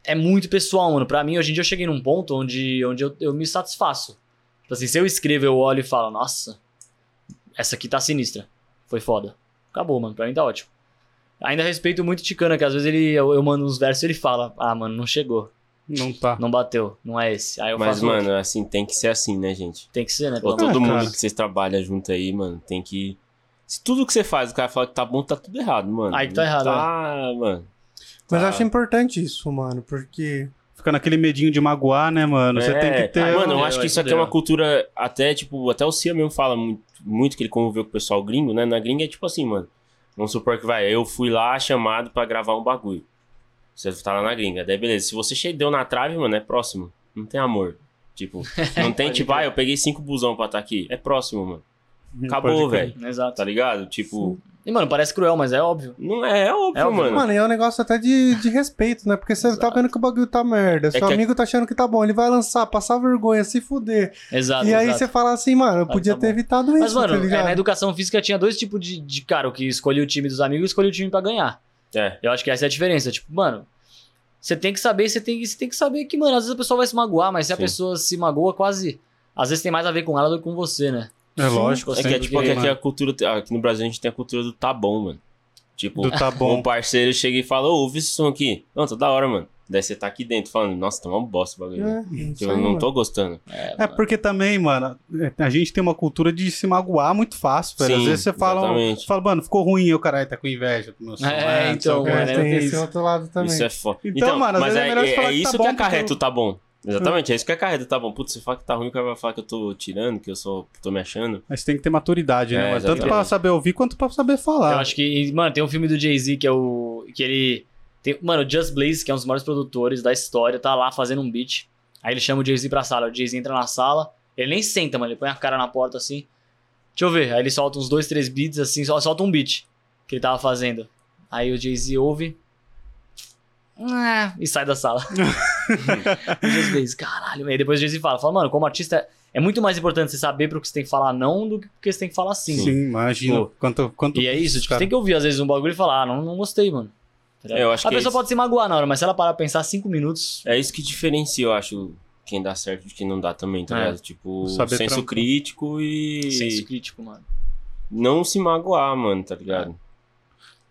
Speaker 3: é muito pessoal, mano. Pra mim, hoje em dia eu cheguei num ponto onde, onde eu, eu me satisfaço. Tipo assim, se eu escrevo, eu olho e falo, nossa, essa aqui tá sinistra. Foi foda. Acabou, mano. Pra mim tá ótimo. Ainda respeito muito o Ticana, que às vezes ele, eu, eu mando uns versos e ele fala, ah, mano, não chegou,
Speaker 1: não tá.
Speaker 3: não bateu, não é esse. Aí eu
Speaker 4: Mas,
Speaker 3: faço,
Speaker 4: mano, tá. assim, tem que ser assim, né, gente?
Speaker 3: tem que ser, né?
Speaker 4: Ou
Speaker 1: Ah, cara.
Speaker 4: todo mundo que vocês trabalham junto aí, mano, tem que. Se tudo que você faz, o cara fala que tá bom, tá tudo errado, mano.
Speaker 3: Aí que tá errado,
Speaker 4: Tá, mano.
Speaker 2: Mas
Speaker 4: Tá.
Speaker 2: eu acho importante isso, mano, porque.
Speaker 1: Fica naquele medinho de magoar, né, mano? Você
Speaker 4: É,
Speaker 1: tem que ter. um
Speaker 4: ah, Mano, eu
Speaker 3: Entendeu?
Speaker 4: acho que isso aqui é
Speaker 3: Entendeu?
Speaker 4: uma cultura. Até, tipo, até o Cia mesmo fala muito, muito que ele conviveu com o pessoal gringo, né? Na gringa é tipo assim, mano. Vamos supor que vai, eu fui lá chamado pra gravar um bagulho. Você tá lá na gringa, daí beleza. Se você che- deu na trave, mano, é próximo. Não tem amor. Tipo, não tem
Speaker 3: Pode
Speaker 4: tipo,
Speaker 3: crer.
Speaker 4: ah, eu peguei cinco busão pra estar aqui. É próximo, mano.
Speaker 1: Hum,
Speaker 4: Acabou,
Speaker 1: pode crer.
Speaker 4: velho.
Speaker 3: Exato.
Speaker 4: Tá ligado? Tipo,
Speaker 3: E, mano, parece cruel, mas é óbvio.
Speaker 4: não é, é óbvio,
Speaker 3: É óbvio,
Speaker 4: mano.
Speaker 2: Mano, e é um negócio até de, de respeito, né? Porque você tá
Speaker 3: Exato.
Speaker 2: vendo que o bagulho tá merda. Seu
Speaker 4: É que-
Speaker 2: amigo tá achando que tá bom. Ele vai lançar, passar vergonha, se fuder.
Speaker 4: Tá,
Speaker 3: Exato,
Speaker 2: e aí
Speaker 3: exato.
Speaker 2: você fala assim, mano, eu
Speaker 3: Ah,
Speaker 2: podia
Speaker 3: tá
Speaker 2: ter
Speaker 3: bom.
Speaker 2: evitado isso.
Speaker 3: Mas, mano,
Speaker 2: tá
Speaker 3: é,
Speaker 2: ligado?
Speaker 3: na educação física tinha dois tipos de, de cara, o que escolhia o time dos amigos e escolhia o time pra ganhar.
Speaker 4: É.
Speaker 3: Eu acho que essa é a diferença. Tipo, mano, você tem que saber, você tem, que- você tem que saber que, mano, às vezes a pessoa vai se magoar, mas se a
Speaker 4: Sim.
Speaker 3: pessoa se magoa, quase. Às vezes tem mais a ver com ela do que com você, né?
Speaker 1: É lógico,
Speaker 4: É que é
Speaker 1: sempre
Speaker 4: tipo
Speaker 1: tem,
Speaker 4: que aqui
Speaker 1: mano.
Speaker 4: a cultura. Aqui no Brasil a gente tem a cultura do tá bom, mano. Tipo,
Speaker 1: Do tá
Speaker 4: Um
Speaker 1: bom.
Speaker 4: parceiro chega e fala, ô, ouve esse som aqui. Não, tá da hora, mano. Daí você tá aqui dentro falando, nossa, tá uma bosta o bagulho. né?
Speaker 2: É, isso
Speaker 4: Tipo, eu
Speaker 2: aí,
Speaker 4: não
Speaker 2: mano.
Speaker 4: tô gostando.
Speaker 1: É porque também, mano, é, a gente tem uma cultura de se magoar muito fácil, velho. Às
Speaker 4: Sim,
Speaker 1: vezes você fala,
Speaker 4: exatamente.
Speaker 1: você fala, mano, ficou ruim, eu, caralho, tá com inveja do meu som,
Speaker 3: É,
Speaker 1: né, não sei o
Speaker 3: então,
Speaker 1: quê.
Speaker 3: mano,
Speaker 2: É,
Speaker 3: eu
Speaker 2: tem
Speaker 3: fiz.
Speaker 2: esse outro lado também.
Speaker 4: Isso é foda.
Speaker 1: Então, mano, às
Speaker 4: mas
Speaker 1: vezes é
Speaker 4: é,
Speaker 1: melhor você
Speaker 4: é
Speaker 1: falar que
Speaker 4: isso
Speaker 1: tá
Speaker 4: que,
Speaker 1: bom,
Speaker 4: acarreta
Speaker 1: porque
Speaker 4: o tá bom. Exatamente, é isso que acarreta o tá bom. Putz, você fala que tá ruim, o cara vai falar que eu tô tirando, que eu sou, tô me achando.
Speaker 1: Mas tem que ter maturidade, né?
Speaker 4: É,
Speaker 1: mano? tanto
Speaker 4: exatamente.
Speaker 1: pra saber ouvir quanto pra saber falar.
Speaker 3: Eu acho que, mano, tem um filme do Jay-Z que é o. que ele. Tem, mano, o Just Blaze, que é um dos maiores produtores da história, tá lá fazendo um beat. Aí ele chama o Jay-Z pra sala. O Jay-Z entra na sala, ele nem senta, mano, ele põe a cara na porta assim. Deixa eu ver. Aí ele solta uns dois, três beats assim, só solta um beat que ele tava fazendo. Aí o Jay-Z ouve. "Ah", E sai da sala. o Just Blaze, caralho. Aí depois o Jay-Z fala, fala, mano, como artista é muito mais importante você saber pro que você tem que falar não do que pro que você tem que falar sim.
Speaker 1: Sim, imagina.
Speaker 3: Pô.
Speaker 1: Quanto, quanto...
Speaker 3: E é isso, tipo,
Speaker 1: cara.
Speaker 3: tem que ouvir às vezes um bagulho e falar, ah, não, não gostei, mano. Tá ligado?
Speaker 4: Eu acho
Speaker 3: a
Speaker 4: que é
Speaker 3: pessoa
Speaker 4: isso.
Speaker 3: pode se magoar na hora, mas se ela parar pra pensar cinco minutos.
Speaker 4: É isso que diferencia, eu acho, quem dá certo de quem não dá também, tá
Speaker 3: É.
Speaker 4: ligado? Tipo,
Speaker 1: Saber
Speaker 4: senso
Speaker 1: trampar.
Speaker 4: crítico e
Speaker 3: Senso é crítico, mano.
Speaker 4: não se magoar, mano, tá ligado?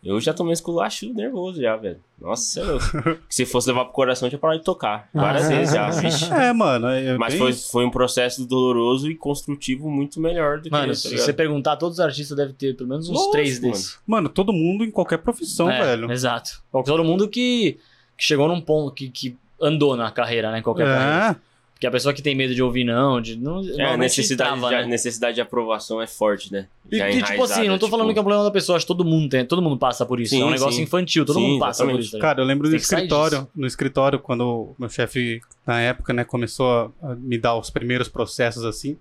Speaker 4: Eu já tomei esculacho nervoso já, velho. Nossa, eu... se fosse levar pro coração, eu tinha parado de tocar. Várias
Speaker 2: Ah.
Speaker 4: vezes já, vixe.
Speaker 1: É, mano. É
Speaker 4: Mas
Speaker 1: bem
Speaker 4: foi,
Speaker 1: isso.
Speaker 4: foi um processo doloroso e construtivo muito melhor do que
Speaker 3: Mano,
Speaker 4: isso, tá
Speaker 3: se
Speaker 4: ligado?
Speaker 3: você perguntar, todos os artistas devem ter pelo menos uns
Speaker 4: Lógico,
Speaker 3: três
Speaker 4: mano.
Speaker 3: desses.
Speaker 1: Mano, todo mundo em qualquer profissão,
Speaker 3: É,
Speaker 1: Então, velho.
Speaker 3: Exato. Todo mundo que, que chegou num ponto que, que andou na carreira, né? em Qualquer carreira.
Speaker 1: É,
Speaker 3: Porque a pessoa que tem medo de ouvir não, de não.
Speaker 4: É, a
Speaker 3: normalmente
Speaker 4: necessidade,
Speaker 3: trava,
Speaker 4: de,
Speaker 3: né?
Speaker 4: necessidade de aprovação é forte, né?
Speaker 3: E,
Speaker 4: Já
Speaker 3: e, tipo
Speaker 4: enraizada,
Speaker 3: assim, não tô falando que é um
Speaker 4: tipo,
Speaker 3: problema da pessoa, acho que todo mundo tem, todo mundo passa por isso.
Speaker 4: Sim,
Speaker 3: é um negócio
Speaker 4: sim.
Speaker 3: infantil, todo
Speaker 4: Sim,
Speaker 3: mundo passa por
Speaker 4: exatamente.
Speaker 3: isso. tá ligado?
Speaker 1: Cara, eu lembro do
Speaker 3: Tem que sair
Speaker 1: escritório,
Speaker 3: disso.
Speaker 1: no escritório, quando o meu chefe, na época, né, começou a a me dar os primeiros processos assim.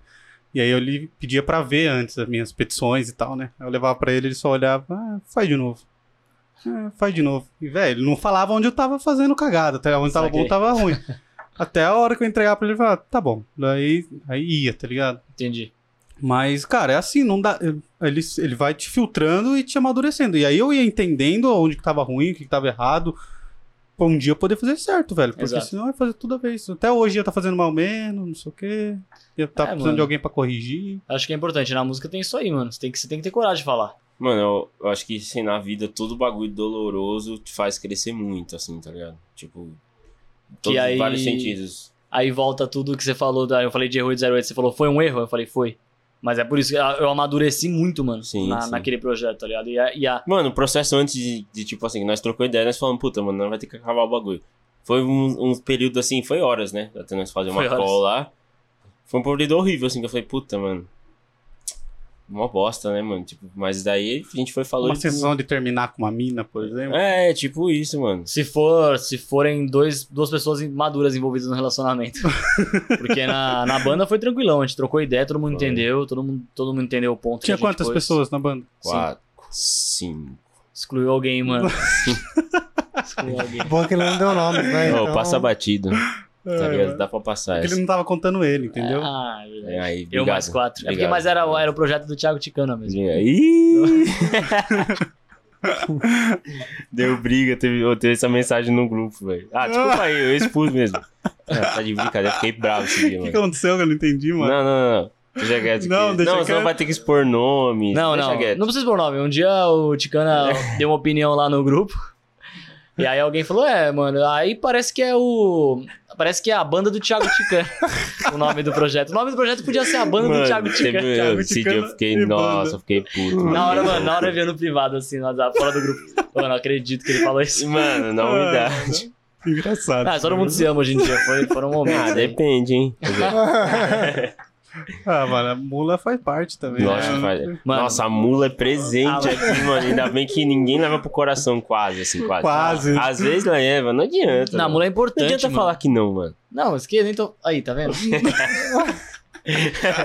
Speaker 1: E aí eu lhe pedia pra ver antes as minhas petições e tal, né? Aí Eu levava pra ele, ele só olhava, ah, faz de novo. Ah, faz de novo. E, velho, ele não falava onde eu tava fazendo cagada, até onde tava bom,
Speaker 3: Saquei.
Speaker 1: tava ruim. Até a hora que eu entregava pra ele, ele falava, tá bom. Daí aí ia, tá ligado?
Speaker 3: Entendi.
Speaker 1: Mas, cara, é assim, não dá. Ele, ele vai te filtrando e te amadurecendo. E aí eu ia entendendo onde que tava ruim, o que, que tava errado. Pra um dia eu poder fazer certo, velho. Porque
Speaker 3: Exato.
Speaker 1: senão eu ia fazer toda vez. Até hoje ia estar fazendo mal menos, não sei o quê. Ia estar
Speaker 3: É,
Speaker 1: precisando
Speaker 3: mano.
Speaker 1: de alguém pra corrigir.
Speaker 3: Acho que é importante. Na música tem isso aí, mano. Você tem que, você tem que ter coragem de falar.
Speaker 4: Mano, eu, eu acho que, assim, na vida, todo bagulho doloroso te faz crescer muito, assim, tá ligado? Tipo, todos,
Speaker 3: aí-
Speaker 4: vários sentidos.
Speaker 3: Aí volta tudo que você falou. da- Eu falei de erro e de 08. Você falou, foi um erro? Eu falei, foi. Mas é por isso que a- eu amadureci muito, mano,
Speaker 4: Sim,
Speaker 3: na-
Speaker 4: sim.
Speaker 3: naquele projeto, tá ligado? E a, e a-
Speaker 4: Mano, o processo antes de, de, tipo assim, nós trocou ideia, nós falamos, puta, mano, nós vai ter que acabar o bagulho. Foi um, um período assim, foi horas, né? Até nós fazer uma
Speaker 3: Foi horas.
Speaker 4: call lá. Foi um período horrível, assim, que eu falei, puta, mano. uma bosta, né, mano? Tipo, mas daí a gente foi falando.
Speaker 1: Uma sensação de terminar com uma mina, por exemplo.
Speaker 4: É, tipo isso, mano.
Speaker 3: Se for, se forem dois, duas pessoas maduras envolvidas no relacionamento. Porque na, na banda foi tranquilão, a gente trocou ideia, todo mundo
Speaker 4: Foi.
Speaker 3: entendeu, todo mundo, todo mundo entendeu o ponto. que
Speaker 1: Tinha
Speaker 3: a gente
Speaker 1: quantas
Speaker 3: pôs.
Speaker 1: pessoas na banda?
Speaker 4: Quatro, cinco.
Speaker 3: Excluiu alguém, mano. Excluiu alguém.
Speaker 2: Bom que ele não deu nome, né?
Speaker 4: Ô,
Speaker 2: então-
Speaker 4: passa batido. Tá
Speaker 1: É,
Speaker 4: ligado?
Speaker 1: mano.
Speaker 4: Dá pra passar
Speaker 1: Porque ele
Speaker 4: essa.
Speaker 1: não tava contando ele, entendeu?
Speaker 3: Ah, é verdade.
Speaker 4: É, aí,
Speaker 3: Eu
Speaker 4: obrigado.
Speaker 3: mais quatro. É porque
Speaker 4: Obrigado.
Speaker 3: mais era, era o projeto do Thiago Ticana mesmo.
Speaker 4: Ih! Deu briga, teve, eu teve essa mensagem no grupo, velho. Ah, desculpa aí, eu expus mesmo. Ah, tá de brincadeira, fiquei bravo esse dia,
Speaker 1: O que, que
Speaker 4: mano.
Speaker 1: aconteceu que eu não entendi,
Speaker 4: Não,
Speaker 1: mano?
Speaker 4: não, não. Deixa quieto.
Speaker 1: Não,
Speaker 4: que-
Speaker 1: deixa
Speaker 4: não, senão
Speaker 1: quieto.
Speaker 4: vai ter que expor nome.
Speaker 3: Não,
Speaker 4: deixa
Speaker 3: não.
Speaker 4: Quieto.
Speaker 3: Não precisa pôr nome. Um dia o Ticana deu uma opinião lá no grupo. E aí alguém falou: É, mano, aí parece que é o. Parece que é a banda do Thiago Ticana. o nome do projeto. O nome do projeto podia ser a banda
Speaker 4: Mano, é
Speaker 3: do Thiago
Speaker 4: teve-
Speaker 3: Ticana.
Speaker 1: Thiago é
Speaker 4: esse
Speaker 1: Ticana
Speaker 4: dia eu
Speaker 1: e
Speaker 4: fiquei,
Speaker 1: banda.
Speaker 4: nossa, eu fiquei puto.
Speaker 3: Na hora, mano, na
Speaker 4: mano.
Speaker 3: hora eu via no privado, assim, no WhatsApp, fora do grupo. Mano, não acredito que ele falou isso.
Speaker 4: Mano, na unidade.
Speaker 1: Engraçado.
Speaker 3: Ah, todo mundo se ama hoje em dia. Foi, foram momentos.
Speaker 4: Ah,
Speaker 3: né?
Speaker 4: depende, hein? Quer dizer,
Speaker 1: Ah, mano, a mula faz parte também.
Speaker 4: Nossa,
Speaker 1: né?
Speaker 4: faz-
Speaker 3: Mano.
Speaker 4: Nossa, a mula é presente
Speaker 3: Ah,
Speaker 4: aqui, mano. Ainda bem que ninguém leva pro coração, quase, assim, quase.
Speaker 1: Quase.
Speaker 4: Às vezes leva, não adianta.
Speaker 3: Na
Speaker 4: mano. tá
Speaker 3: mula é
Speaker 4: Não
Speaker 3: importante.
Speaker 4: adianta
Speaker 3: mano.
Speaker 4: falar que não, mano.
Speaker 3: Não, esquerda, então. Aí, tá vendo?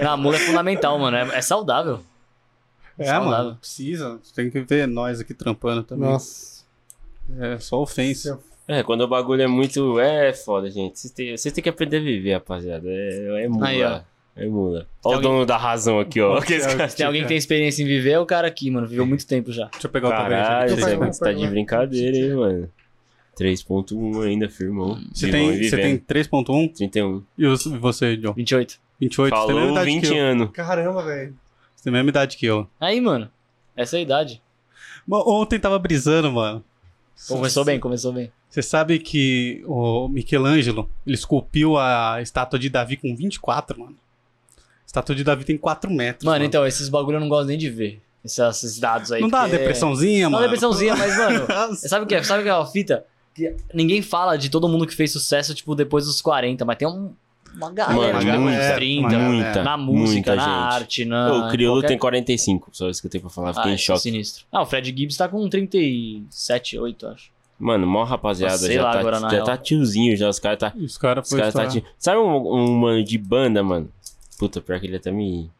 Speaker 3: Na mula é fundamental, mano. É, é saudável.
Speaker 1: É,
Speaker 3: Saudável.
Speaker 1: mano, precisa. Tem que ver nós aqui trampando também.
Speaker 2: Nossa.
Speaker 1: É só ofensa.
Speaker 4: É, quando o bagulho é muito. É foda, gente. Vocês têm, vocês têm que aprender a viver, rapaziada. É, é mula.
Speaker 3: Aí, ó.
Speaker 4: É mula.
Speaker 3: Tem
Speaker 4: Olha o
Speaker 3: alguém-
Speaker 4: dono da razão aqui, ó. Que esse cara-
Speaker 3: Se tem alguém que tem experiência em viver, é o cara aqui, mano. Viveu muito tempo já.
Speaker 1: né? Deixa eu pegar outra vez.
Speaker 4: Caralho,
Speaker 2: Deixa eu
Speaker 4: Zé,
Speaker 2: pegar,
Speaker 4: você tá de
Speaker 2: pegar.
Speaker 4: brincadeira, hein, mano. 3.1 ainda, firmão.
Speaker 1: Você
Speaker 4: Vivão e
Speaker 1: tem, você tem
Speaker 4: vivendo.
Speaker 1: 3.1
Speaker 4: 31.
Speaker 1: e os- e você, John?
Speaker 3: 28.
Speaker 1: 28? você tem a mesma
Speaker 4: Falou
Speaker 1: idade
Speaker 4: 20
Speaker 1: que eu.
Speaker 4: anos.
Speaker 2: Caramba, velho.
Speaker 1: Você tem a mesma idade que eu.
Speaker 3: Aí, mano. Essa é a idade.
Speaker 1: Bom, Ontem tava brisando, mano.
Speaker 3: Pô, começou bem, começou bem.
Speaker 1: Você sabe que o Michelangelo, ele esculpiu a estátua de Davi com 24, mano. A estátua de Davi tem 4 metros.
Speaker 3: Mano, então, esses bagulho eu não gosto nem de ver. Esses, esses dados aí.
Speaker 1: Não dá uma
Speaker 3: porque é-
Speaker 1: depressãozinha,
Speaker 3: Dá uma
Speaker 1: mano?
Speaker 3: depressãozinha, mas, mano.
Speaker 1: Nossa.
Speaker 3: Sabe o que é? Sabe o que é a fita? Que ninguém fala de todo mundo que fez sucesso, tipo, depois dos 40, mas tem um- uma galera,
Speaker 4: Mano,
Speaker 3: tipo, uns
Speaker 4: muita,
Speaker 3: 30,
Speaker 1: mano.
Speaker 4: muita.
Speaker 3: na música,
Speaker 4: muita
Speaker 3: na
Speaker 4: gente.
Speaker 3: arte, na.
Speaker 4: Ô, o Criolo
Speaker 3: Ah, qualquer-
Speaker 4: tem 45, só isso que eu tenho pra falar, fiquei
Speaker 3: Ah,
Speaker 4: em
Speaker 3: isso é
Speaker 4: choque.
Speaker 3: sinistro. Ah, o Fred Gibbs tá com 37, 8, acho.
Speaker 4: Mano, mó rapaziada,
Speaker 3: Sei
Speaker 4: já,
Speaker 3: lá
Speaker 4: tá,
Speaker 3: agora, na
Speaker 4: já
Speaker 3: real.
Speaker 4: tá tiozinho, já, os caras tá,
Speaker 1: E Os caras
Speaker 4: os cara tá
Speaker 1: foram.
Speaker 4: tio... Sabe um, um mano de banda, mano? Puta, pior que ele até me...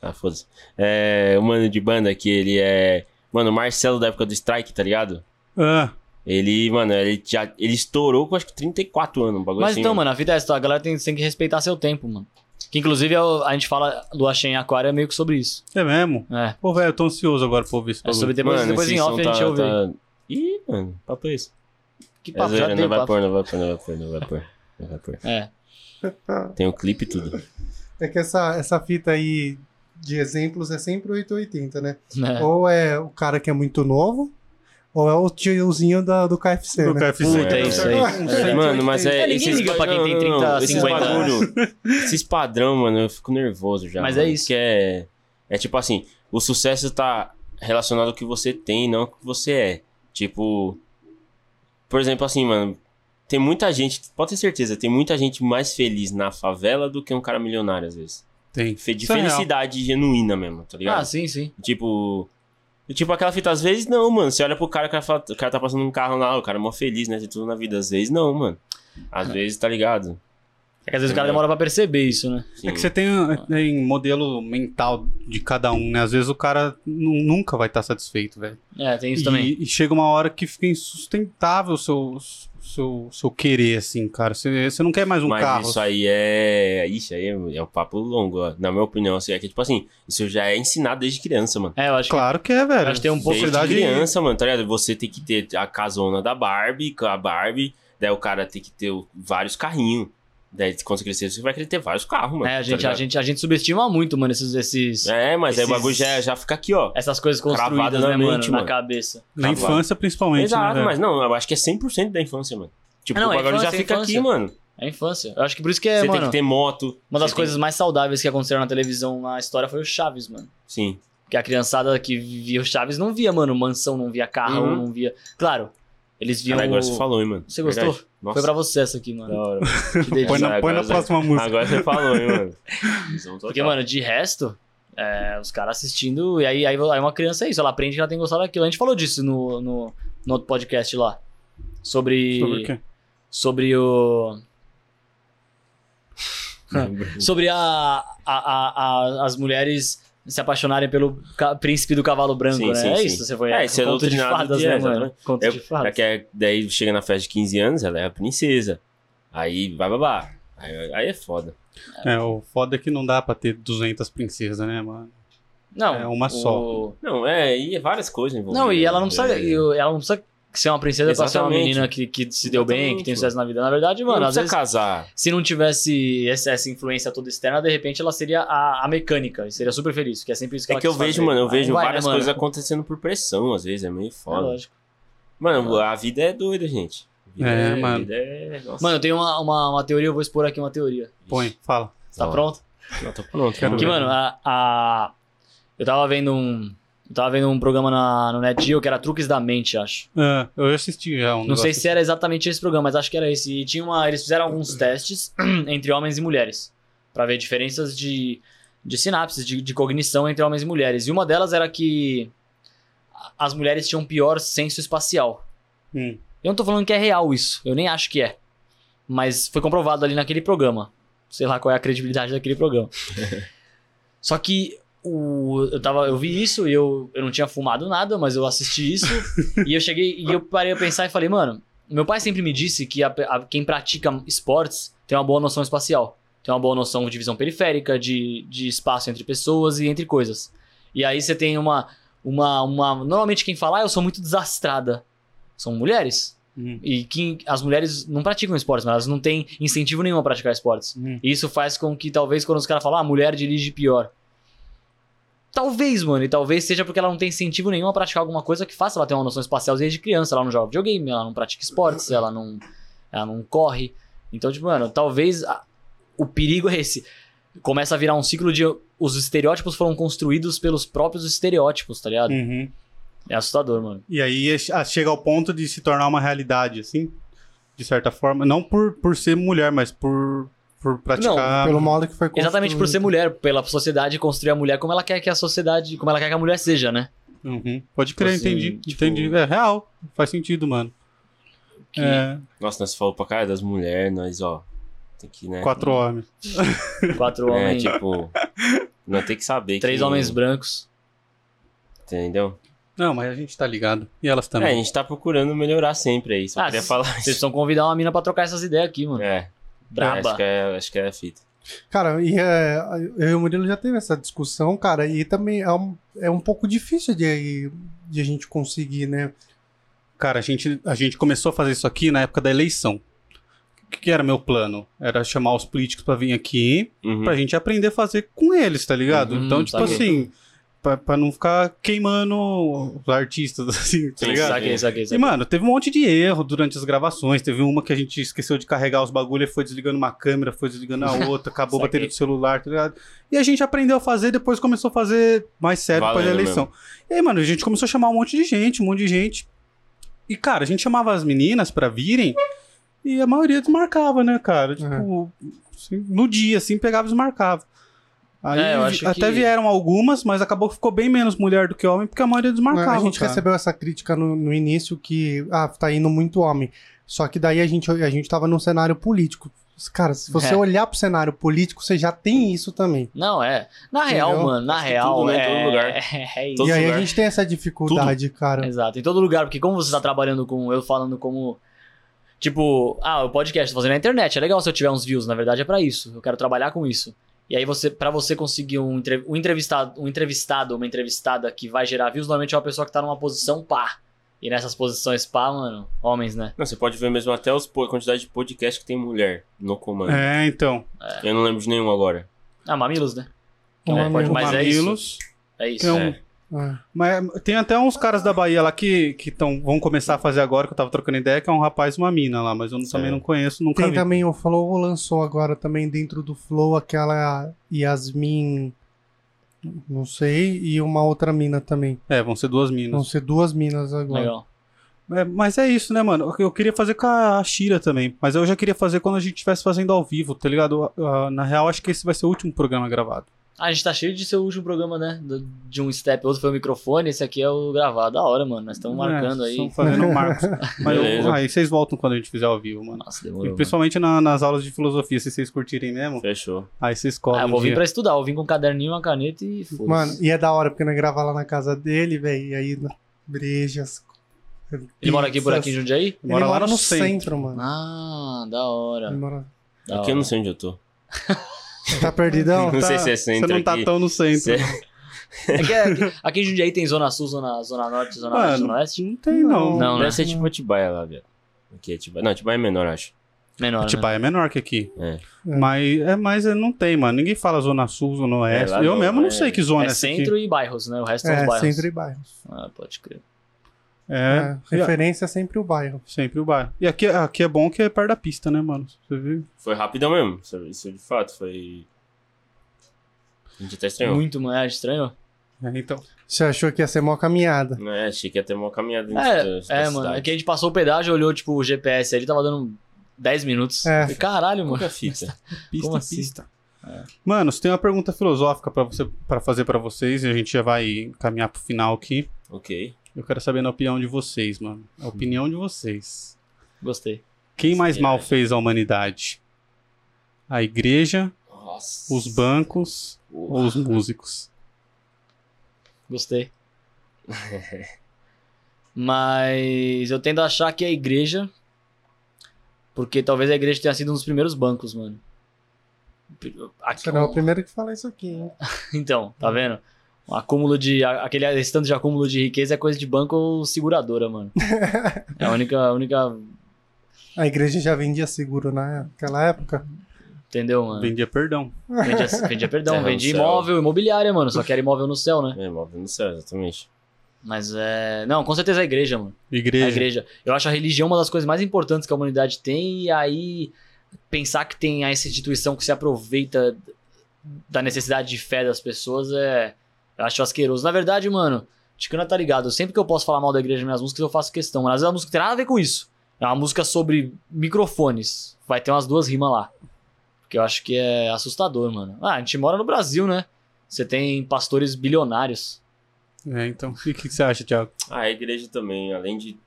Speaker 4: Ah, foda-se. É, um mano de banda que ele é... Mano, o Marcelo da época do Strike, tá ligado?
Speaker 1: Ah,
Speaker 4: Ele, mano, ele já... Ele estourou com acho que 34 anos, um bagulho
Speaker 3: Mas
Speaker 4: assim.
Speaker 3: então, mano, a vida é essa. A galera tem, tem que respeitar seu tempo, mano. Que inclusive é o- a gente fala do Axen Aquário é meio que sobre isso.
Speaker 1: é mesmo?
Speaker 3: É.
Speaker 1: Pô, velho, eu tô ansioso agora pra ouvir esse
Speaker 3: É
Speaker 1: bagulho.
Speaker 3: sobre depois,
Speaker 4: Mano,
Speaker 3: depois
Speaker 4: esse
Speaker 3: em off
Speaker 4: som
Speaker 3: a gente
Speaker 4: tá,
Speaker 3: ouve.
Speaker 4: tá... Ih, mano, papo é esse.
Speaker 3: Que
Speaker 4: É
Speaker 3: papo, já
Speaker 4: zoeira, não
Speaker 3: deu
Speaker 4: vai
Speaker 3: papo.
Speaker 4: pôr, não vai pôr, não vai pôr, não vai pôr. Não vai pôr.
Speaker 3: É.
Speaker 4: Tem o clipe e tudo.
Speaker 2: É que essa, essa fita aí de exemplos é sempre 880, né?
Speaker 3: né?
Speaker 2: Ou é o cara que é muito novo, ou é o tiozinho da, do KFC,
Speaker 1: Do
Speaker 2: né?
Speaker 1: KFC.
Speaker 3: Puta,
Speaker 4: é
Speaker 3: isso aí.
Speaker 1: É.
Speaker 4: Mano, mas é.
Speaker 3: É, ninguém
Speaker 4: esses
Speaker 3: liga
Speaker 4: ba-
Speaker 3: pra quem
Speaker 4: não,
Speaker 3: tem 30,
Speaker 4: não, não, esses
Speaker 3: 50
Speaker 4: bagulho, esses padrão, mano, eu fico nervoso já.
Speaker 3: Mas
Speaker 4: mano,
Speaker 3: é isso.
Speaker 4: porque é, é tipo assim: o sucesso tá relacionado ao que você tem, não ao que você é. Tipo. Por exemplo, assim, mano. Tem muita gente, pode ter certeza, tem muita gente mais feliz na favela do que um cara milionário, às vezes.
Speaker 1: Tem.
Speaker 4: Fe- De
Speaker 1: Isso é real.
Speaker 4: felicidade genuína mesmo, tá ligado?
Speaker 3: Ah, sim, sim.
Speaker 4: Tipo. Tipo, aquela fita, às vezes não, mano. Você olha pro cara, o cara, fala- o cara tá passando um carro lá, o cara é mó feliz, né? Tem tudo na vida. Às vezes não, mano. Às vezes, tá ligado?
Speaker 3: É que às vezes o cara demora pra perceber isso, né?
Speaker 4: Sim.
Speaker 1: É que você tem, tem modelo mental de cada um, né? Às vezes o cara nu- nunca vai estar satisfeito, velho.
Speaker 3: É, tem isso
Speaker 1: e,
Speaker 3: também.
Speaker 1: e chega uma hora que fica insustentável o seu, seu, seu querer, assim, cara. Você, você não quer mais um
Speaker 4: Mas
Speaker 1: carro.
Speaker 4: isso aí é. Ixi, aí é, é um papo longo, ó. Na minha opinião, assim, é que, tipo assim, isso já é ensinado desde criança, mano.
Speaker 3: É, eu acho
Speaker 1: Claro que é, velho.
Speaker 3: Acho que tem um pouco
Speaker 4: Desde
Speaker 1: Sociedade-
Speaker 4: criança, mano, tá ligado? Você tem que ter a casona da Barbie, com a Barbie, daí o cara tem que ter o- vários carrinhos. Daí, quando você crescer, você vai querer ter vários carros,
Speaker 3: que.
Speaker 4: mano.
Speaker 3: É, a
Speaker 4: tá
Speaker 3: gente, a,
Speaker 4: ligado?
Speaker 3: gente, a gente subestima muito, mano, esses, esses,
Speaker 4: É, mas aí
Speaker 3: esses-
Speaker 4: o bagulho já, já fica aqui, ó.
Speaker 3: essas coisas construídas,
Speaker 4: Cravado na
Speaker 3: né, mano,
Speaker 4: mente,
Speaker 3: na
Speaker 4: mano.
Speaker 3: cabeça.
Speaker 1: Na infância, principalmente.
Speaker 4: Exato,
Speaker 1: né, velho?
Speaker 4: mas não, eu acho que é 100% da infância, mano. Tipo,
Speaker 3: Ah, não,
Speaker 4: o
Speaker 3: é
Speaker 4: bagulho já
Speaker 3: infância, é
Speaker 4: fica
Speaker 3: infância.
Speaker 4: aqui, mano.
Speaker 3: É a infância. Eu acho que por isso que é,
Speaker 4: você tem
Speaker 3: mano,
Speaker 4: que ter moto.
Speaker 3: uma das
Speaker 4: você tem-
Speaker 3: coisas mais saudáveis que aconteceram na televisão na história foi o Chaves, mano.
Speaker 4: Sim.
Speaker 3: Porque a criançada que via o Chaves não via, mano, mansão, não via carro,
Speaker 4: Uhum.
Speaker 3: não via. Claro, eles viam.
Speaker 4: Cara, agora
Speaker 3: o-
Speaker 4: você falou, hein, mano.
Speaker 3: Você gostou?
Speaker 4: Verdade. Nossa,
Speaker 3: Foi pra você essa aqui, mano.
Speaker 4: da hora.
Speaker 3: Te deixo.
Speaker 1: Põe na, põe na
Speaker 4: Agora-
Speaker 1: próxima música.
Speaker 4: Agora você falou, hein, mano. Visão
Speaker 3: Porque,
Speaker 4: total.
Speaker 3: mano, de resto, É, os caras assistindo, e aí, aí aí uma criança é isso, ela aprende que ela tem que gostar daquilo. A gente falou disso no, no, no outro podcast lá. Sobre.
Speaker 1: Sobre o quê?
Speaker 3: sobre o.
Speaker 4: Lembro.
Speaker 3: Sobre a, a- a- a- as mulheres se apaixonarem pelo ca- príncipe do cavalo branco,
Speaker 4: Sim,
Speaker 3: né?
Speaker 4: sim,
Speaker 3: é
Speaker 4: sim.
Speaker 3: isso, você foi.
Speaker 4: É, isso é
Speaker 3: conto de
Speaker 4: doutrinado
Speaker 3: fadas,
Speaker 4: de-
Speaker 3: né,
Speaker 4: é,
Speaker 3: mano?
Speaker 4: exatamente.
Speaker 3: Conto
Speaker 4: É,
Speaker 3: de
Speaker 4: é
Speaker 3: fadas.
Speaker 4: que é- daí chega na festa de 15 anos, ela é a princesa. Aí vai babar. Aí, aí é foda.
Speaker 1: É, o foda é que não dá pra ter 200 princesas, né, mano?
Speaker 3: Não,
Speaker 1: é uma
Speaker 3: o-
Speaker 1: só.
Speaker 4: Não, é, e é várias coisas envolvidas.
Speaker 3: Não, e ela não
Speaker 4: né?
Speaker 3: precisa. e o- Ela não precisa ser uma princesa pra ser uma
Speaker 4: Exatamente.
Speaker 3: menina que, que se deu bem, que tem
Speaker 4: Exatamente.
Speaker 3: sucesso na vida. Na verdade, mano,
Speaker 4: não
Speaker 3: às
Speaker 4: precisa
Speaker 3: vezes.
Speaker 4: casar.
Speaker 3: Se não tivesse essa, essa influência toda externa, de repente ela seria a, a mecânica e seria super feliz, que é sempre isso que
Speaker 4: É
Speaker 3: ela
Speaker 4: que eu
Speaker 3: quis
Speaker 4: vejo,
Speaker 3: fazer.
Speaker 4: mano, eu
Speaker 3: Mas não
Speaker 4: vejo
Speaker 3: vai, né,
Speaker 4: várias
Speaker 3: mano?
Speaker 4: coisas acontecendo por pressão, às vezes, é meio
Speaker 3: É
Speaker 4: foda.
Speaker 3: lógico. Tá
Speaker 4: Mano, a vida é doida, gente. A vida
Speaker 1: É,
Speaker 4: a
Speaker 1: mano.
Speaker 4: vida é- nossa.
Speaker 3: Mano, eu tenho uma, uma, uma teoria, eu vou expor aqui uma teoria.
Speaker 1: Põe, fala.
Speaker 3: Você tá
Speaker 4: Tá.
Speaker 3: pronto?
Speaker 4: Não, tô pronto.
Speaker 1: Quero
Speaker 4: vamos
Speaker 3: Que,
Speaker 1: ver.
Speaker 4: lá.
Speaker 3: mano, a, a- Eu tava vendo um. Eu tava vendo um programa na, no NetGeo que era Truques da Mente, acho.
Speaker 4: É,
Speaker 1: Ah, eu assisti já um
Speaker 3: Não sei se era exatamente esse programa, mas acho que era esse. E tinha uma. Eles fizeram alguns testes entre homens e mulheres. Pra ver diferenças de, de sinapses, de, de cognição entre homens e mulheres. E uma delas era que a- as mulheres tinham pior senso espacial.
Speaker 1: Hum,
Speaker 3: Eu não tô falando que é real isso, eu nem acho que é. Mas foi comprovado ali naquele programa. Sei lá qual é a credibilidade daquele programa. Só que o, eu, tava, eu vi isso e eu, eu não tinha fumado nada, mas eu assisti isso. e eu cheguei e eu parei a pensar e falei, mano, meu pai sempre me disse que a- a- quem pratica esportes tem uma boa noção espacial. Tem uma boa noção de visão periférica, de, de espaço entre pessoas e entre coisas. E aí você tem uma. uma, uma normalmente quem fala, ah, eu sou muito desastrada. São mulheres.
Speaker 1: hum,
Speaker 3: E que as mulheres não praticam esportes, mas elas não têm incentivo nenhum a praticar esportes.
Speaker 1: hum.
Speaker 3: E isso faz com que talvez quando os caras falam, ah, mulher dirige pior. Talvez, mano, e talvez seja porque ela não tem incentivo nenhum a praticar alguma coisa que faça ela ter uma noção espacial desde criança. Ela não joga videogame, ela não pratica esportes, ela não, ela não corre. Então, tipo, mano, talvez a- o perigo é esse. Começa a virar um ciclo de. Os estereótipos foram construídos pelos próprios estereótipos, tá ligado?
Speaker 1: Uhum.
Speaker 3: É assustador, mano.
Speaker 1: E aí é- ah, chega ao ponto de se tornar uma realidade, assim, de certa forma. Não por, por ser mulher, mas por, por praticar.
Speaker 2: Pelo modo que foi construído.
Speaker 3: Exatamente por ser mulher, pela sociedade construir a mulher como ela quer que a sociedade, como ela quer que a mulher seja, né?
Speaker 1: Uhum. Pode crer,
Speaker 3: Assim,
Speaker 1: entendi.
Speaker 3: tipo-
Speaker 1: Entendi. É real. Faz sentido, mano.
Speaker 3: Que-
Speaker 1: É,
Speaker 4: Nossa, nós falamos pra cara das mulheres, nós, ó. Tem que,
Speaker 3: é
Speaker 4: né?
Speaker 1: quatro
Speaker 3: um
Speaker 1: homens.
Speaker 3: Quatro
Speaker 4: É,
Speaker 3: homens,
Speaker 4: tipo. Nós tem que saber.
Speaker 3: três
Speaker 4: que-
Speaker 3: homens brancos.
Speaker 4: Entendeu?
Speaker 1: Não, mas a gente tá ligado. E elas
Speaker 4: É, a
Speaker 1: também.
Speaker 4: gente tá procurando melhorar sempre aí. Só
Speaker 3: Ah,
Speaker 4: queria
Speaker 3: se-
Speaker 4: falar
Speaker 3: Vocês
Speaker 4: isso.
Speaker 3: precisam convidar uma mina pra trocar essas ideias aqui, mano.
Speaker 4: É, acho
Speaker 3: Braba.
Speaker 4: que é, acho que é a fita.
Speaker 2: Cara, e, é, eu e o Murilo já teve essa discussão, cara, e também é um, é um pouco difícil de, de a gente conseguir, né?
Speaker 1: Cara, a gente, a gente começou a fazer isso aqui na época da eleição. O que, que era meu plano? Era chamar os políticos pra vir aqui,
Speaker 4: Uhum.
Speaker 1: pra gente aprender a fazer com eles, tá ligado?
Speaker 3: Uhum,
Speaker 1: então, tipo
Speaker 3: saquei.
Speaker 1: assim, pra, pra não ficar queimando os artistas, assim, tá
Speaker 4: Sim,
Speaker 1: ligado?
Speaker 3: Saquei, saquei,
Speaker 1: E,
Speaker 3: saquei.
Speaker 1: mano, teve um monte de erro durante as gravações. Teve uma que a gente esqueceu de carregar os bagulho e foi desligando uma câmera, foi desligando a outra, acabou a
Speaker 3: Saquei.
Speaker 1: bateria do celular, tá ligado? E a gente aprendeu a fazer, depois começou a fazer mais sério depois da
Speaker 4: Valendo
Speaker 1: eleição. E aí, mano, a gente começou a chamar um monte de gente, um monte de gente. E, cara, a gente chamava as meninas pra virem e a maioria desmarcava, né, cara? Tipo,
Speaker 2: Uhum.
Speaker 1: assim, no dia, assim, pegava e desmarcava. Aí
Speaker 3: É, eu
Speaker 1: vi-
Speaker 3: acho
Speaker 1: até
Speaker 3: que-
Speaker 1: vieram algumas, mas acabou que ficou bem menos mulher do que homem, porque a maioria desmarcava.
Speaker 2: É, a gente
Speaker 1: cara.
Speaker 2: recebeu essa crítica no, no início que, ah, tá indo muito homem. Só que daí a gente, a gente tava num cenário político. Cara, se você
Speaker 3: É.
Speaker 2: olhar pro cenário político, você já tem isso também.
Speaker 3: Não, é. Na real,
Speaker 2: Entendeu?
Speaker 3: mano, na
Speaker 4: Acho que
Speaker 3: real.
Speaker 4: tudo, né, em
Speaker 3: é...
Speaker 4: todo lugar.
Speaker 3: é isso.
Speaker 4: Todo
Speaker 2: e aí a
Speaker 4: lugar.
Speaker 2: gente tem essa dificuldade,
Speaker 1: É.
Speaker 2: cara.
Speaker 3: Exato, em todo lugar, porque como você tá trabalhando com. Eu falando como. Tipo, ah, o podcast tô fazendo na internet, é legal se eu tiver uns views, na verdade é pra isso. Eu quero trabalhar com isso. E aí você, para você conseguir um, entre- um entrevistado, um entrevistado, uma entrevistada que vai gerar views, normalmente é uma pessoa que tá numa posição pá. E nessas posições pá, mano, homens, né?
Speaker 4: Não, você pode ver mesmo até os, po- a quantidade de podcast que tem mulher no comando.
Speaker 1: É, então.
Speaker 4: Eu não lembro de nenhum agora.
Speaker 3: Ah, mamilos, né?
Speaker 2: Não,
Speaker 3: É, pode-
Speaker 2: não.
Speaker 3: mas é
Speaker 1: um Mamilos.
Speaker 3: É isso.
Speaker 1: Tem um-
Speaker 4: É.
Speaker 2: Um É.
Speaker 1: Mas tem até uns caras da Bahia lá que, que tão, vão começar a fazer agora, que eu tava trocando ideia, que é um rapaz e uma mina lá, mas eu não- também
Speaker 4: Certo.
Speaker 1: não conheço, nunca
Speaker 2: Tem
Speaker 1: vi.
Speaker 2: também, o Flow lançou agora também dentro do Flow aquela Yasmin, não sei, e uma outra mina também.
Speaker 1: É, vão ser duas minas.
Speaker 2: Vão ser duas minas agora.
Speaker 3: Legal.
Speaker 1: É, mas é isso, né, mano? Eu- Eu queria fazer com a Shira também, mas eu já queria fazer quando a gente estivesse fazendo ao vivo, tá ligado? Ah, na real, acho que esse vai ser o último programa gravado.
Speaker 3: Ah, a gente tá cheio de seu último programa, né? Do- De um step, outro foi o microfone, esse aqui é o gravado. Da hora, mano. Nós estamos marcando
Speaker 1: É,
Speaker 3: aí.
Speaker 1: Estão fazendo marcos. Mas eu-
Speaker 4: Beleza.
Speaker 1: aí vocês voltam quando a gente fizer ao vivo, mano.
Speaker 3: Nossa,
Speaker 1: E
Speaker 3: demorou. mano.
Speaker 1: principalmente na- nas aulas de filosofia, se vocês curtirem mesmo,
Speaker 4: Fechou.
Speaker 1: aí vocês
Speaker 3: Ah,
Speaker 1: cobram.
Speaker 3: eu vou vir pra estudar, eu vim com um caderninho, uma caneta e foda-se.
Speaker 2: Mano, e é da hora, porque nós gravar lá na casa dele, velho. E aí, na- brejas.
Speaker 3: Ele mora aqui por aqui em
Speaker 2: pizzas.
Speaker 3: Jundiaí?
Speaker 2: Ele
Speaker 1: Mora lá no centro.
Speaker 2: mano.
Speaker 3: Ah, da
Speaker 2: Ele
Speaker 3: hora.
Speaker 2: mora...
Speaker 3: Da
Speaker 4: Aqui eu
Speaker 3: hora.
Speaker 4: não sei onde eu tô.
Speaker 2: Tá perdidão?
Speaker 4: Não sei se é centro
Speaker 1: Você não tá
Speaker 4: aqui.
Speaker 1: tão no centro.
Speaker 4: Cê-
Speaker 3: Aqui, é- aqui- aqui em Jundiaí tem Zona Sul, Zona, zona Norte, Zona Norte,
Speaker 1: Mano,
Speaker 3: Zona Oeste?
Speaker 1: não tem não.
Speaker 3: Não, né?
Speaker 4: Deve ser tipo Atibaia lá, velho. Aqui é Atibaia. Não, Atibaia é menor, acho.
Speaker 3: Menor, né?
Speaker 1: Tipo, é menor que aqui.
Speaker 4: É.
Speaker 1: Mas, é, mas é, não tem, mano. Ninguém fala Zona Sul, Zona Oeste.
Speaker 4: lá
Speaker 1: eu
Speaker 4: não,
Speaker 1: mesmo não
Speaker 4: é-
Speaker 1: sei que zona é,
Speaker 3: É
Speaker 1: essa aqui.
Speaker 3: centro e bairros, né? O resto são os
Speaker 2: É,
Speaker 3: bairros.
Speaker 2: sempre bairro.
Speaker 3: Ah, pode crer.
Speaker 1: É,
Speaker 2: É, referência é sempre o bairro.
Speaker 1: sempre o bairro. E aqui, aqui é bom que é perto da pista, né, mano? Você viu?
Speaker 4: Foi rapidão mesmo. Isso, isso de fato foi. A gente até estranhou.
Speaker 3: Muito mais estranho.
Speaker 1: É, então.
Speaker 2: Você achou que ia ser mó caminhada.
Speaker 4: Não É, achei que ia ter uma caminhada dentro da, da
Speaker 3: É, é
Speaker 4: cidade.
Speaker 3: mano. É que a gente passou o pedágio, olhou, tipo, o GPS ali, tava dando 10 minutos.
Speaker 2: É.
Speaker 3: Falei, Caralho,
Speaker 4: Qual
Speaker 3: mano.
Speaker 4: que é a fita?
Speaker 1: Pista,
Speaker 3: Como assim?
Speaker 1: pista. Mano, você tem uma pergunta filosófica pra você para fazer pra vocês e a gente já vai caminhar pro final aqui.
Speaker 4: ok.
Speaker 1: Eu quero saber na opinião de vocês, mano. A opinião de vocês.
Speaker 3: Gostei.
Speaker 1: Quem mais
Speaker 4: Sim,
Speaker 1: mal
Speaker 4: é.
Speaker 1: fez a humanidade? A igreja,
Speaker 4: Nossa.
Speaker 1: os bancos ou os músicos?
Speaker 3: Gostei. Mas eu tendo a achar que é a igreja. Porque talvez a igreja tenha sido um dos primeiros bancos, mano. Aqui,
Speaker 2: Você não é o primeiro que fala isso aqui, hein?
Speaker 3: então, tá vendo? Um acúmulo de. a- Aquele esse tanto de acúmulo de riqueza é coisa de banco ou seguradora, mano. É a única. a única
Speaker 2: A igreja já vendia seguro naquela época.
Speaker 3: entendeu, mano?
Speaker 1: Vendia perdão.
Speaker 3: Vendia, vendia perdão,
Speaker 4: Terra no
Speaker 3: vendia
Speaker 4: céu.
Speaker 3: imóvel, imobiliária, mano. Só que era imóvel no céu, né?
Speaker 4: É, móvel no céu, exatamente.
Speaker 3: Mas é. Não, com certeza é a igreja, mano.
Speaker 1: Igreja.
Speaker 3: A igreja. Eu acho a religião uma das coisas mais importantes que a humanidade tem, e aí pensar que tem essa instituição que se aproveita da necessidade de fé das pessoas é. Eu acho asqueroso. Na verdade, mano, Ticana tá ligado. Sempre que eu posso falar mal da igreja nas minhas músicas, eu faço questão. Mas às vezes a música não tem nada a ver com isso. É uma música sobre microfones. Vai ter umas duas rimas lá. Porque eu acho que é assustador, mano. Ah, a gente mora no Brasil, né? Você tem pastores bilionários.
Speaker 1: É, então. E o que, que você acha, Thiago?
Speaker 4: Ah, a igreja também, além de.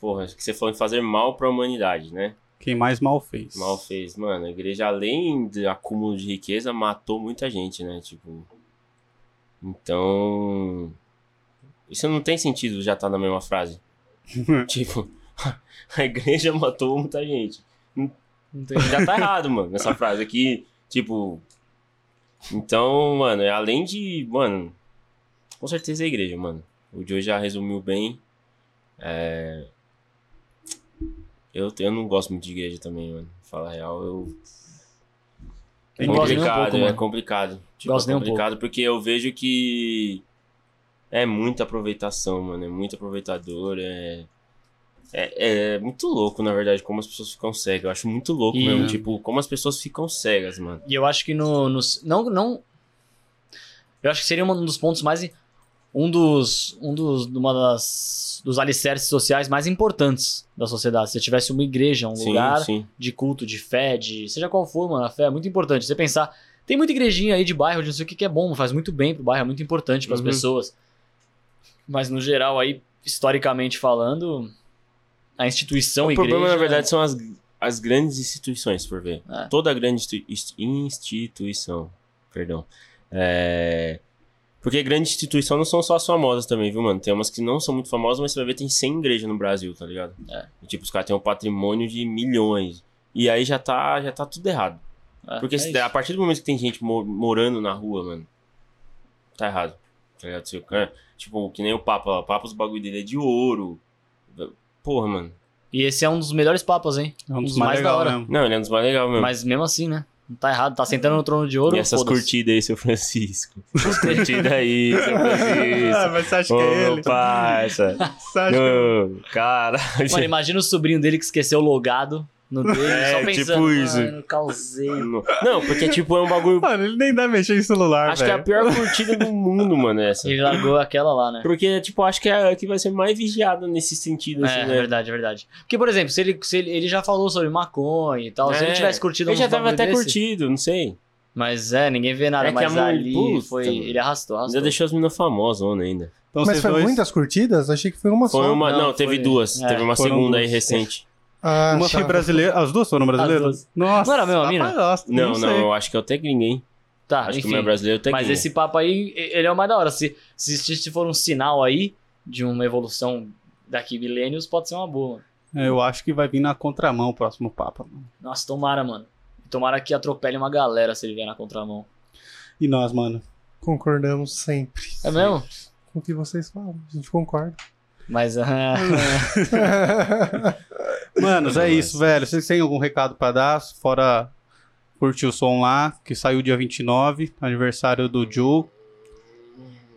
Speaker 4: Porra, acho que você falou em fazer mal pra humanidade, né?
Speaker 1: Quem mais mal fez?
Speaker 4: Mal fez. Mano, a igreja, além do acúmulo de riqueza, matou muita gente, né? Tipo. Então. Isso não tem sentido já tá na mesma frase. tipo, a igreja matou muita gente.
Speaker 3: Não tem.
Speaker 4: Já tá errado, mano, nessa frase aqui. Tipo. Então, mano, além de. Mano. Com certeza é a igreja, mano. O Joe já resumiu bem. É, Eu, eu não gosto muito de igreja também, mano. Fala a real, eu
Speaker 1: Tem
Speaker 3: Não gosto nem um
Speaker 4: complicado,
Speaker 3: pouco,
Speaker 4: é
Speaker 3: mano.
Speaker 4: complicado. Tipo,
Speaker 3: Gosto
Speaker 4: é
Speaker 3: nem um
Speaker 4: complicado porque eu vejo que é muita aproveitação, mano. É muito aproveitador, é... É, é muito louco, na verdade, como as pessoas ficam cegas. Eu acho muito louco
Speaker 3: E-
Speaker 4: mesmo, tipo, como as pessoas ficam cegas, mano.
Speaker 3: E eu acho que no, no- não não eu acho que seria um dos pontos mais um dos um dos uma das dos alicerces sociais mais importantes da sociedade. Se você tivesse uma igreja, um
Speaker 4: sim,
Speaker 3: lugar
Speaker 4: sim.
Speaker 3: de culto, de fé, de seja qual for, mano, a fé é muito importante. Você pensar, tem muita igrejinha aí de bairro, de não sei o que que é bom, faz muito bem pro bairro, é muito importante pras
Speaker 4: Uhum.
Speaker 3: pessoas. Mas no geral aí, historicamente falando, a instituição
Speaker 4: O
Speaker 3: igreja né?
Speaker 4: problema, na verdade, são as, as grandes instituições, por ver.
Speaker 3: É.
Speaker 4: Toda grande institui- inst- instituição, perdão. É... Porque grande instituição não são só as famosas também, viu, mano? Tem umas que não são muito famosas, mas você vai ver tem 100 igrejas no Brasil, tá ligado?
Speaker 3: É.
Speaker 4: E, tipo, os caras têm um patrimônio de milhões. E aí já tá, já tá tudo errado.
Speaker 3: É,
Speaker 4: Porque
Speaker 3: é
Speaker 4: se-
Speaker 3: isso.
Speaker 4: a partir do momento que tem gente mo- morando na rua, mano, tá errado. Tá ligado? Se o cara- Tipo, que nem o Papa. O Papa, os bagulho dele é de ouro. Porra, mano.
Speaker 3: E esse é um dos melhores papas, hein?
Speaker 1: É um dos
Speaker 3: Os
Speaker 1: mais,
Speaker 3: mais
Speaker 1: legal,
Speaker 3: da hora.
Speaker 1: né?
Speaker 4: Não, ele é um dos mais legais mesmo.
Speaker 3: Mas mesmo assim, né? Não tá errado, tá sentando no trono de ouro.
Speaker 4: e essas
Speaker 3: foda-se. é
Speaker 4: curtidas aí, seu Francisco. Essas curtidas aí, seu Francisco.
Speaker 1: Ah, mas você acha é
Speaker 4: Ô, meu parça.
Speaker 1: Você acha
Speaker 3: é
Speaker 4: Ô, Caralho.
Speaker 3: Mano, imagina o sobrinho dele que esqueceu o logado no dele,
Speaker 4: É,
Speaker 3: só pensando.
Speaker 4: tipo isso.
Speaker 3: Mano, causei.
Speaker 4: Não, porque, tipo, é um bagulho...
Speaker 1: Mano, ele nem dá mexer em celular,
Speaker 4: Acho que é a
Speaker 1: velho.
Speaker 4: pior curtida do mundo, mano, essa.
Speaker 3: Ele largou aquela lá, né?
Speaker 4: Porque, tipo, acho que é a que vai ser mais vigiada nesse sentido, assim,
Speaker 3: É, é
Speaker 4: né?
Speaker 3: verdade, é verdade. Porque, por exemplo, se ele, se ele, ele já falou sobre maconha e tal, se
Speaker 4: É.
Speaker 3: ele tivesse curtido
Speaker 4: Ele já
Speaker 3: uns
Speaker 4: tava
Speaker 3: bagulho
Speaker 4: até
Speaker 3: desse,
Speaker 4: curtido, não sei.
Speaker 3: Mas é, ninguém vê nada.
Speaker 4: É que
Speaker 3: mas
Speaker 4: a mão-
Speaker 3: ali
Speaker 4: Puta,
Speaker 3: foi.
Speaker 4: mano.
Speaker 3: Ele arrastou, arrastou.
Speaker 4: Ainda deixou as meninas famosas ontem ainda.
Speaker 1: Então,
Speaker 2: Mas
Speaker 1: vocês
Speaker 2: foi
Speaker 1: dois,
Speaker 2: muitas curtidas? Achei que foi uma
Speaker 4: Foi
Speaker 2: só.
Speaker 4: uma. Não,
Speaker 3: Não,
Speaker 4: teve
Speaker 3: foi-
Speaker 4: duas.
Speaker 3: é,
Speaker 4: teve uma
Speaker 1: foram
Speaker 4: segunda aí
Speaker 1: duas.
Speaker 4: recente.
Speaker 2: Ah,
Speaker 1: Uma foi
Speaker 2: tá.
Speaker 1: brasileira. As duas foram brasileiras?
Speaker 3: duas.
Speaker 1: Nossa.
Speaker 3: Não era a mesma
Speaker 1: rapaz,
Speaker 3: mina?
Speaker 1: nossa,
Speaker 4: Não, não,
Speaker 1: sei.
Speaker 4: eu acho que é o Tegrinho, hein?
Speaker 3: Tá,
Speaker 4: acho que o
Speaker 3: enfim.
Speaker 4: meu brasileiro é o Tegrinho.
Speaker 3: Mas esse papo aí, e- ele é o mais da hora. Se, se, se for um sinal aí de uma evolução daqui milênios, pode ser uma boa. mano.
Speaker 1: É, Eu acho que vai vir na contramão o próximo papo.
Speaker 3: Nossa, tomara, mano. Tomara que atropele uma galera se ele vier na contramão.
Speaker 1: E nós, mano?
Speaker 2: Concordamos sempre
Speaker 3: É mesmo?
Speaker 2: com o que vocês falam. A gente concorda.
Speaker 3: Mas. ah,
Speaker 1: Manos, é
Speaker 4: Nossa.
Speaker 1: isso, velho. Vocês têm algum recado pra dar? Fora curtir o som lá, que saiu dia 29, aniversário do Joe.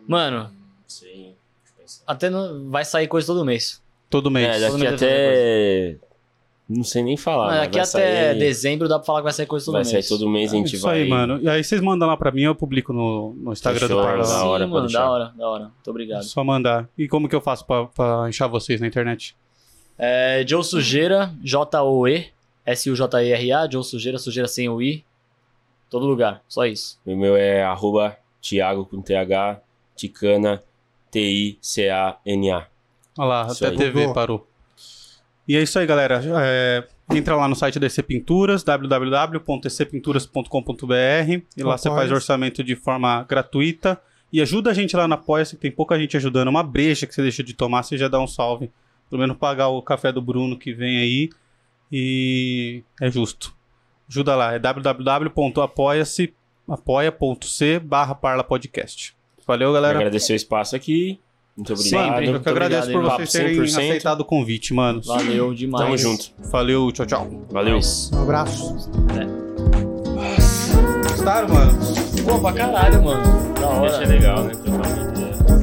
Speaker 3: mano,
Speaker 4: Sim.
Speaker 3: até não... vai sair coisa todo mês.
Speaker 1: Todo mês.
Speaker 4: É,
Speaker 3: Todo
Speaker 4: daqui
Speaker 3: mundo
Speaker 4: até. Não sei nem falar.
Speaker 3: Mano,
Speaker 4: mas
Speaker 3: daqui
Speaker 4: vai
Speaker 3: até
Speaker 4: sair-
Speaker 3: dezembro dá pra falar que vai sair coisa todo
Speaker 4: Vai
Speaker 3: mês.
Speaker 4: sair todo mês, a
Speaker 1: É
Speaker 4: gente
Speaker 1: isso
Speaker 4: vai.
Speaker 1: aí, mano. E aí vocês mandam lá pra mim, eu publico no, no Instagram
Speaker 4: Fechou,
Speaker 1: do Parla.
Speaker 4: Da
Speaker 3: Sim,
Speaker 1: lá.
Speaker 4: hora, pode
Speaker 3: mano,
Speaker 4: deixar.
Speaker 3: da hora, da hora. Muito obrigado.
Speaker 1: Só mandar. E como que eu faço pra, pra achar vocês na internet?
Speaker 3: É, Joe Sujeira, J-O-E, S-U-J-E-R-A, Joe Sujeira, Sujeira sem o I. Todo lugar, só isso.
Speaker 4: O meu é arroba Thiago com TH, Ticana, T-I-C-A-N-A.
Speaker 1: Olha lá,
Speaker 4: Isso
Speaker 1: até
Speaker 4: aí.
Speaker 1: a TV
Speaker 2: Bugou.
Speaker 1: parou. E é isso aí, galera. É, entra lá no site da EC Pinturas, www.ecpinturas.com.br e lá você faz
Speaker 2: Apoia-se.
Speaker 1: orçamento de forma gratuita. E ajuda a gente lá na Apoia-se, que tem pouca gente ajudando. Uma breja que você deixa de tomar, você já dá um salve. Pelo menos pagar o café do Bruno que vem aí. E é justo. Ajuda lá, é www.apoia-se apoia.c barra parla podcast. Valeu, galera.
Speaker 4: Agradecer o espaço aqui. Muito obrigado.
Speaker 1: Sempre, eu que
Speaker 3: Muito
Speaker 1: agradeço
Speaker 3: obrigado,
Speaker 1: por
Speaker 4: hein,
Speaker 1: vocês
Speaker 4: papo
Speaker 1: terem
Speaker 4: 100%.
Speaker 1: aceitado o convite, mano.
Speaker 3: Valeu demais.
Speaker 4: Tamo junto.
Speaker 1: Valeu, tchau, tchau.
Speaker 4: Valeu.
Speaker 2: Um abraço.
Speaker 1: Gostaram, mano?
Speaker 3: Pô, pra caralho, mano. Da hora.
Speaker 4: legal, né? Totalmente.